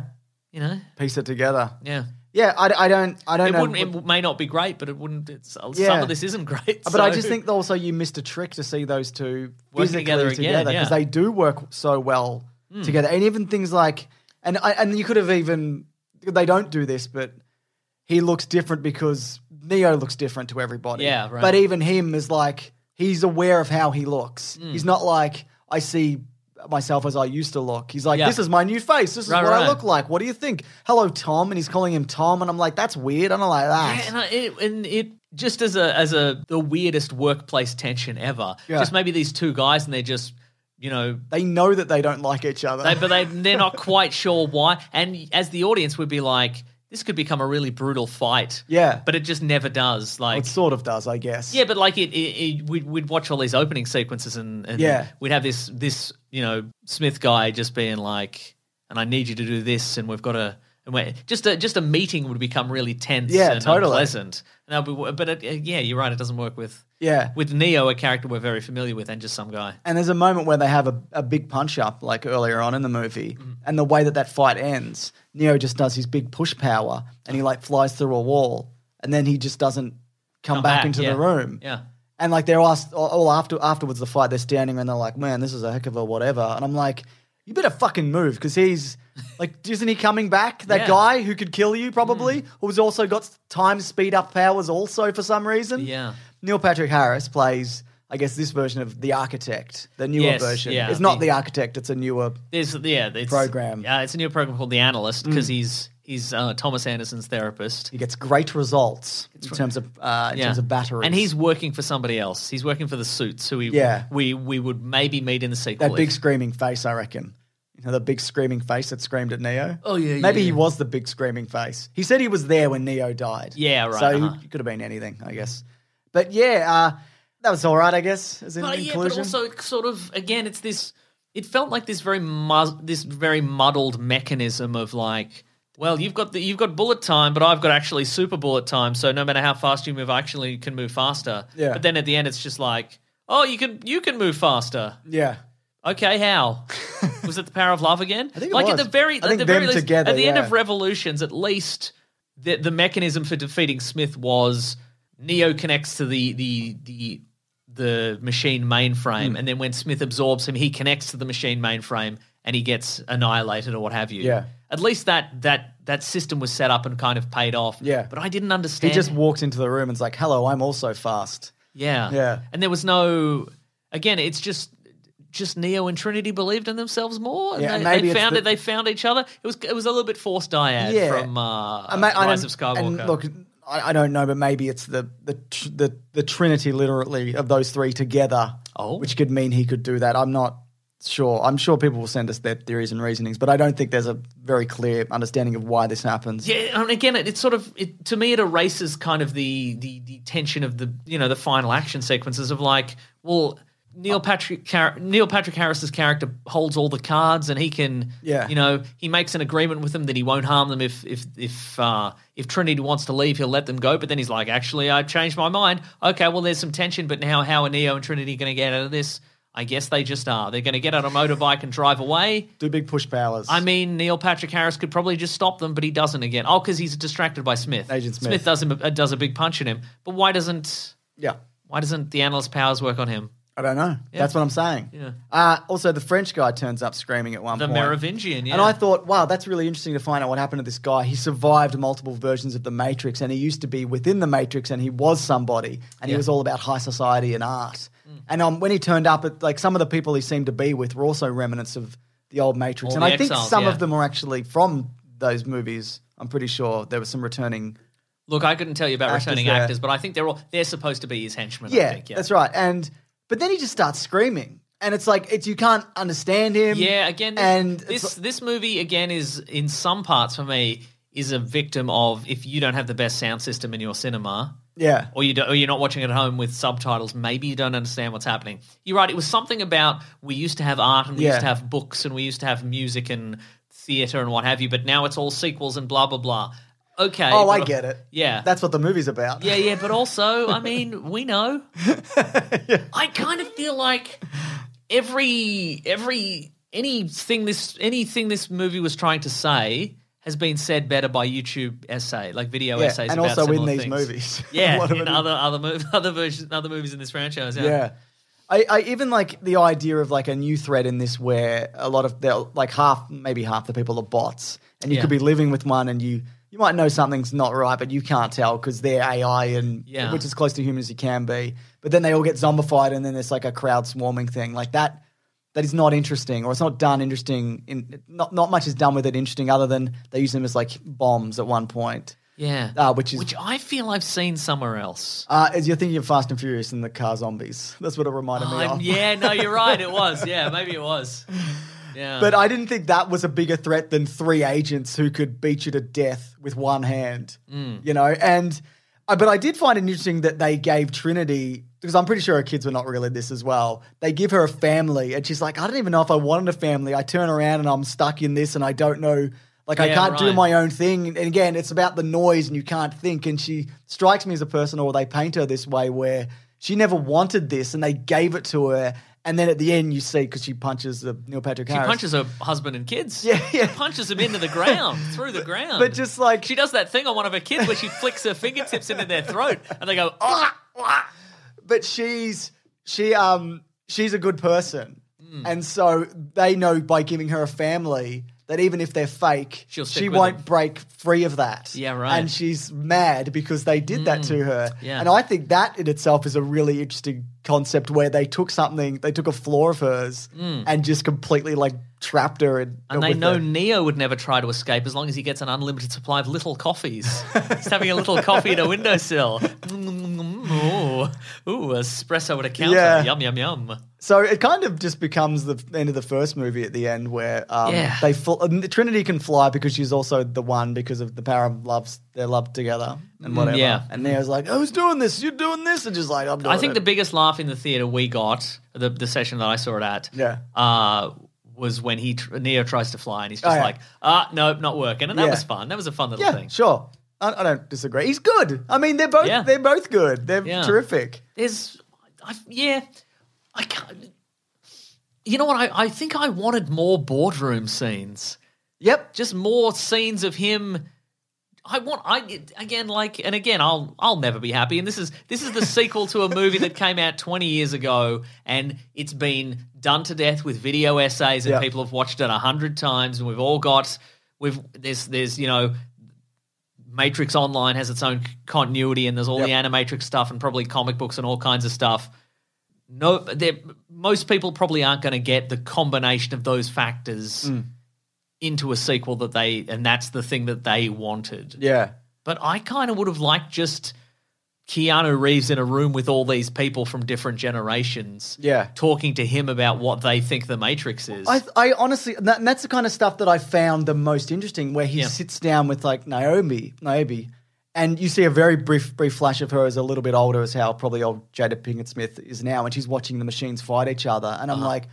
Speaker 3: you know,
Speaker 2: Piece it together.
Speaker 3: yeah.
Speaker 2: Yeah. I, I don't, I don't
Speaker 3: It
Speaker 2: know.
Speaker 3: wouldn't. It may not be great, but it wouldn't. It's, Some
Speaker 2: Yeah.
Speaker 3: of this isn't great.
Speaker 2: Uh, But
Speaker 3: so-
Speaker 2: I just think also you missed a trick to see those two
Speaker 3: Working
Speaker 2: physically
Speaker 3: together
Speaker 2: together
Speaker 3: again,
Speaker 2: because
Speaker 3: yeah. Hmm.
Speaker 2: they do work so well together. And even things like and I, and you could have even they don't do this, but he looks different because Neo looks different to everybody.
Speaker 3: Yeah, right.
Speaker 2: But even him is like he's aware of how he looks.
Speaker 3: Hmm.
Speaker 2: He's not like I see myself as I used to look. He's like,
Speaker 3: Yeah.
Speaker 2: this is my new face. This is
Speaker 3: Right,
Speaker 2: what
Speaker 3: right.
Speaker 2: I look like. What do you think? Hello, Tom. And he's calling him Tom. And I'm like, that's weird. I don't like that.
Speaker 3: Yeah, and, I, it, and it just as a as a the weirdest workplace tension ever.
Speaker 2: Yeah.
Speaker 3: Just maybe these two guys and they're just, you know,
Speaker 2: they know that they don't like each other.
Speaker 3: they, but they they're not quite sure why. And as the audience would be like, this could become a really brutal fight.
Speaker 2: Yeah.
Speaker 3: but it just never does. Like
Speaker 2: it sort of does, I guess.
Speaker 3: Yeah, but like it, it, it we'd, we'd watch all these opening sequences and, and
Speaker 2: Yeah.
Speaker 3: we'd have this this you know Smith guy just being like, and I need you to do this, and we've got to. And we're, just a just a meeting would become really tense,
Speaker 2: Yeah,
Speaker 3: and
Speaker 2: totally.
Speaker 3: unpleasant. And that'd be, but it, uh, yeah, you're right. It doesn't work with
Speaker 2: yeah.
Speaker 3: with Neo, a character we're very familiar with, and just some guy.
Speaker 2: And there's a moment where they have a, a big punch up, like earlier on in the movie,
Speaker 3: Mm-hmm.
Speaker 2: and the way that that fight ends, Neo just does his big push power, and he like flies through a wall, and then he just doesn't come,
Speaker 3: Come
Speaker 2: back,
Speaker 3: back,
Speaker 2: into
Speaker 3: yeah.
Speaker 2: the room.
Speaker 3: Yeah,
Speaker 2: And like they're asked all oh, after afterwards the fight, they're standing and they're like, "Man, this is a heck of a whatever." And I'm like, "You better fucking move," because he's like, isn't he coming back? That
Speaker 3: Yeah. Mm.
Speaker 2: guy who could kill you probably, who's also got time speed up powers, also for some reason.
Speaker 3: yeah.
Speaker 2: Neil Patrick Harris plays, I guess, this version of The Architect, the newer
Speaker 3: Yes,
Speaker 2: version.
Speaker 3: yeah,
Speaker 2: it's not
Speaker 3: the-
Speaker 2: The Architect, it's a newer.
Speaker 3: There's yeah, it's,
Speaker 2: Program. Mm.
Speaker 3: Yeah, it's a new program called The Analyst because he's he's uh, Thomas Anderson's therapist.
Speaker 2: He gets great results in terms of uh, in terms of batteries.
Speaker 3: And he's working for somebody else. He's working for the suits who we
Speaker 2: Yeah.
Speaker 3: we we would maybe meet in the sequel.
Speaker 2: that big screaming face, I reckon. You know, the big screaming face that screamed at Neo.
Speaker 3: Oh, yeah,
Speaker 2: Maybe
Speaker 3: yeah,
Speaker 2: he
Speaker 3: yeah.
Speaker 2: was the big screaming face. He said he was there when Neo died.
Speaker 3: Yeah, right,
Speaker 2: So
Speaker 3: uh-huh.
Speaker 2: he could have been anything, I guess. But yeah, uh, that was all right, I guess. As in
Speaker 3: but yeah, but
Speaker 2: inclusion.
Speaker 3: also it sort of again, it's this. It felt like this very mus- this very muddled mechanism of like, well, you've got the, you've got bullet time, but I've got actually super bullet time. So no matter how fast you move, I actually can move faster.
Speaker 2: Yeah.
Speaker 3: But then at the end, it's just like, oh, you can you can move faster.
Speaker 2: yeah.
Speaker 3: Okay, how was it the power of love again? I
Speaker 2: think it
Speaker 3: like
Speaker 2: was.
Speaker 3: at the very
Speaker 2: I
Speaker 3: at
Speaker 2: think
Speaker 3: the very
Speaker 2: them
Speaker 3: least,
Speaker 2: together,
Speaker 3: at the end
Speaker 2: yeah.
Speaker 3: of Revolutions, at least the the mechanism for defeating Smith was Neo connects to the the the the machine mainframe,
Speaker 2: Hmm.
Speaker 3: and then when Smith absorbs him, he connects to the machine mainframe, and he gets annihilated or what have you.
Speaker 2: Yeah.
Speaker 3: At least that that that system was set up and kind of paid off.
Speaker 2: Yeah.
Speaker 3: But I didn't
Speaker 2: He
Speaker 3: understand.
Speaker 2: just walked into the room and's like, hello, I'm also fast.
Speaker 3: Yeah.
Speaker 2: Yeah.
Speaker 3: And there was no again, it's just just Neo and Trinity believed in themselves more. And
Speaker 2: Yeah,
Speaker 3: they,
Speaker 2: and maybe
Speaker 3: they
Speaker 2: it's
Speaker 3: found
Speaker 2: the-
Speaker 3: it they found each other. It was it was a little bit forced dyad
Speaker 2: Yeah.
Speaker 3: from uh,
Speaker 2: I mean, I
Speaker 3: Rise
Speaker 2: don't-
Speaker 3: of Skywalker.
Speaker 2: And look, I, I don't know, but maybe it's the the, tr- the the trinity literally of those three together,
Speaker 3: Oh.
Speaker 2: which could mean he could do that. I'm not sure. I'm sure people will send us their theories and reasonings, but I don't think there's a very clear understanding of why this happens.
Speaker 3: yeah, and again, it, it sort of it, to me it erases kind of the, the the tension of the you know the final action sequences of like, well, Neil Patrick Car- Neil Patrick Harris's character holds all the cards, and he can,
Speaker 2: Yeah.
Speaker 3: you know, he makes an agreement with them that he won't harm them if if if uh, if Trinity wants to leave, he'll let them go. But then he's like, actually, I changed my mind. Okay, well, there's some tension, but now how are Neo and Trinity going to get out of this? I guess they just are. They're going to get on a motorbike and drive away.
Speaker 2: Do big push powers.
Speaker 3: I mean, Neil Patrick Harris could probably just stop them, but he doesn't again. Oh, because he's distracted by Smith.
Speaker 2: Agent Smith.
Speaker 3: Smith does him uh, does a big punch in him. But why doesn't
Speaker 2: yeah.
Speaker 3: why doesn't the analyst powers work on him?
Speaker 2: I don't know. That's what I'm saying.
Speaker 3: Yeah.
Speaker 2: Uh, also, the French guy turns up screaming at one
Speaker 3: The
Speaker 2: point.
Speaker 3: Merovingian, yeah.
Speaker 2: And I thought, wow, that's really interesting to find out what happened to this guy. He survived multiple versions of the Matrix, and he used to be within the Matrix, and he was somebody, and he was all about high society and art.
Speaker 3: Mm.
Speaker 2: And um, when he turned up, it, like some of the people he seemed to be with were also remnants of the old Matrix,
Speaker 3: All
Speaker 2: and
Speaker 3: the
Speaker 2: I think
Speaker 3: exiles,
Speaker 2: some
Speaker 3: yeah.
Speaker 2: of them were actually from those movies. I'm pretty sure there were some returning.
Speaker 3: Look, I couldn't tell you about
Speaker 2: Actors
Speaker 3: returning
Speaker 2: there.
Speaker 3: actors, but I think they're all they're supposed to be his henchmen. I
Speaker 2: Yeah,
Speaker 3: think,
Speaker 2: that's right. And but then he just starts screaming, and it's like it's you can't understand him.
Speaker 3: Yeah, again, this,
Speaker 2: and it's
Speaker 3: this this movie again is in some parts for me is a victim of if you don't have the best sound system in your cinema.
Speaker 2: Yeah.
Speaker 3: or you do, or you're not watching it at home with subtitles, maybe you don't understand what's happening. You're right. It was something about we used to have art and we
Speaker 2: Yeah.
Speaker 3: used to have books and we used to have music and theater and what have you, but now it's all sequels and blah blah blah. Okay.
Speaker 2: Oh, I
Speaker 3: but-
Speaker 2: get it.
Speaker 3: Yeah.
Speaker 2: That's what the movie's about.
Speaker 3: yeah, yeah, but also, I mean, we know. I kind of feel like every every anything this anything this movie was trying to say has been said better by YouTube essay, like video
Speaker 2: Yeah,
Speaker 3: essays,
Speaker 2: and
Speaker 3: about
Speaker 2: also in
Speaker 3: similar
Speaker 2: these
Speaker 3: things.
Speaker 2: movies. A
Speaker 3: Yeah,
Speaker 2: lot of
Speaker 3: in
Speaker 2: it is-
Speaker 3: other other mov- other versions, other movies in this franchise. Yeah.
Speaker 2: Yeah. I, I even like the idea of like a new thread in this where a lot of they're like half maybe half the people are bots and you
Speaker 3: Yeah.
Speaker 2: could be living with one and you you might know something's not right but you can't tell because they're AI and
Speaker 3: Yeah.
Speaker 2: which is close to human as you can be but then they all get zombified and then there's like a crowd swarming thing like that that is not interesting or it's not done interesting in not not much is done with it interesting other than they use them as like bombs at one point
Speaker 3: Yeah.
Speaker 2: uh, which is
Speaker 3: which I feel I've seen somewhere else.
Speaker 2: uh, as you're thinking of Fast and Furious and the car zombies that's what it reminded me
Speaker 3: I'm-
Speaker 2: of
Speaker 3: Um, yeah, no, you're right. It was. Yeah, maybe it was. Yeah.
Speaker 2: But I didn't think that was a bigger threat than three agents who could beat you to death with one hand,
Speaker 3: Mm.
Speaker 2: you know. And uh, but I did find it interesting that they gave Trinity because I'm pretty sure her kids were not really this as well. They give her a family, and she's like, I don't even know if I wanted a family. I turn around and I'm stuck in this, and I don't know. Like I
Speaker 3: Yeah,
Speaker 2: can't do
Speaker 3: right.
Speaker 2: my own thing, and again, it's about the noise, and you can't think. And she strikes me as a person, or they paint her this way, where she never wanted this, and they gave it to her. And then at the end, you see because she punches the Neil Patrick
Speaker 3: she
Speaker 2: Harris.
Speaker 3: punches her husband and kids.
Speaker 2: Yeah, yeah.
Speaker 3: She punches them into the ground, through the ground.
Speaker 2: but just like-
Speaker 3: she does that thing on one of her kids where she flicks her fingertips into their throat, and they go, "Ah!"
Speaker 2: but she's she um she's a good person,
Speaker 3: Hmm.
Speaker 2: and so they know by giving her a family that even if they're fake,
Speaker 3: She'll stick
Speaker 2: she
Speaker 3: with
Speaker 2: won't
Speaker 3: them.
Speaker 2: break free of that.
Speaker 3: Yeah, right. Hmm.
Speaker 2: And she's mad because they did that to her.
Speaker 3: yeah.
Speaker 2: And I think that in itself is a really interesting concept where they took something, they took a flaw of hers, and just completely like trapped her. In,
Speaker 3: Hmm. And they
Speaker 2: with
Speaker 3: know
Speaker 2: it.
Speaker 3: Neo would never try to escape as long as he gets an unlimited supply of little coffees. Just having a little coffee at a windowsill. Ooh, ooh, espresso at a counter.
Speaker 2: Yeah.
Speaker 3: Yum, yum, yum.
Speaker 2: So it kind of just becomes the f- end of the first movie at the end where um,
Speaker 3: Yeah.
Speaker 2: they fl- and Trinity can fly because she's also the one because of the power of love's their love together and whatever.
Speaker 3: Mm, yeah.
Speaker 2: And Neo's like, who's doing this? You're doing this? And just like, I'm doing
Speaker 3: I think the biggest laugh in the theater we got, the, the session that I saw it at,
Speaker 2: Yeah.
Speaker 3: uh, was when he tr- Neo tries to fly and he's just
Speaker 2: Oh, yeah.
Speaker 3: like, ah, nope, not working. And that
Speaker 2: Yeah.
Speaker 3: was fun. That was a fun little
Speaker 2: yeah,
Speaker 3: thing.
Speaker 2: sure. I, I don't disagree. He's good. I mean, they're both
Speaker 3: Yeah.
Speaker 2: they're both good. They're
Speaker 3: Yeah.
Speaker 2: terrific.
Speaker 3: There's, I, yeah, I can't. You know what? I, I think I wanted more boardroom scenes.
Speaker 2: Yep.
Speaker 3: just more scenes of him. I want I again like and again I'll I'll never be happy and this is this is the sequel to a movie that came out 20 years ago and it's been done to death with video essays and
Speaker 2: Yeah.
Speaker 3: people have watched it a hundred times and we've all got we've there's there's you know Matrix Online has its own c- continuity and there's all
Speaker 2: Yep.
Speaker 3: the animatrix stuff and probably comic books and all kinds of stuff no they're- most people probably aren't going to get the combination of those factors
Speaker 2: Mm.
Speaker 3: into a sequel that they and that's the thing that they wanted
Speaker 2: Yeah.
Speaker 3: but i kind of would have liked just keanu reeves in a room with all these people from different generations
Speaker 2: Yeah.
Speaker 3: talking to him about what they think the matrix is
Speaker 2: I, I honestly, and that, and that's the kind of stuff that I found the most interesting, where he
Speaker 3: Yeah.
Speaker 2: sits down with like Naomi, Naomi, And you see a very brief, brief flash of her as a little bit older, as how probably old Jada Pinkett Smith is now, and she's watching the machines fight each other. And
Speaker 3: Uh-huh.
Speaker 2: I'm like,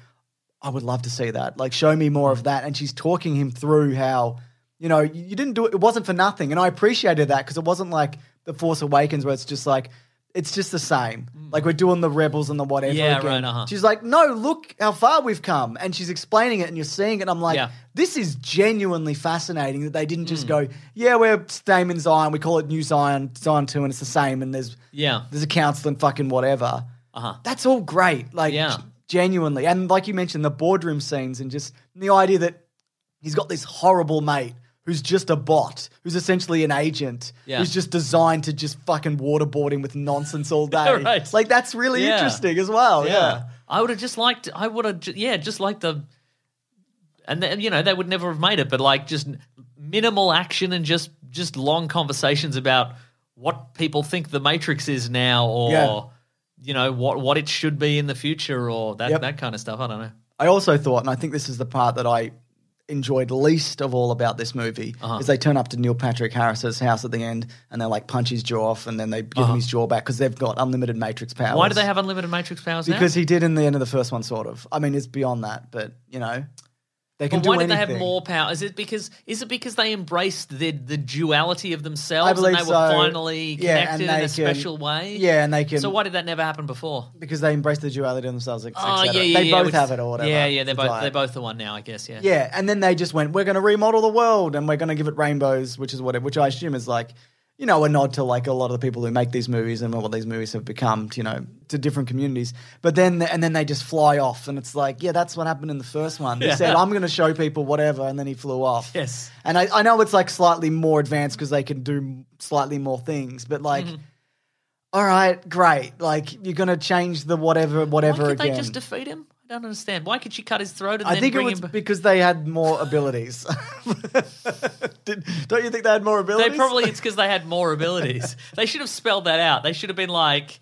Speaker 2: I would love to see that. Like, show me more
Speaker 3: Mm.
Speaker 2: of that. And she's talking him through how, you know, you you didn't do it. It wasn't for nothing. And I appreciated that because it wasn't like The Force Awakens where it's just like, it's just the same. Like we're doing the rebels and the whatever.
Speaker 3: Mm. Yeah,
Speaker 2: again.
Speaker 3: right, uh-huh.
Speaker 2: She's like, no, look how far we've come. And she's explaining it and you're seeing it. And I'm like,
Speaker 3: Yeah. Mm.
Speaker 2: this is genuinely fascinating that they didn't just go, yeah, we're staying in Zion. We call it New Zion, Zion 2, and it's the same. And there's
Speaker 3: Yeah.
Speaker 2: there's a council and fucking whatever.
Speaker 3: Uh-huh.
Speaker 2: That's all great. Like,
Speaker 3: Yeah.
Speaker 2: genuinely. And like you mentioned, the boardroom scenes and just the idea that he's got this horrible mate who's just a bot, who's essentially an agent,
Speaker 3: Yeah.
Speaker 2: who's just designed to just fucking waterboard him with nonsense all day.
Speaker 3: Right.
Speaker 2: Like, that's really
Speaker 3: Yeah.
Speaker 2: interesting as well. Oh, Yeah.
Speaker 3: I would have just liked. I would have. ju- Yeah, just like the. And then you know they would never have made it, but like just minimal action and just just long conversations about what people think the Matrix is now, or
Speaker 2: Yeah.
Speaker 3: you know what what it should be in the future, or that
Speaker 2: Yep.
Speaker 3: that kind of stuff. I don't know.
Speaker 2: I also thought, and I think this is the part that I enjoyed least of all about this movie,
Speaker 3: Uh-huh.
Speaker 2: is they turn up to Neil Patrick Harris's house at the end and they like punch his jaw off and then they give him his jaw back because they've got unlimited Matrix powers.
Speaker 3: Uh-huh. Why do they have unlimited Matrix powers now?
Speaker 2: Because he did in the end of the first one, sort of. I mean, it's beyond that, but you know, they can
Speaker 3: But
Speaker 2: do
Speaker 3: why did
Speaker 2: anything.
Speaker 3: they have more power? Is it because is it because they embraced the the duality of themselves
Speaker 2: I believe
Speaker 3: and they
Speaker 2: so.
Speaker 3: were finally
Speaker 2: Yeah, and
Speaker 3: connected
Speaker 2: they
Speaker 3: in a
Speaker 2: can-
Speaker 3: special way?
Speaker 2: Yeah, and they can.
Speaker 3: So why did that never happen before?
Speaker 2: Because they embrace the duality in themselves. et
Speaker 3: Oh
Speaker 2: cetera.
Speaker 3: yeah, yeah,
Speaker 2: They
Speaker 3: yeah,
Speaker 2: both
Speaker 3: which-
Speaker 2: have it or whatever.
Speaker 3: Yeah, yeah, they're
Speaker 2: It's a
Speaker 3: both
Speaker 2: diet.
Speaker 3: they're both the one now, I guess. Yeah,
Speaker 2: Yeah, and then they just went, "We're going to remodel the world, and we're going to give it rainbows," which is what, it, which I assume is like, you know, a nod to like a lot of the people who make these movies and what these movies have become, to, you know, to different communities. But then, and then they just fly off, and it's like, yeah, that's what happened in the first one. He said, "I'm going to show people whatever," and then he flew off.
Speaker 3: Yes.
Speaker 2: and I, I know it's like slightly more advanced because they can do slightly more things, but like. all right, great. Like you're gonna change the whatever,
Speaker 3: Why
Speaker 2: whatever
Speaker 3: could
Speaker 2: again.
Speaker 3: they just defeat him? I don't understand. Why could she cut his throat and
Speaker 2: I
Speaker 3: then
Speaker 2: think it
Speaker 3: bring
Speaker 2: was
Speaker 3: him?
Speaker 2: because they had more abilities. Did, don't you think they had more abilities?
Speaker 3: They probably it's because they had more abilities. they should have spelled that out. They should have been like,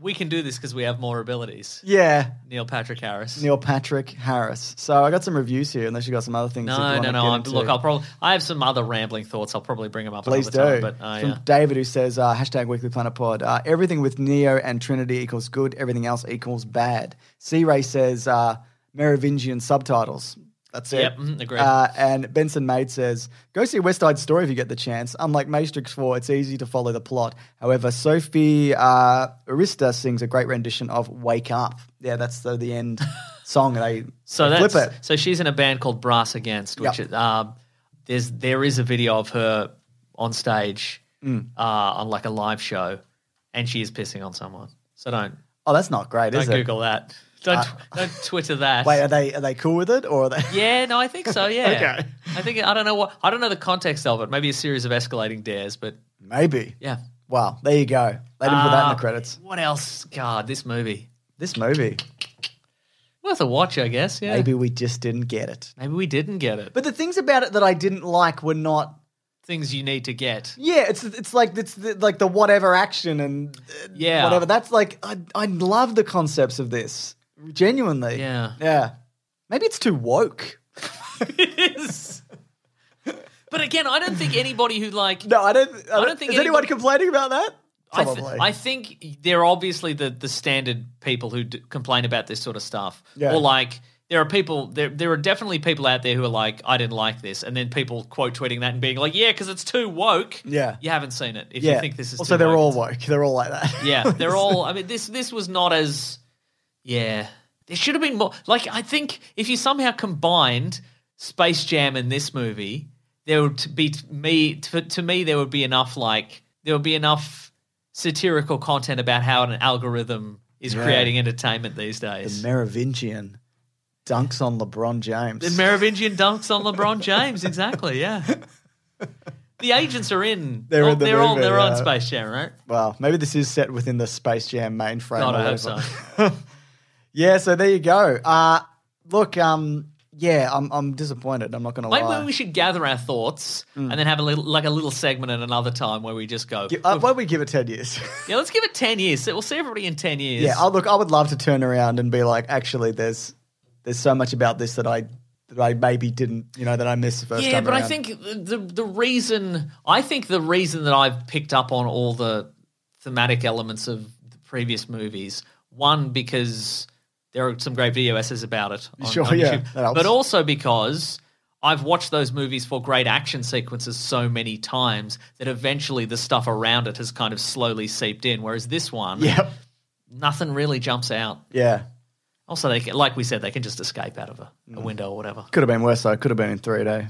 Speaker 3: "We can do this because we have more abilities."
Speaker 2: Yeah,
Speaker 3: Neil Patrick Harris.
Speaker 2: Neil Patrick Harris. So I got some reviews here, unless you got some other things. that you
Speaker 3: no,
Speaker 2: wanna
Speaker 3: no, no.
Speaker 2: get
Speaker 3: I'm,
Speaker 2: into.
Speaker 3: look, I'll probably I have some other rambling thoughts. I'll probably bring them up
Speaker 2: Please do.
Speaker 3: another time. But uh,
Speaker 2: From
Speaker 3: yeah.
Speaker 2: David, who says uh, hashtag Weekly Planet Pod, uh, everything with Neo and Trinity equals good, everything else equals bad. C Ray says uh, Merovingian subtitles. That's it.
Speaker 3: Yep, mhm, agreed.
Speaker 2: Uh, and Benson Maid says, go see West Side Story if you get the chance. Unlike Matrix 4, it's easy to follow the plot. However, Sophie uh, Arista sings a great rendition of Wake Up. Yeah, that's the, the end song. They
Speaker 3: So
Speaker 2: they
Speaker 3: that's
Speaker 2: flip it.
Speaker 3: so she's in a band called Brass Against, which
Speaker 2: Yep.
Speaker 3: is, um, there's there is a video of her on stage
Speaker 2: Mm.
Speaker 3: uh, on like a live show, and she is pissing on someone. So don't
Speaker 2: Oh, that's not great,
Speaker 3: don't
Speaker 2: is it? Uh,
Speaker 3: Google that. Don't don't Twitter that.
Speaker 2: Wait, are they are they cool with it or are they?
Speaker 3: yeah, no, I think so. Yeah, I think I don't know what I don't know the context of it. Maybe a series of escalating dares, but
Speaker 2: Maybe.
Speaker 3: yeah.
Speaker 2: Wow, there you go. They didn't put that in
Speaker 3: Uh,
Speaker 2: the credits.
Speaker 3: What else? God, this movie
Speaker 2: This movie,
Speaker 3: worth a watch, I guess. Yeah,
Speaker 2: maybe we just didn't get it.
Speaker 3: Maybe we didn't get it. But
Speaker 2: But the things about it that I didn't like were not.
Speaker 3: things you need to get.
Speaker 2: Yeah, it's it's like it's the, like the whatever action and uh,
Speaker 3: Yeah.
Speaker 2: whatever. That's like I I love the concepts of this genuinely.
Speaker 3: Yeah.
Speaker 2: yeah. Maybe it's too woke.
Speaker 3: is. But again, I don't think anybody who like
Speaker 2: No, I don't. I don't,
Speaker 3: think
Speaker 2: is anyone
Speaker 3: anybody-
Speaker 2: complaining about that.
Speaker 3: I, th-
Speaker 2: Probably.
Speaker 3: I think they're obviously the the standard people who d- complain about this sort of stuff.
Speaker 2: Yeah.
Speaker 3: Or like there are people there there are definitely people out there who are like I didn't like this and then people quote tweeting that and being like yeah cuz it's too woke.
Speaker 2: Yeah.
Speaker 3: You haven't seen it if
Speaker 2: yeah.
Speaker 3: you think this is
Speaker 2: also
Speaker 3: too
Speaker 2: they're
Speaker 3: woke.
Speaker 2: all woke. They're all like that.
Speaker 3: Yeah, they're all. I mean, this this was not as. Yeah, there should have been more. Like, I think if you somehow combined Space Jam and this movie, there would be to me to, to me there would be enough. Like, there would be enough satirical content about how an algorithm is creating entertainment these days.
Speaker 2: the Merovingian dunks on LeBron James.
Speaker 3: The Merovingian dunks on LeBron James, exactly. Yeah. The agents are in.
Speaker 2: They're in the
Speaker 3: they're on.
Speaker 2: movie,
Speaker 3: They're on
Speaker 2: yeah.
Speaker 3: Space Jam, right?
Speaker 2: Wow, maybe this is set within the Space Jam mainframe.
Speaker 3: God,
Speaker 2: or
Speaker 3: I hope
Speaker 2: whatever.
Speaker 3: so.
Speaker 2: Yeah, so there you go. Uh, look, um, yeah, I'm, I'm disappointed. I'm not going to
Speaker 3: Maybe
Speaker 2: lie.
Speaker 3: we should gather our thoughts and then have a little, like a little segment at another time where we just go.
Speaker 2: Mm. Gi- uh, why don't we give it 10 years?
Speaker 3: yeah, let's give it ten years. So We'll see everybody in ten years.
Speaker 2: yeah, I, look, I would love to turn around and be like, actually, there's there's so much about this that I that I maybe didn't, you know, that I missed the first
Speaker 3: yeah,
Speaker 2: time.
Speaker 3: but I
Speaker 2: around.
Speaker 3: think the the reason I think the reason that I've picked up on all the thematic elements of the previous movies, one because there are some great video essays about it, on,
Speaker 2: Sure,
Speaker 3: on
Speaker 2: yeah,
Speaker 3: YouTube,
Speaker 2: that helps.
Speaker 3: but also because I've watched those movies for great action sequences so many times that eventually the stuff around it has kind of slowly seeped in. Whereas this one,
Speaker 2: Yep.
Speaker 3: nothing really jumps out.
Speaker 2: Yeah.
Speaker 3: Also, they can, like we said, they can just escape out of a,
Speaker 2: Mm.
Speaker 3: a window or whatever.
Speaker 2: Could have been worse though. Could have been in 3D.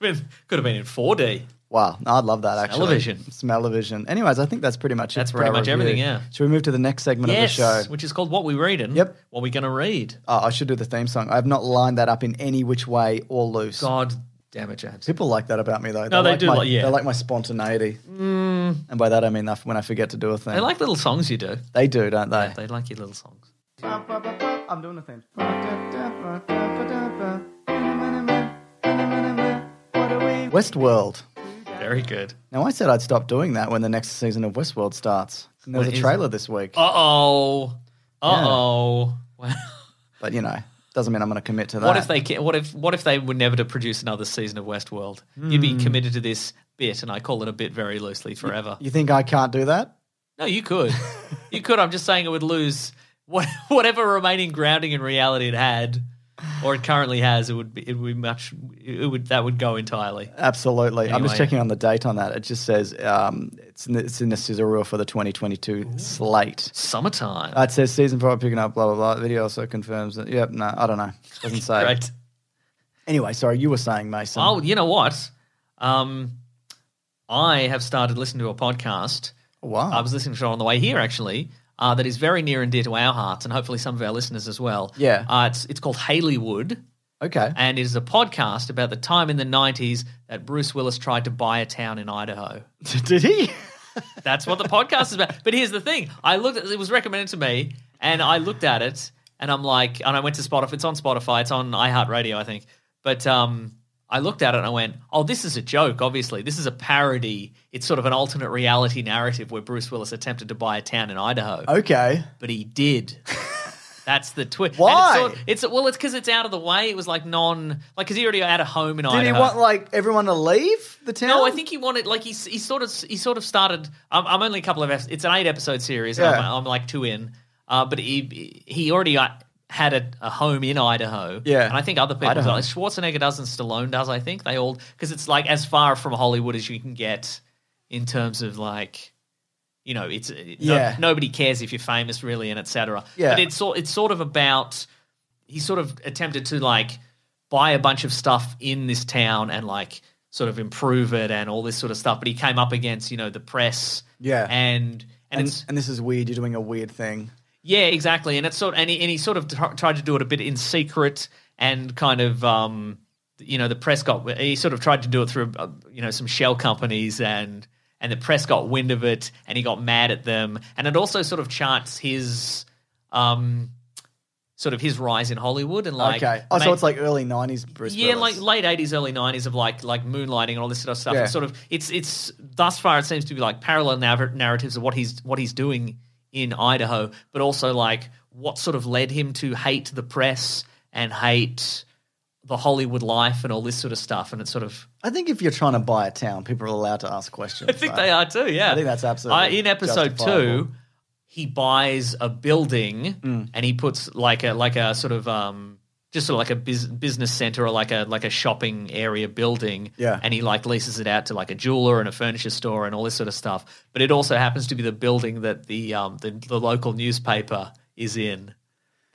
Speaker 3: Could have been in 4D.
Speaker 2: Wow, no, I'd love that actually.
Speaker 3: Smell-o-vision.
Speaker 2: Smell-o-vision. Anyways, I think that's pretty much it.
Speaker 3: That's
Speaker 2: for
Speaker 3: pretty
Speaker 2: our
Speaker 3: much
Speaker 2: review.
Speaker 3: everything, yeah.
Speaker 2: Should we move to the next segment
Speaker 3: yes,
Speaker 2: of the show?
Speaker 3: which is called What We Reading.
Speaker 2: Yep.
Speaker 3: What We Gonna Read.
Speaker 2: Oh, I should do the theme song. I have not lined that up in any which way or loose.
Speaker 3: God damn it, James.
Speaker 2: People like that about me though.
Speaker 3: No, they
Speaker 2: like
Speaker 3: do
Speaker 2: My,
Speaker 3: like- yeah. Mm.
Speaker 2: They like my spontaneity. And by that I mean when I forget to do a thing.
Speaker 3: They like little songs you do.
Speaker 2: They do, don't they?
Speaker 3: They like your little songs.
Speaker 2: I'm doing a thing. Westworld.
Speaker 3: Very good.
Speaker 2: Now I said I'd stop doing that when the next season of Westworld starts. And there was
Speaker 3: What
Speaker 2: a
Speaker 3: is
Speaker 2: trailer this week,
Speaker 3: Uh oh. Uh oh. Wow.
Speaker 2: but you know, doesn't mean I'm going to commit to that.
Speaker 3: What if they ca- what if what if they were never to produce another season of Westworld? You'd be committed to this bit, and I call it a bit very loosely forever.
Speaker 2: Hmm. You think I can't do that?
Speaker 3: No, you could. you could. I'm just saying it would lose what, whatever remaining grounding in reality it had, or it currently has. It would be. It would be much. It would. That would go entirely.
Speaker 2: Absolutely. I'm just
Speaker 3: Anyway.
Speaker 2: checking on the date on that. It just says um, it's in the, it's in the scissor reel for the 2022 slate.
Speaker 3: Summertime.
Speaker 2: Uh, it says season four picking up. Blah blah blah. Video also confirms that. Yep. No, I don't know. Doesn't say.
Speaker 3: Great.
Speaker 2: Anyway, sorry, you were saying Mason.
Speaker 3: Oh, you know what? Um, I have started listening to a podcast.
Speaker 2: Oh, wow.
Speaker 3: I was listening to it on the way here, actually. Uh, that is very near and dear to our hearts, and hopefully some of our listeners as well.
Speaker 2: Yeah.
Speaker 3: Uh, it's it's called Haleywood.
Speaker 2: okay.
Speaker 3: and it is a podcast about the time in the 90s that Bruce Willis tried to buy a town in Idaho.
Speaker 2: Did he?
Speaker 3: That's what the podcast is about. But here's the thing I looked at it, was recommended to me, and I looked at it, and I'm like, and I went to Spotify, it's on Spotify, it's on iHeartRadio, I think. But um, I looked at it and I went, oh, this is a joke, obviously. This is a parody. It's sort of an alternate reality narrative where Bruce Willis attempted to buy a town in Idaho
Speaker 2: Okay.
Speaker 3: but he did. That's the twist.
Speaker 2: Why?
Speaker 3: It's, sort- it's well, it's because it's out of the way. It was like non, like because he already had a home in
Speaker 2: Did
Speaker 3: Idaho.
Speaker 2: he want like everyone to leave the town?
Speaker 3: no, I think he wanted like he s- he sort of he sort of started. I'm, I'm only a couple of ep- it's an eight episode series. and I'm,
Speaker 2: Yeah.
Speaker 3: I'm like two in, uh, but he he already uh, had a, a home in Idaho.
Speaker 2: Yeah.
Speaker 3: and I think other people
Speaker 2: Idaho.
Speaker 3: like Schwarzenegger does and Stallone does. I think they all because it's like as far from Hollywood as you can get in terms of like you know, it's it- no-
Speaker 2: Yeah.
Speaker 3: nobody cares if you're famous, really, and etc.
Speaker 2: Yeah.
Speaker 3: But it's sort it's sort of about he sort of attempted to like buy a bunch of stuff in this town and like sort of improve it and all this sort of stuff. But he came up against you know the press,
Speaker 2: Yeah.
Speaker 3: and and,
Speaker 2: And,
Speaker 3: it's
Speaker 2: and this is weird. You're doing a weird thing.
Speaker 3: yeah, exactly. And it's sort and he, and he sort of tr- tried to do it a bit in secret and kind of um you know the press got he sort of tried to do it through uh, you know some shell companies and and the press got wind of it and he got mad at them and it also sort of charts his um sort of his rise in Hollywood and like
Speaker 2: okay. Oh, so
Speaker 3: ma-
Speaker 2: it's like early 90s Bruce
Speaker 3: yeah,
Speaker 2: Willis.
Speaker 3: like late eighties, early nineties of like like moonlighting and all this sort of stuff.
Speaker 2: Yeah.
Speaker 3: It's sort of it's it's thus far it seems to be like parallel narr- narratives of what he's what he's doing in Idaho, but also like what sort of led him to hate the press and hate the Hollywood life and all this sort of stuff. And it's sort of
Speaker 2: I think if you're trying to buy a town, people are allowed to ask questions.
Speaker 3: I think they are too. Yeah,
Speaker 2: I think that's absolutely
Speaker 3: Uh, in episode
Speaker 2: justifiable.
Speaker 3: two, he buys a building and he puts like a like a sort of um just sort of like a bus- business center or like a like a shopping area building.
Speaker 2: Yeah.
Speaker 3: and he like leases it out to like a jeweler and a furniture store and all this sort of stuff. But it also happens to be the building that the um the, the local newspaper is in.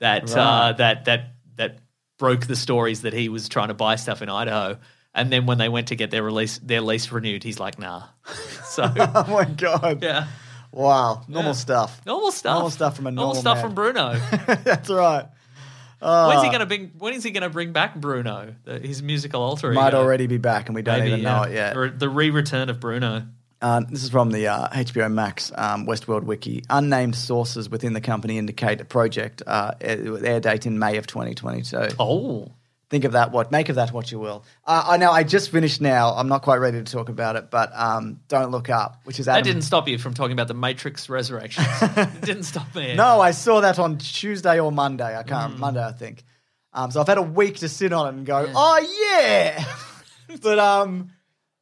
Speaker 3: That uh, that that that broke the stories that he was trying to buy stuff in Idaho. And then when they went to get their release their lease renewed, he's like, nah. So
Speaker 2: Oh my god!
Speaker 3: yeah.
Speaker 2: Wow, normal stuff.
Speaker 3: Normal stuff.
Speaker 2: Normal stuff from a normal
Speaker 3: stuff
Speaker 2: man. Ah.
Speaker 3: from Bruno.
Speaker 2: That's right.
Speaker 3: When's he gonna bring? When is he gonna bring back Bruno? The, his musical alter ego.
Speaker 2: Might already be back, and we don't even know
Speaker 3: yeah.
Speaker 2: it yet.
Speaker 3: Re- The re-return of Bruno.
Speaker 2: Um, this is from the uh, HBO Max um, Westworld Wiki. Unnamed sources within the company indicate a project uh, air air date in May of 2022.
Speaker 3: Oh,
Speaker 2: Think of that what make of that what you will. Uh, I know I just finished now. I'm not quite ready to talk about it, but um, don't look up, which is
Speaker 3: that
Speaker 2: Adam.
Speaker 3: didn't stop you from talking about the Matrix Resurrections. it Hmm. didn't stop me.
Speaker 2: No, I saw that on Tuesday or Monday. I can't Monday, I think. Um, so I've had a week to sit on it and go, oh yeah. but um,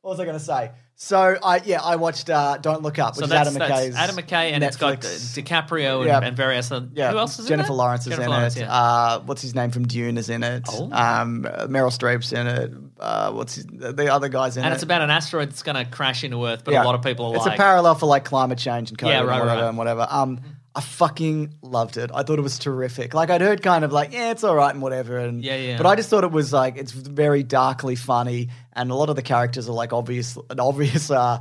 Speaker 2: what was I going to say? So I yeah, I watched uh, Don't Look Up, which
Speaker 3: So
Speaker 2: is
Speaker 3: that's
Speaker 2: Adam
Speaker 3: that's
Speaker 2: McKay's.
Speaker 3: Adam McKay, and it's got
Speaker 2: Netflix-
Speaker 3: D- DiCaprio and,
Speaker 2: Yeah.
Speaker 3: and various other.
Speaker 2: Yeah,
Speaker 3: Who else is
Speaker 2: Jennifer
Speaker 3: in it?
Speaker 2: Lawrence is
Speaker 3: Jennifer
Speaker 2: in
Speaker 3: Lawrence,
Speaker 2: it.
Speaker 3: yeah.
Speaker 2: Uh, what's his name from Dune is in it.
Speaker 3: Oh.
Speaker 2: Um, uh, Meryl Streep's in it. Uh, what's his, the other guys in
Speaker 3: and
Speaker 2: it?
Speaker 3: it's about an asteroid that's going to crash into Earth, but
Speaker 2: Yeah.
Speaker 3: a lot of people are
Speaker 2: It's a
Speaker 3: like,
Speaker 2: parallel for like climate change and COVID
Speaker 3: Yeah, right,
Speaker 2: and whatever
Speaker 3: right.
Speaker 2: and whatever. Um, I fucking loved it. I thought it was terrific. Like I'd heard kind of like yeah, it's all right and whatever. And
Speaker 3: Yeah, yeah.
Speaker 2: But I just thought it was like it's very darkly funny, and a lot of the characters are like obvious, an obvious. Uh,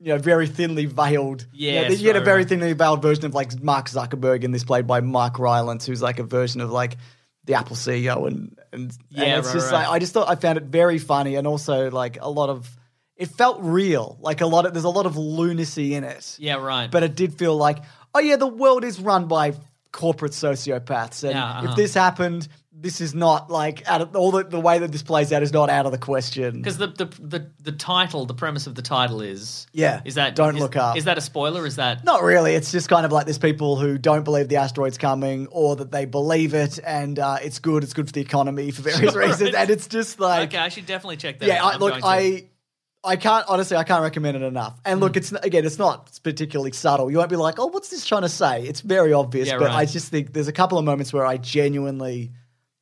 Speaker 2: you know, very thinly veiled. you know,
Speaker 3: Yes,
Speaker 2: you get a
Speaker 3: right,
Speaker 2: very
Speaker 3: right.
Speaker 2: thinly veiled version of like Mark Zuckerberg in this, played by Mike Rylance, who's like a version of like the Apple CEO, and and, and
Speaker 3: Yeah,
Speaker 2: it's
Speaker 3: right,
Speaker 2: just
Speaker 3: right.
Speaker 2: like I just thought I found it very funny, and also like a lot of it felt real. Like a lot of there's a lot of lunacy in it,
Speaker 3: yeah, right.
Speaker 2: but it did feel like oh yeah, the world is run by corporate sociopaths, and
Speaker 3: Yeah, uh-huh.
Speaker 2: if this happened. This is not like out of all the, the way that this plays out is not out of the question.
Speaker 3: because the, the the the title, the premise of the title is
Speaker 2: Yeah,
Speaker 3: is that
Speaker 2: Don't
Speaker 3: is-
Speaker 2: Look Up.
Speaker 3: Is that a spoiler? Is that
Speaker 2: Not really. It's just kind of like there's people who don't believe the asteroid's coming or that they believe it and uh, it's good. It's good for the economy for various reasons. And it's just like,
Speaker 3: okay? I should definitely check that.
Speaker 2: yeah,
Speaker 3: out.
Speaker 2: I,
Speaker 3: I'm
Speaker 2: look,
Speaker 3: going to.
Speaker 2: I. I can't honestly. I can't recommend it enough. And
Speaker 3: Hmm.
Speaker 2: look, it's again, it's not particularly subtle. You won't be like, "Oh, what's this trying to say?" It's very obvious.
Speaker 3: Yeah,
Speaker 2: but
Speaker 3: right.
Speaker 2: I just think there's a couple of moments where I genuinely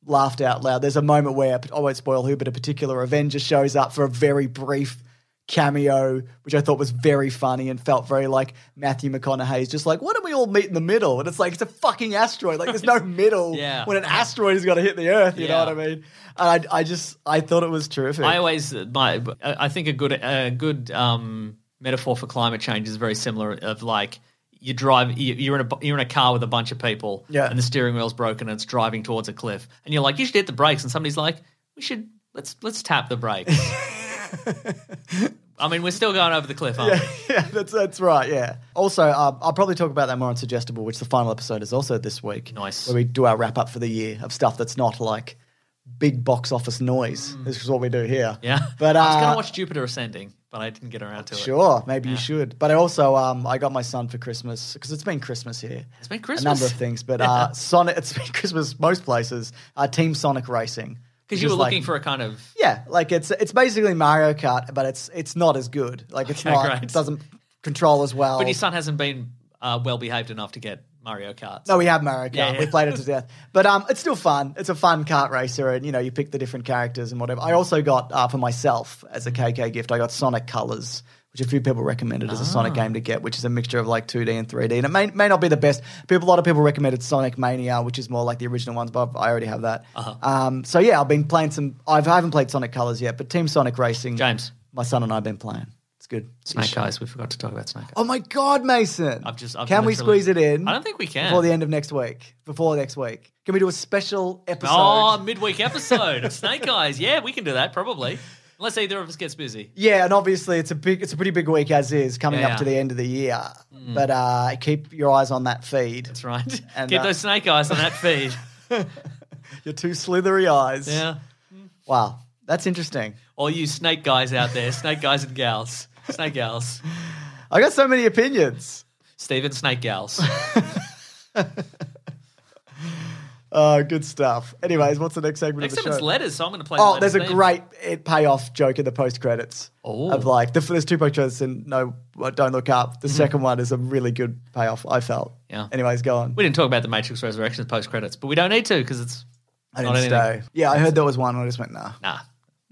Speaker 2: laughed out loud. There's a moment where I won't spoil who, but a particular Avenger shows up for a very brief cameo, which I thought was very funny and felt very like Matthew McConaughey's just like, why don't we all meet in the middle? And it's like it's a fucking asteroid. Like there's no middle
Speaker 3: Yeah.
Speaker 2: when an asteroid is going to hit the Earth. You
Speaker 3: Yeah.
Speaker 2: know what I mean? And I, I just I thought it was terrific.
Speaker 3: I always my I think a good a good um, metaphor for climate change is very similar of like you drive you- you're in a you're in a car with a bunch of people
Speaker 2: Yeah.
Speaker 3: and the steering wheel's broken and it's driving towards a cliff and you're like you should hit the brakes and somebody's like we should let's let's tap the brakes. I mean we're still going over the cliff, aren't we?
Speaker 2: yeah, that's that's right. Yeah. Also, uh, I'll probably talk about that more on Suggestible, which the final episode is also this week.
Speaker 3: Nice.
Speaker 2: Where we do our wrap up for the year of stuff that's not like big box office noise. This is what we do here.
Speaker 3: Mm. Yeah.
Speaker 2: But uh,
Speaker 3: I was going to watch Jupiter Ascending, but I didn't get around to it.
Speaker 2: Sure, maybe you should. But I also, um, I got my son for Christmas because it's been Christmas here.
Speaker 3: It's been
Speaker 2: A
Speaker 3: Christmas.
Speaker 2: number of things, but uh, Sonic. It's been Christmas most places. Uh, Team Sonic Racing
Speaker 3: Because
Speaker 2: which
Speaker 3: you
Speaker 2: is
Speaker 3: were
Speaker 2: like-
Speaker 3: looking for a kind of
Speaker 2: yeah, like it's it's basically Mario Kart, but it's it's not as good. Like it's
Speaker 3: Okay,
Speaker 2: not
Speaker 3: great.
Speaker 2: it doesn't control as well.
Speaker 3: But your son hasn't been uh, well behaved enough to get Mario Kart.
Speaker 2: No, Oh, we have Mario Kart.
Speaker 3: Yeah, yeah.
Speaker 2: We played it to death. But um, it's still fun. It's a fun kart racer, and you know you pick the different characters and whatever. I also got uh, for myself as a KK gift. I got Sonic Colors, which a few people recommended as a
Speaker 3: Ah.
Speaker 2: Sonic game to get, which is a mixture of like 2D and 3D, and it may may not be the best. People, a lot of people recommended Sonic Mania, which is more like the original ones, but I already have that.
Speaker 3: Uh-huh.
Speaker 2: Um, so yeah, I've been playing some. I've, I haven't played Sonic Colors yet, but Team Sonic Racing.
Speaker 3: James.
Speaker 2: my son and I have been playing. It's good.
Speaker 3: Snake Eyes. We forgot to talk about Snake Eyes.
Speaker 2: Oh my God, Mason!
Speaker 3: I've just- I've
Speaker 2: can we
Speaker 3: literally-
Speaker 2: squeeze it in?
Speaker 3: I don't think we can.
Speaker 2: before the end of next week. Before next week, can we do a special episode?
Speaker 3: Oh, midweek episode of Snake Eyes. Yeah, we can do that probably, unless either of us gets busy.
Speaker 2: yeah, and obviously it's a big, it's a pretty big week as is coming
Speaker 3: Yeah. Mm.
Speaker 2: up to the end of the year. But uh, keep your eyes on that feed.
Speaker 3: That's right.
Speaker 2: And,
Speaker 3: Get
Speaker 2: uh,
Speaker 3: those Snake Eyes on that feed.
Speaker 2: Your two slithery eyes.
Speaker 3: yeah.
Speaker 2: Wow, that's interesting.
Speaker 3: All you Snake guys out there, Snake guys and gals, Snake gals,
Speaker 2: I got so many opinions.
Speaker 3: Stephen Snake gals.
Speaker 2: Oh, good stuff. Anyways, what's the next segment
Speaker 3: Next
Speaker 2: of
Speaker 3: time
Speaker 2: the
Speaker 3: it's
Speaker 2: show?
Speaker 3: letters, so I'm going to play.
Speaker 2: Oh,
Speaker 3: the
Speaker 2: there's
Speaker 3: letters
Speaker 2: a
Speaker 3: theme.
Speaker 2: great eh, payoff joke in the post credits
Speaker 3: Oh.
Speaker 2: of like the, there's two post credits and no, don't look up. The second one is a really good payoff. I felt.
Speaker 3: Mm-hmm. Yeah.
Speaker 2: Anyways, go on.
Speaker 3: We didn't talk about the Matrix Resurrections post credits, but we don't need to because it's
Speaker 2: I
Speaker 3: not
Speaker 2: didn't
Speaker 3: anything.
Speaker 2: stay. Mm. Yeah, I heard there was one. and I just went nah.
Speaker 3: Nah.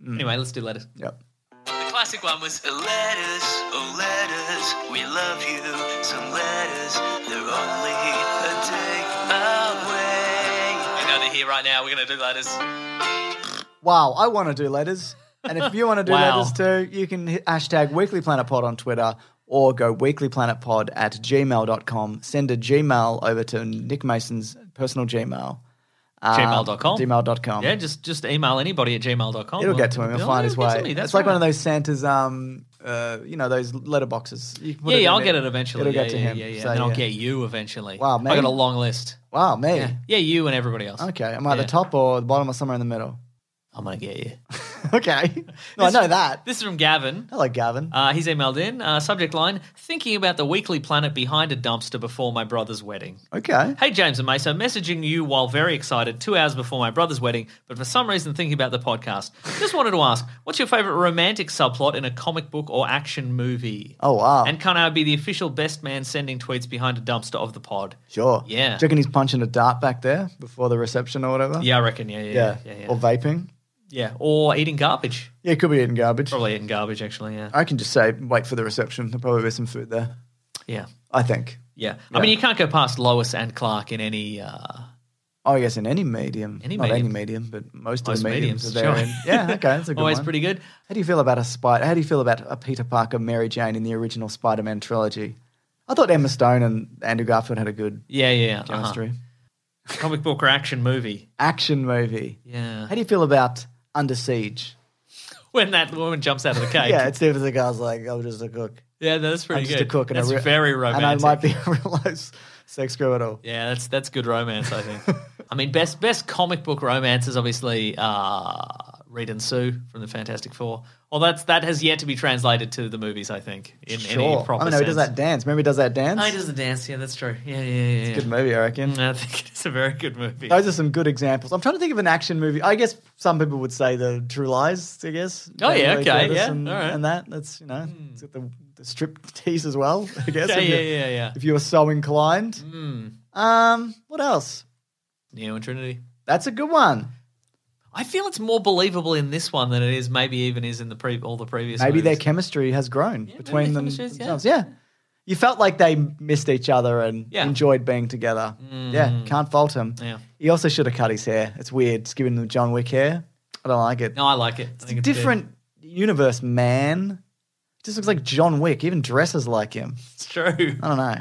Speaker 3: Anyway, let's do letters.
Speaker 2: Yep.
Speaker 3: The classic one was
Speaker 4: Letters, oh letters, we love you. Some letters, they're only a day away.
Speaker 3: I know they're here right now. We're going to do letters.
Speaker 2: Wow, I want to do letters. And if you want to do
Speaker 3: Wow.
Speaker 2: letters too, you can hit hashtag Weekly Planet Pod on Twitter or go weeklyplanetpod at gmail.com. Send a Gmail over to Nick Mason's personal Gmail. Uh,
Speaker 3: Gmail.com.
Speaker 2: Gmail.com.
Speaker 3: Yeah, just just email anybody at gmail.com.
Speaker 2: It'll get to him. He'll find his
Speaker 3: it'll get to
Speaker 2: way.
Speaker 3: me, That's
Speaker 2: it's like
Speaker 3: right.
Speaker 2: one of those Santa's, um, uh, you know, those letterboxes. You can put
Speaker 3: Yeah, yeah,
Speaker 2: in
Speaker 3: I'll
Speaker 2: there.
Speaker 3: get it eventually.
Speaker 2: It'll
Speaker 3: yeah,
Speaker 2: get to
Speaker 3: yeah,
Speaker 2: him.
Speaker 3: Yeah, yeah.
Speaker 2: So,
Speaker 3: and then I'll
Speaker 2: yeah.
Speaker 3: get you eventually.
Speaker 2: Wow,
Speaker 3: I
Speaker 2: man.
Speaker 3: got a long list.
Speaker 2: Wow, me.
Speaker 3: Yeah, you and everybody else.
Speaker 2: Okay, am I at
Speaker 3: Yeah.
Speaker 2: the top or the bottom or somewhere in the middle?
Speaker 3: I'm gonna get you.
Speaker 2: okay. No, I know that.
Speaker 3: This is from Gavin.
Speaker 2: Hello, Gavin.
Speaker 3: Uh, he's emailed in. Uh, subject line Thinking about the weekly planet behind a dumpster before my brother's wedding.
Speaker 2: okay.
Speaker 3: Hey, James and Mesa, messaging you while very excited two hours before my brother's wedding, but for some reason thinking about the podcast. Just wanted to ask what's your favorite romantic subplot in a comic book or action movie?
Speaker 2: Oh, wow.
Speaker 3: And can I be the official best man sending tweets behind a dumpster of the pod?
Speaker 2: sure.
Speaker 3: Yeah.
Speaker 2: Do you reckon he's punching a dart back there before the reception or whatever?
Speaker 3: Yeah, I reckon. Yeah, yeah, yeah.
Speaker 2: Yeah.
Speaker 3: Yeah,
Speaker 2: Or vaping?
Speaker 3: Yeah, Or eating garbage.
Speaker 2: Yeah, it could be eating garbage.
Speaker 3: Probably eating garbage, actually. Yeah.
Speaker 2: I can just say, wait for the reception. There'll probably be some food there.
Speaker 3: Yeah.
Speaker 2: I think.
Speaker 3: Yeah. I mean, you can't go past Lois and Clark in any. Uh,
Speaker 2: Oh, yes, in any medium.
Speaker 3: Any
Speaker 2: Not any
Speaker 3: medium.
Speaker 2: medium, but most,
Speaker 3: Most
Speaker 2: of the mediums,
Speaker 3: mediums,
Speaker 2: are there.
Speaker 3: sure.
Speaker 2: in. Yeah, okay, that's a good
Speaker 3: always
Speaker 2: one.
Speaker 3: pretty good.
Speaker 2: How do you feel about a spider? How do you feel about a Peter Parker, Mary Jane in the original Spider-Man trilogy? I thought Emma Stone and Andrew Garfield had a good
Speaker 3: Yeah, yeah, yeah. uh-huh.
Speaker 2: chemistry.
Speaker 3: Comic book or action movie.
Speaker 2: Action movie.
Speaker 3: Yeah.
Speaker 2: How do you feel about Under Siege?
Speaker 3: when that woman jumps out of the cake.
Speaker 2: Yeah,
Speaker 3: yeah,
Speaker 2: it's different. The guy's like, I'm just a cook.
Speaker 3: that's pretty
Speaker 2: I'm just
Speaker 3: good.
Speaker 2: a cook, and
Speaker 3: that's
Speaker 2: a real-
Speaker 3: very romantic.
Speaker 2: And I might be a real life sex criminal.
Speaker 3: Yeah, that's that's good romance, I think. I mean, best best comic book romance is obviously uh, Reed and Sue from the Fantastic Four. Well, that's that has yet to be translated to the movies, I think, in any proper
Speaker 2: I know Oh, he does
Speaker 3: sense.
Speaker 2: that dance. Remember he does that dance?
Speaker 3: Oh, he Mm. does the dance. Yeah, that's true. Yeah, yeah, yeah. yeah.
Speaker 2: Good movie, I reckon.
Speaker 3: I think it's a very good movie.
Speaker 2: Those are some good examples. I'm trying to think of an action movie. I guess some people would say the True Lies. I guess.
Speaker 3: Oh, yeah,
Speaker 2: Jamie Lee
Speaker 3: okay,
Speaker 2: Curtis
Speaker 3: yeah,
Speaker 2: and,
Speaker 3: all right. Hmm.
Speaker 2: and that that's you know it's got the, the strip tease as well. I guess.
Speaker 3: yeah,
Speaker 2: if
Speaker 3: yeah,
Speaker 2: you-
Speaker 3: yeah, yeah. Hmm.
Speaker 2: If you were so inclined. Um, what else?
Speaker 3: Neo and Trinity.
Speaker 2: That's a good one.
Speaker 3: I feel it's more believable in this one than it is maybe even is in the pre- all the previous.
Speaker 2: Maybe
Speaker 3: movies.
Speaker 2: their chemistry has grown between
Speaker 3: their
Speaker 2: them
Speaker 3: chemistry is, yeah.
Speaker 2: themselves. Yeah. You felt like they missed each other and
Speaker 3: Yeah. Mm.
Speaker 2: enjoyed being together. Yeah, can't fault him.
Speaker 3: Yeah.
Speaker 2: He also should have cut his hair. It's weird. It's giving him John Wick hair. I don't like it.
Speaker 3: No, I like it. I
Speaker 2: It's
Speaker 3: think
Speaker 2: a
Speaker 3: good.
Speaker 2: different universe, man. He just looks like John Wick. He even dresses like him.
Speaker 3: It's true.
Speaker 2: I don't know.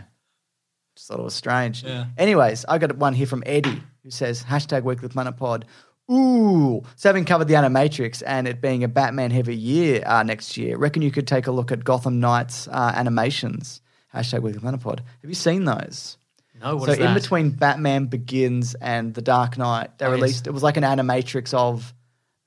Speaker 2: Just thought it was strange.
Speaker 3: Yeah.
Speaker 2: Anyways, I got one here from Eddie who says hashtag Weekly Planet Pod. Ooh. So having covered the Animatrix and it being a Batman heavy year uh, next year, reckon you could take a look at Gotham Knights uh, animations. Hashtag Weekly Planet Pod. Have you seen those?
Speaker 3: No, what
Speaker 2: so
Speaker 3: is that? Oh,
Speaker 2: in between Batman Begins and The Dark Knight, they
Speaker 3: yes.
Speaker 2: released it was like an animatrix of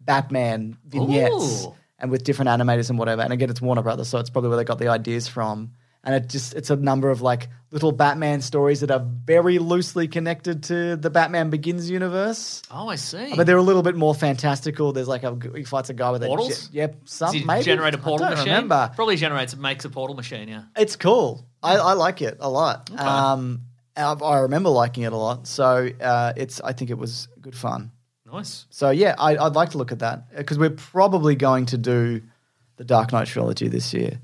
Speaker 2: Batman vignettes
Speaker 3: Ooh.
Speaker 2: and with different animators and whatever. And again, it's Warner Brothers, so it's probably where they got the ideas from. And it just it's a number of like little Batman stories that are very loosely connected to the Batman Begins universe.
Speaker 3: Oh, I see.
Speaker 2: But they're a little bit more fantastical. There's like a he fights a guy with
Speaker 3: Portals?
Speaker 2: a jet- yep, some
Speaker 3: Does it
Speaker 2: maybe
Speaker 3: generate a
Speaker 2: I
Speaker 3: portal
Speaker 2: don't
Speaker 3: machine?
Speaker 2: remember.
Speaker 3: Probably generates it makes a portal machine, yeah.
Speaker 2: It's cool. I, I like it a lot. Um, I, I remember liking it a lot. So uh, it's. I think it was good fun.
Speaker 3: Nice.
Speaker 2: So yeah, I, I'd like to look at that because we're probably going to do the Dark Knight trilogy this year.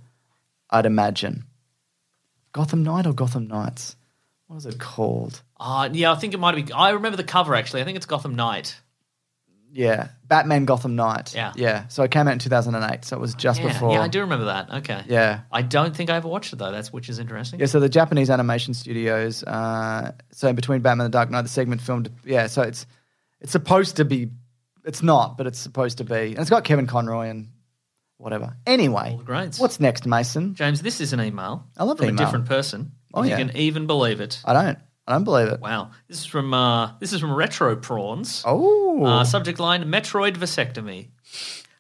Speaker 2: I'd imagine. Gotham Knight or Gotham Knights? What is it called?
Speaker 3: Uh, yeah, I think it might be I remember the cover actually. I think it's Gotham Knight.
Speaker 2: Yeah, Batman Gotham Knight.
Speaker 3: Yeah.
Speaker 2: yeah. So it came out in two thousand and eight. So it was just
Speaker 3: Yeah,
Speaker 2: before.
Speaker 3: yeah, I do remember that. Okay.
Speaker 2: Yeah.
Speaker 3: I don't think I ever watched it though. That's which is interesting.
Speaker 2: Yeah, so the Japanese animation studios. Uh, so in between Batman and the Dark Knight, the segment filmed. Yeah, so it's it's supposed to be. It's not, but it's supposed to be. And it's got Kevin Conroy and whatever. Anyway,
Speaker 3: the greats.
Speaker 2: what's next, Mason?
Speaker 3: James, this is an email.
Speaker 2: I love
Speaker 3: from
Speaker 2: email.
Speaker 3: a different person.
Speaker 2: Oh,
Speaker 3: if
Speaker 2: yeah.
Speaker 3: you can even believe it.
Speaker 2: I don't. I don't believe it.
Speaker 3: Wow. This is from uh, this is from Retro Prawns.
Speaker 2: Oh,
Speaker 3: Uh, subject line Metroid vasectomy.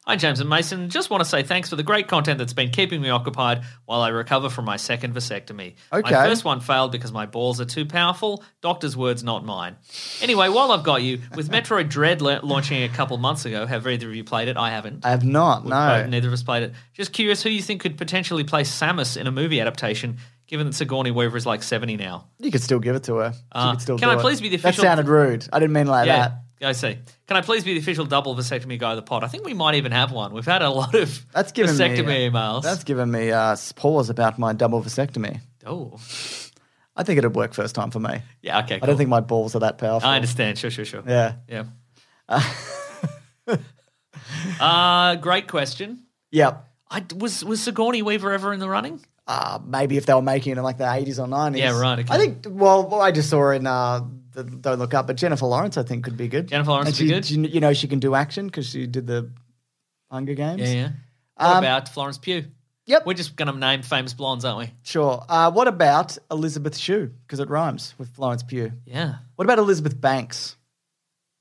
Speaker 3: Hi, James and Mason. Just want to say thanks for the great content that's been keeping me occupied while I recover from my second vasectomy.
Speaker 2: Okay.
Speaker 3: My first one failed because my balls are too powerful. Doctor's words, not mine. Anyway, while I've got you, with Metroid Dread la- launching a couple months ago, have either of you played it? I haven't.
Speaker 2: I have not.
Speaker 3: We've
Speaker 2: No.
Speaker 3: both- neither of us played it. Just curious who you think could potentially play Samus in a movie adaptation, given that Sigourney Weaver is like 70 now.
Speaker 2: you could still give it to her. She
Speaker 3: Uh,
Speaker 2: could still
Speaker 3: can
Speaker 2: do
Speaker 3: I
Speaker 2: it.
Speaker 3: please be the official-
Speaker 2: That sounded rude. I didn't mean like
Speaker 3: yeah,
Speaker 2: that.
Speaker 3: I see. Can I please be the official double vasectomy guy of the pod? I think we might even have one. We've had a lot of
Speaker 2: That's given
Speaker 3: vasectomy
Speaker 2: me uh,
Speaker 3: emails.
Speaker 2: That's given me uh, pause about my double vasectomy.
Speaker 3: oh,
Speaker 2: I think it'd work first time for me.
Speaker 3: yeah. Okay,
Speaker 2: I
Speaker 3: cool.
Speaker 2: don't think my balls are that powerful.
Speaker 3: I understand. Sure, sure, sure.
Speaker 2: Yeah.
Speaker 3: Yeah. Uh, great question.
Speaker 2: Yep.
Speaker 3: I was was Sigourney Weaver ever in the running?
Speaker 2: uh, maybe if they were making it in like the 80s or 90s.
Speaker 3: Yeah, right, okay.
Speaker 2: I think, well, well, I just saw in, uh, the, don't look up, but Jennifer Lawrence, I think, could be good.
Speaker 3: Jennifer
Speaker 2: And
Speaker 3: Lawrence would be
Speaker 2: she-
Speaker 3: good.
Speaker 2: she- you know, she can do action because she did the Hunger Games.
Speaker 3: Yeah, yeah. What about Florence Pugh?
Speaker 2: Um, Yep.
Speaker 3: We're just going to name famous blondes, aren't we?
Speaker 2: Sure. Uh, what about Elizabeth Shue? Because it rhymes with Florence Pugh.
Speaker 3: Yeah.
Speaker 2: What about Elizabeth Banks?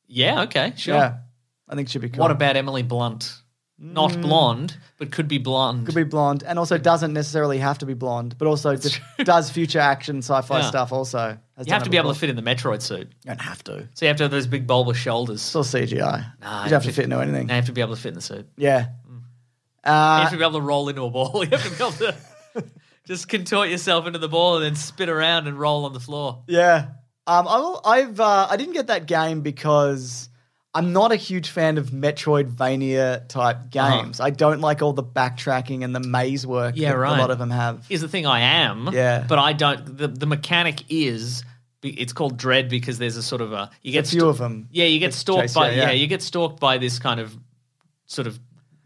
Speaker 3: Yeah. Okay. Sure.
Speaker 2: Yeah. I think she'd be cool.
Speaker 3: What about Emily Blunt? not blonde, but could be blonde.
Speaker 2: Mm. Could be blonde, and also doesn't necessarily have to be blonde, but also d- does future action sci-fi
Speaker 3: Yeah.
Speaker 2: stuff. Also, Has
Speaker 3: you have
Speaker 2: done
Speaker 3: to
Speaker 2: it
Speaker 3: be able to
Speaker 2: before.
Speaker 3: fit in the Metroid suit.
Speaker 2: You don't have to.
Speaker 3: So you have to have those big bulbous shoulders.
Speaker 2: It's all CGI.
Speaker 3: Nah,
Speaker 2: you don't have to fit into anything.
Speaker 3: Now you have to be able to fit in the suit.
Speaker 2: Yeah.
Speaker 3: You
Speaker 2: Uh,
Speaker 3: have to be able to roll into a ball. You have to be able to just contort yourself into the ball and then spin around and roll on the floor.
Speaker 2: yeah. Um, I will, I've uh, I didn't get that game because I'm not a huge fan of Metroidvania type games. I don't like all the backtracking and the maze work.
Speaker 3: Uh-huh. Yeah,
Speaker 2: that
Speaker 3: right.
Speaker 2: A lot of them have.
Speaker 3: Is the thing I am.
Speaker 2: Yeah.
Speaker 3: But I don't. The, the mechanic is. It's called dread because there's a sort of a you get
Speaker 2: a few
Speaker 3: sto-
Speaker 2: of them.
Speaker 3: Yeah, you get
Speaker 2: It's
Speaker 3: stalked
Speaker 2: Jace,
Speaker 3: by
Speaker 2: yeah,
Speaker 3: yeah,
Speaker 2: yeah.
Speaker 3: you get stalked by this kind of sort of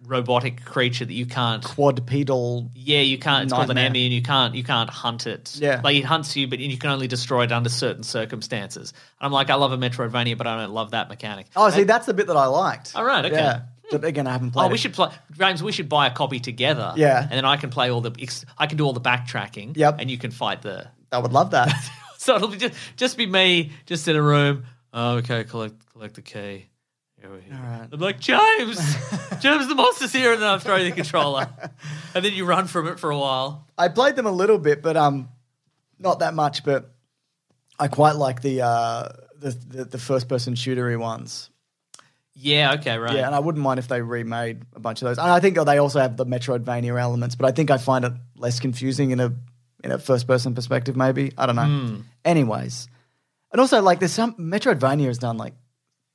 Speaker 3: robotic creature that you can't
Speaker 2: Quadrupedal.
Speaker 3: yeah, you can't. It's called an
Speaker 2: Nightmare.
Speaker 3: enemy, and you can't you can't hunt it.
Speaker 2: Yeah.
Speaker 3: like it hunts you, but you can only destroy it under certain circumstances. And I'm like, I love a Metroidvania, but I don't love that mechanic.
Speaker 2: Oh, see, that's the bit that I liked.
Speaker 3: All right, okay.
Speaker 2: Yeah. But again, I haven't played.
Speaker 3: Oh, we
Speaker 2: it.
Speaker 3: should play, James. We should buy a copy together.
Speaker 2: Yeah.
Speaker 3: and then I can play all the ex- I can do all the backtracking.
Speaker 2: Yep.
Speaker 3: and you can fight the.
Speaker 2: I would love that.
Speaker 3: So it'll be just just be me, just in a room. Oh, okay, collect collect the key. Here we go. I'm like James, James, the monster's here, and then I throw you the controller, and then you run from it for a while.
Speaker 2: I played them a little bit, but um, not that much. But I quite like the uh, the, the the first person shootery ones.
Speaker 3: Yeah, okay, right.
Speaker 2: Yeah, and I wouldn't mind if they remade a bunch of those. And I think they also have the Metroidvania elements, but I think I find it less confusing in a in a first person perspective. Maybe I don't know. Anyways, and also like there's some Metroidvania has done like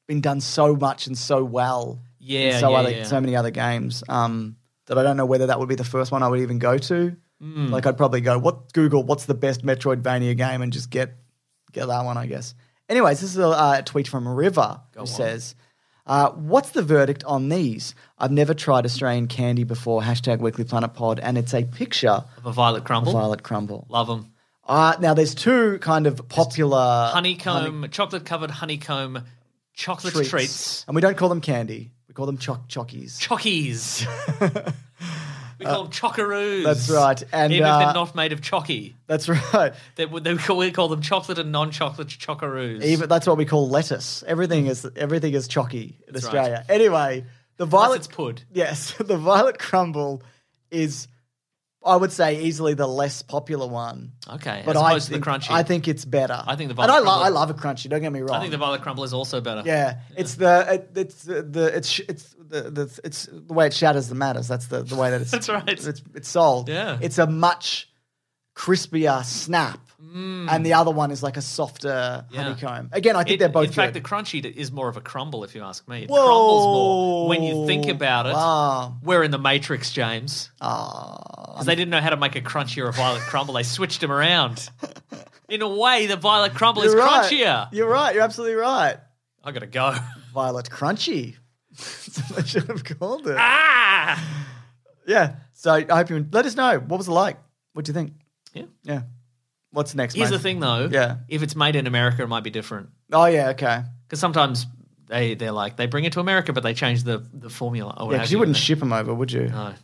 Speaker 2: been done so much and so well. in
Speaker 3: Yeah,
Speaker 2: so
Speaker 3: yeah,
Speaker 2: other,
Speaker 3: yeah.
Speaker 2: so many other games. Um, that I don't know whether that would be the first one I would even go to.
Speaker 3: Hmm.
Speaker 2: Like I'd probably go what Google what's the best Metroidvania game and just get get that one, I guess. Anyways, this is a uh, tweet from River who says, uh, "What's the verdict on these? I've never tried Australian candy before. Hashtag Weekly Planet Pod, and it's a picture
Speaker 3: Of a violet crumble.
Speaker 2: of Violet Crumble.
Speaker 3: Love them.
Speaker 2: Uh, now there's two kind of popular
Speaker 3: Honeycomb, chocolate covered honeycomb, chocolate treats,
Speaker 2: and we don't call them candy. We call them choc chockies.
Speaker 3: chockies. we call them chocaroos.
Speaker 2: that's right, and,
Speaker 3: even if
Speaker 2: uh,
Speaker 3: they're not made of chocky,
Speaker 2: That's right.
Speaker 3: they, would- they, call- we call them chocolate and non-chocolate chocaroos.
Speaker 2: Even that's what we call lettuce. Everything
Speaker 3: Mm.
Speaker 2: is everything is chocky in Australia. Anyway, the
Speaker 3: Unless
Speaker 2: violet
Speaker 3: it's pud.
Speaker 2: Yes, the Violet Crumble is, I would say, easily the less popular one.
Speaker 3: Okay,
Speaker 2: But
Speaker 3: as
Speaker 2: I
Speaker 3: opposed
Speaker 2: think,
Speaker 3: to the crunchy.
Speaker 2: I think it's better.
Speaker 3: I think the
Speaker 2: and I,
Speaker 3: Violet
Speaker 2: lo-
Speaker 3: Crumble-
Speaker 2: I love a crunchy. Don't get me wrong.
Speaker 3: I think the violet crumble is also better.
Speaker 2: yeah, it's the it, it's the, the it's sh- it's the, the it's the way it shatters the matters. That's the the way that it's
Speaker 3: That's right.
Speaker 2: It's it's sold.
Speaker 3: Yeah.
Speaker 2: it's a much crispier snap, and the other one is like a softer
Speaker 3: Mm. Yeah.
Speaker 2: honeycomb. Again, I think
Speaker 3: It-
Speaker 2: they're both
Speaker 3: In fact,
Speaker 2: good.
Speaker 3: the crunchy is more of a crumble, if you ask me. It crumbles more when you think about it.
Speaker 2: Wow.
Speaker 3: We're in the Matrix, James.
Speaker 2: Ah.
Speaker 3: Because they didn't know how to make a crunchy or a violet crumble. They switched them around. In a way, the violet crumble is
Speaker 2: You're right.
Speaker 3: crunchier.
Speaker 2: You're right. You're absolutely right.
Speaker 3: I gotta go.
Speaker 2: Violet Crunchy. That's what I should have called it.
Speaker 3: ah!
Speaker 2: Yeah. So I hope you let us know. What was it like? What do you think?
Speaker 3: Yeah.
Speaker 2: Yeah. What's next?
Speaker 3: Here's
Speaker 2: mate?
Speaker 3: the thing, though.
Speaker 2: Yeah.
Speaker 3: If it's made in America, it might be different.
Speaker 2: Oh yeah. Okay.
Speaker 3: Because sometimes they they're like they bring it to America, but they change the the formula. Or what
Speaker 2: Yeah,
Speaker 3: have
Speaker 2: because you wouldn't
Speaker 3: and
Speaker 2: ship them over, would you?
Speaker 3: they- No.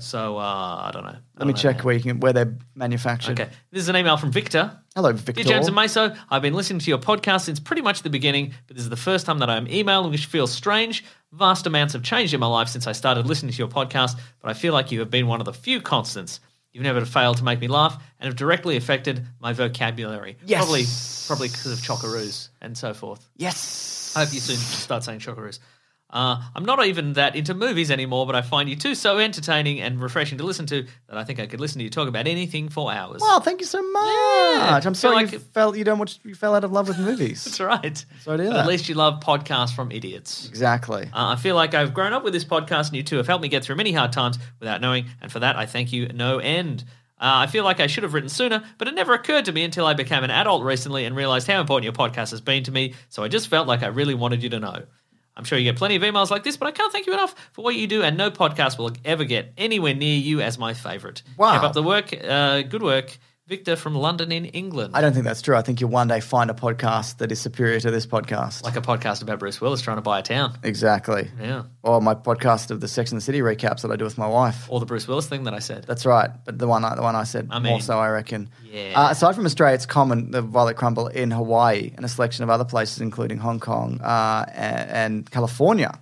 Speaker 3: So uh, I don't know. I
Speaker 2: let
Speaker 3: don't
Speaker 2: me
Speaker 3: know,
Speaker 2: check
Speaker 3: man.
Speaker 2: where you can, where they're manufactured.
Speaker 3: Okay. This is an email from Victor.
Speaker 2: Hello, Victor.
Speaker 3: Dear James and Meso, I've been listening to your podcast since pretty much the beginning, but this is the first time that I'm emailing, which feels strange. Vast amounts have changed in my life since I started listening to your podcast, but I feel like you have been one of the few constants. You've never failed to make me laugh and have directly affected my vocabulary.
Speaker 2: Yes.
Speaker 3: Probably probably because of chocaroos and so forth.
Speaker 2: Yes.
Speaker 3: I hope you soon start saying chocaroos. Uh, I'm not even that into movies anymore, but I find you two so entertaining and refreshing to listen to that I think I could listen to you talk about anything for hours.
Speaker 2: Wow, Oh, thank you so much. I'm
Speaker 3: Feel
Speaker 2: sorry you
Speaker 3: like-
Speaker 2: fell. You don't watch. You fell out of love with movies.
Speaker 3: That's right.
Speaker 2: Sorry to hear
Speaker 3: But At
Speaker 2: that.
Speaker 3: least you love podcasts from idiots.
Speaker 2: Exactly.
Speaker 3: Uh, I feel like I've grown up with this podcast, and you two have helped me get through many hard times without knowing, and for that I thank you no end. Uh, I feel like I should have written sooner, but it never occurred to me until I became an adult recently and realized how important your podcast has been to me, so I just felt like I really wanted you to know. I'm sure you get plenty of emails like this, but I can't thank you enough for what you do, and no podcast will ever get anywhere near you as my favorite.
Speaker 2: Wow.
Speaker 3: Keep up the work. Uh, good work. Victor from London in England.
Speaker 2: I don't think that's true. I think you'll one day find a podcast that is superior to this podcast.
Speaker 3: like a podcast about Bruce Willis trying to buy a town.
Speaker 2: exactly.
Speaker 3: Yeah.
Speaker 2: Or my podcast of the Sex and the City recaps that I do with my wife.
Speaker 3: Or the Bruce Willis thing that I said.
Speaker 2: That's right, but the one I, the one I said
Speaker 3: I mean,
Speaker 2: more so, I reckon.
Speaker 3: yeah.
Speaker 2: Uh, aside from Australia, it's common the violet crumble in Hawaii and a selection of other places, including Hong Kong uh, and, and California.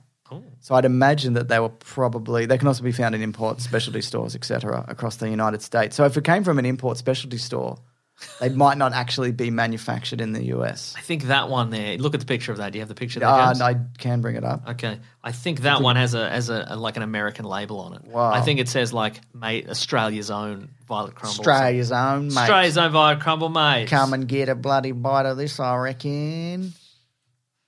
Speaker 2: So I'd imagine that they were probably they can also be found in import specialty stores, etc., across the United States. So if it came from an import specialty store, they might not actually be manufactured in the US.
Speaker 3: I think that one there. Look at the picture of that. Do you have the picture? There,
Speaker 2: Uh,
Speaker 3: James?
Speaker 2: I can bring it up.
Speaker 3: Okay, I think that one has a has a, a- like an American label on it.
Speaker 2: Wow.
Speaker 3: I think it says like "Mate, Australia's own Violet Crumble." or something.
Speaker 2: Australia's own, mate.
Speaker 3: Australia's own Violet Crumble, mate.
Speaker 2: Come and get a bloody bite of this, I reckon.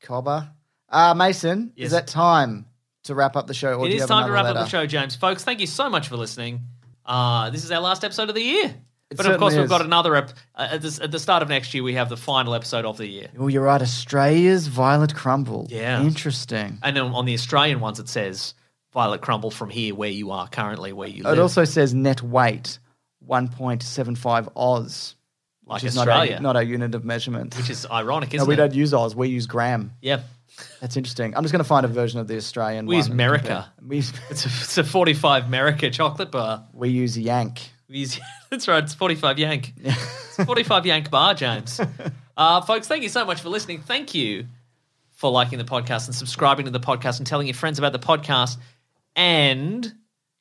Speaker 2: Cobber. Uh, Mason,
Speaker 3: Yes.
Speaker 2: is that time to wrap up the show? Or
Speaker 3: It
Speaker 2: do you
Speaker 3: is
Speaker 2: have
Speaker 3: time
Speaker 2: another
Speaker 3: to wrap up
Speaker 2: letter?
Speaker 3: the show, James. Folks, thank you so much for listening. Uh, this is our last episode of the year.
Speaker 2: It
Speaker 3: but of course,
Speaker 2: certainly
Speaker 3: we've
Speaker 2: is.
Speaker 3: got another ep- uh, at, this, at the start of next year. We have the final episode of the year,
Speaker 2: Oh, you're right. Australia's Violet Crumble.
Speaker 3: Yeah.
Speaker 2: Interesting.
Speaker 3: and then on the Australian ones, it says "Violet Crumble from here, where you are currently, where you live."
Speaker 2: It also says net weight 1.75 Oz.
Speaker 3: Like
Speaker 2: which is
Speaker 3: Australia.
Speaker 2: Not, a, not a unit of measurement.
Speaker 3: which is ironic,
Speaker 2: no,
Speaker 3: isn't
Speaker 2: we
Speaker 3: it?
Speaker 2: don't use Oz. We use gram.
Speaker 3: yeah,
Speaker 2: That's interesting. I'm just going to find a version of the Australian
Speaker 3: we
Speaker 2: one
Speaker 3: use
Speaker 2: and
Speaker 3: America.
Speaker 2: compare. We use,
Speaker 3: It's a, it's a 45 America chocolate bar.
Speaker 2: we use Yank.
Speaker 3: We use- That's right, it's 45 Yank. It's 45 Yank bar, James. Uh, folks, thank you so much for listening. Thank you for liking the podcast and subscribing to the podcast and telling your friends about the podcast and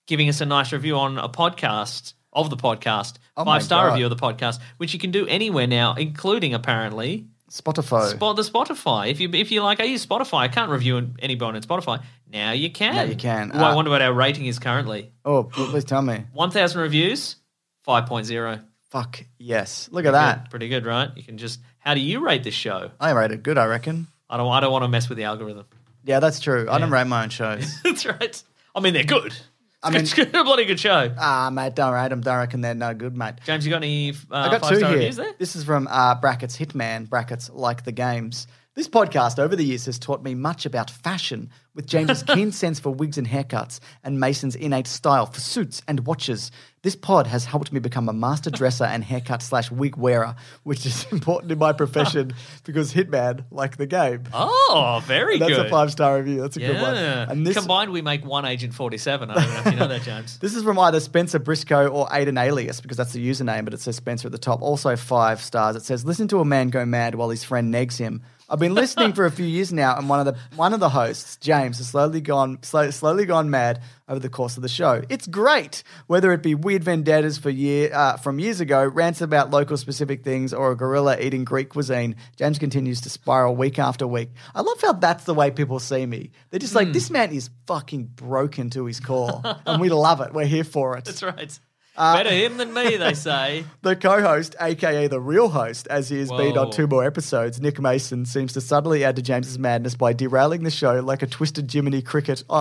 Speaker 3: giving us a nice review on a podcast of the podcast,
Speaker 2: Oh
Speaker 3: five
Speaker 2: my
Speaker 3: star
Speaker 2: God.
Speaker 3: review of the podcast, which you can do anywhere now, including apparently
Speaker 2: Spotify.
Speaker 3: Spot the Spotify. If you if you like, I use Spotify. I can't review an- any bone on Spotify. Now you can.
Speaker 2: Now you can.
Speaker 3: Ooh, I
Speaker 2: Uh,
Speaker 3: wonder what our rating is currently.
Speaker 2: oh, please tell me.
Speaker 3: One thousand reviews, five point zero.
Speaker 2: Fuck yes. Look at that.
Speaker 3: pretty good, right? You can just. How do you rate this show?
Speaker 2: I rated good, I reckon.
Speaker 3: I don't. I don't want to mess with the algorithm.
Speaker 2: Yeah, that's true. I don't rate my own shows.
Speaker 3: That's right. I mean, they're good. I
Speaker 2: mean-
Speaker 3: mean, it's good, a bloody good show.
Speaker 2: ah, mate, don't rate them. Don't reckon they're no good, mate.
Speaker 3: James, you got any uh,
Speaker 2: I got
Speaker 3: five
Speaker 2: two
Speaker 3: star
Speaker 2: here.
Speaker 3: reviews there?
Speaker 2: This is from uh, brackets Hitman brackets like the games. This podcast over the years has taught me much about fashion, with James's keen sense for wigs and haircuts, and Mason's innate style for suits and watches. This pod has helped me become a master dresser and haircut slash wig wearer, which is important in my profession because Hitman, like the game,
Speaker 3: Oh, very
Speaker 2: that's
Speaker 3: good.
Speaker 2: a five star review. That's a good one.
Speaker 3: Yeah.
Speaker 2: And this
Speaker 3: Combined, we make one agent forty-seven. I don't know if you know that, James.
Speaker 2: This is from either Spencer Briscoe or Aiden Alias because that's the username, but it says Spencer at the top. Also five stars. It says, "Listen to a man go mad while his friend negs him." I've been listening for a few years now, and one of the one of the hosts, James, has slowly gone slow, slowly gone mad over the course of the show. It's great, whether it be weird vendettas for year uh, from years ago, rants about local specific things, or a gorilla eating Greek cuisine. James continues to spiral week after week. I love how that's the way people see me. They're just like, "This man is fucking broken to his core," and we love it. We're here for it.
Speaker 3: That's right.
Speaker 2: Uh,
Speaker 3: Better him than me, they say.
Speaker 2: The co-host, aka the real host, as he has been on
Speaker 3: Whoa.
Speaker 2: two more episodes, Nick Mason seems to subtly add to James's madness by derailing the show like a twisted Jiminy cricket.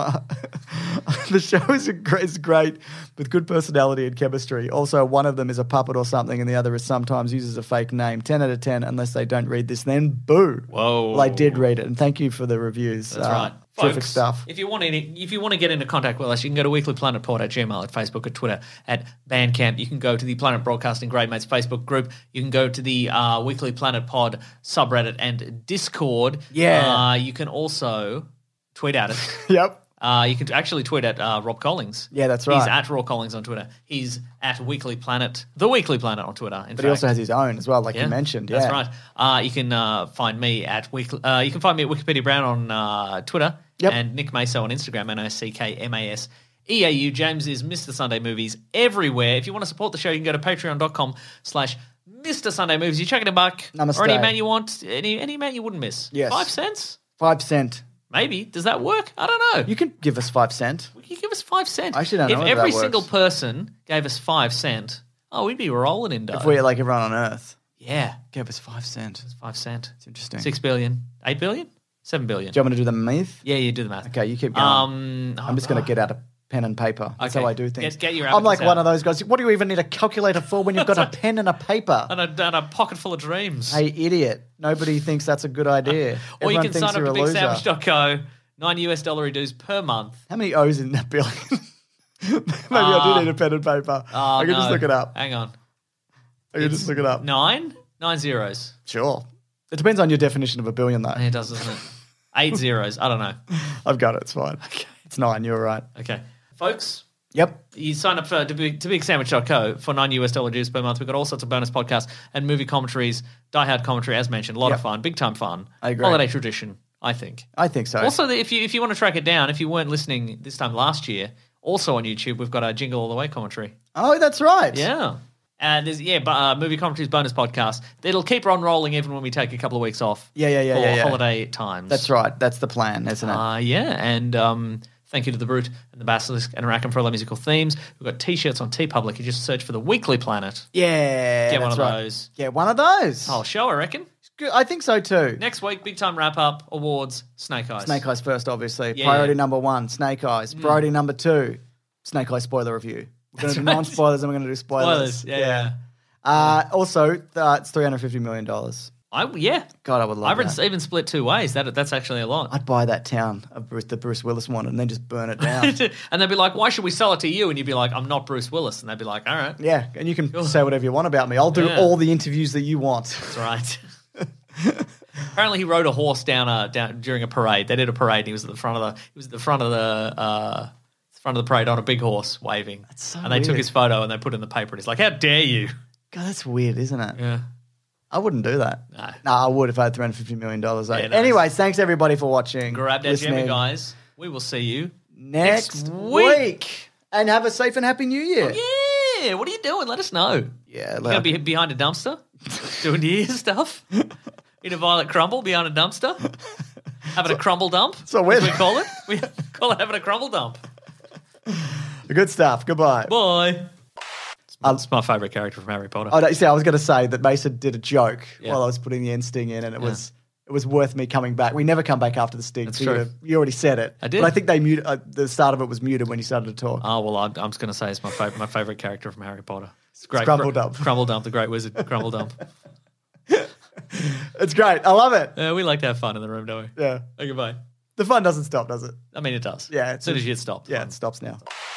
Speaker 2: Uh, the show is, a, gr- is great with good personality and chemistry. Also, one of them is a puppet or something, and the other is sometimes uses a fake name. Ten out of ten, unless they don't read this, then boo.
Speaker 3: Whoa.
Speaker 2: Well, I did read it, and thank you for the reviews.
Speaker 3: That's
Speaker 2: Uh,
Speaker 3: right.
Speaker 2: Terrific
Speaker 3: Folks,
Speaker 2: stuff.
Speaker 3: If you want any, if you want to get into contact with us, you can go to weeklyplanetpod at Gmail, at Facebook, at Twitter, at Bandcamp. You can go to the Planet Broadcasting Great Mates Facebook group. You can go to the uh, Weekly Planet Pod subreddit and Discord.
Speaker 2: Yeah.
Speaker 3: Uh, you can also tweet at us.
Speaker 2: Yep.
Speaker 3: Uh, you can actually tweet at uh, Rob Collings.
Speaker 2: Yeah, that's
Speaker 3: He's
Speaker 2: right.
Speaker 3: at Raw Collings on Twitter. He's at Weekly Planet, the Weekly Planet on Twitter.
Speaker 2: But
Speaker 3: In fact.
Speaker 2: he also has his own as well, like you mentioned. Yeah.
Speaker 3: That's right. Uh, you can uh, find me at Wik- uh, you can find me at Wikipedia Brown on uh, Twitter
Speaker 2: Yep.
Speaker 3: and Nick Maso on Instagram. N I C K M A S E A U. James is Mr Sunday Movies everywhere. If you want to support the show, you can go to patreon.com slash Mr Sunday Movies. You chuck it a buck
Speaker 2: Namaste.
Speaker 3: or any amount you want, any any amount you wouldn't miss.
Speaker 2: Yes.
Speaker 3: five cents
Speaker 2: Five cent.
Speaker 3: maybe. Does that work? I don't know.
Speaker 2: You can give us five cent.
Speaker 3: You give us five cents.
Speaker 2: I actually don't
Speaker 3: if
Speaker 2: know if that
Speaker 3: every
Speaker 2: works.
Speaker 3: single person gave us five cent, oh, we'd be rolling in dough.
Speaker 2: If we're like everyone on Earth.
Speaker 3: yeah,
Speaker 2: Give us five cent.
Speaker 3: five cent.
Speaker 2: It's interesting.
Speaker 3: Six billion, eight billion, seven billion.
Speaker 2: Do you want me to do the math?
Speaker 3: Yeah, you do the math.
Speaker 2: Okay, you keep going.
Speaker 3: Um,
Speaker 2: I'm just going to get out a pen and paper. That's
Speaker 3: Okay.
Speaker 2: how I do things.
Speaker 3: Get- get your
Speaker 2: I'm like
Speaker 3: abacus
Speaker 2: one
Speaker 3: out.
Speaker 2: of those guys. What do you even need a calculator for when you've got a pen and a paper?
Speaker 3: and a, and a pocket full of dreams.
Speaker 2: Hey, idiot. Nobody thinks that's a good idea.
Speaker 3: or you
Speaker 2: Everyone
Speaker 3: can
Speaker 2: thinks
Speaker 3: sign up
Speaker 2: you're
Speaker 3: to
Speaker 2: a loser.
Speaker 3: bigsandwich.co, nine US dollar dues per month.
Speaker 2: How many O's in that billion? Maybe I do need a pen and paper.
Speaker 3: Oh,
Speaker 2: I can just
Speaker 3: Ah. no.
Speaker 2: look it up.
Speaker 3: Hang on,
Speaker 2: I can just look it up.
Speaker 3: nine, nine zeros.
Speaker 2: Sure. It depends on your definition of a billion, though.
Speaker 3: It does, doesn't it? Eight zeros. I don't know.
Speaker 2: I've got it. It's fine. It's nine. You're right.
Speaker 3: Okay, folks.
Speaker 2: Yep.
Speaker 3: You sign up for to, big, to bigsandwich.co for nine US dollar dues per month. We've got all sorts of bonus podcasts and movie commentaries, diehard commentary, as mentioned. A lot of
Speaker 2: Yep.
Speaker 3: fun, big time fun.
Speaker 2: I agree.
Speaker 3: Holiday tradition. I think.
Speaker 2: I think so.
Speaker 3: Also, the- if you if you want to track it down, if you weren't listening this time last year, also on YouTube, we've got our Jingle All the Way commentary.
Speaker 2: oh, that's right.
Speaker 3: Yeah. And there's, yeah, but, uh, movie commentaries bonus podcast. It'll keep on rolling even when we take a couple of weeks off.
Speaker 2: Yeah, yeah, yeah,
Speaker 3: For
Speaker 2: yeah, yeah.
Speaker 3: holiday times.
Speaker 2: That's right. That's the plan, isn't it?
Speaker 3: Uh, yeah, and um, thank you to The Brute and The Basilisk and Arachum for all their musical themes. We've got t shirts on T Public. You just search for The Weekly Planet.
Speaker 2: yeah.
Speaker 3: Get one
Speaker 2: that's
Speaker 3: of
Speaker 2: right.
Speaker 3: those.
Speaker 2: Get one of those.
Speaker 3: Oh, show, I reckon.
Speaker 2: Good. I think so too.
Speaker 3: Next week, big time wrap up, awards, Snake Eyes.
Speaker 2: Snake Eyes first, obviously.
Speaker 3: Yeah, Hmm.
Speaker 2: Priority
Speaker 3: yeah.
Speaker 2: number one, Snake Eyes. Priority number two, Snake Eyes spoiler review. We're going to do non spoilers and we're going to do spoilers.
Speaker 3: Spoilers. Yeah, yeah. yeah.
Speaker 2: Uh, also, uh, it's $350 million. God,
Speaker 3: I, yeah.
Speaker 2: I would love
Speaker 3: I've
Speaker 2: that.
Speaker 3: even split two ways. That That's actually a lot.
Speaker 2: I'd buy that town of Bruce, the Bruce Willis one and then just burn it down.
Speaker 3: and they'd be like, why should we sell it to you? And you'd be like, I'm not Bruce Willis. And they'd be like, all right.
Speaker 2: yeah, and you can say whatever you want about me. I'll do
Speaker 3: Yeah.
Speaker 2: all the interviews that you want.
Speaker 3: That's right. Apparently, he rode a horse down a down during a parade. They did a parade. and He was at the front of the he was at the front of the uh, front of the parade on a big horse waving. That's
Speaker 2: so
Speaker 3: and they took
Speaker 2: weird.
Speaker 3: his photo and they put it in the paper. And he's like, "How dare you?"
Speaker 2: God, that's weird, isn't it?
Speaker 3: Yeah.
Speaker 2: I wouldn't do that.
Speaker 3: No.
Speaker 2: Nah, I would if I had $350 million. though.
Speaker 3: nice.
Speaker 2: Anyways, thanks everybody for watching.
Speaker 3: Grab that jammy,
Speaker 2: listening.
Speaker 3: guys. We will see you.
Speaker 2: Next,
Speaker 3: Next
Speaker 2: week.
Speaker 3: week. Oh,
Speaker 2: And have a safe and happy new year.
Speaker 3: Yeah. What are you doing? Let us know.
Speaker 2: yeah,
Speaker 3: You gonna be behind a dumpster doing New Year stuff? In a violet crumble behind a dumpster? Having a crumble dump?
Speaker 2: so we're-
Speaker 3: as we call it. We call it having a crumble dump.
Speaker 2: Good stuff. Goodbye.
Speaker 3: Bye. It's my, it's my favorite character from Harry Potter.
Speaker 2: Oh, no, you see, I was going to say that Mason did a joke
Speaker 3: Yeah.
Speaker 2: while I was putting the end sting in, and it was it was worth me coming back. We never come back after the sting.
Speaker 3: That's
Speaker 2: so you
Speaker 3: true.
Speaker 2: would've- You already said it.
Speaker 3: I did.
Speaker 2: But I think they mute, uh, the start of it was muted when you started to talk.
Speaker 3: Oh well, I'm, I'm just going to say it's my favorite, my favorite character from Harry Potter. It's great.
Speaker 2: Crumble Dump.
Speaker 3: Crumble Dump, the great wizard. Crumble Dump.
Speaker 2: It's great. I love it.
Speaker 3: Uh, we like to have fun in the room, don't we?
Speaker 2: Yeah.
Speaker 3: Okay, bye.
Speaker 2: The fun doesn't stop, does it?
Speaker 3: I mean, it does.
Speaker 2: Yeah,
Speaker 3: As
Speaker 2: it's
Speaker 3: soon
Speaker 2: a-
Speaker 3: as you get stopped.
Speaker 2: Yeah, it stops now.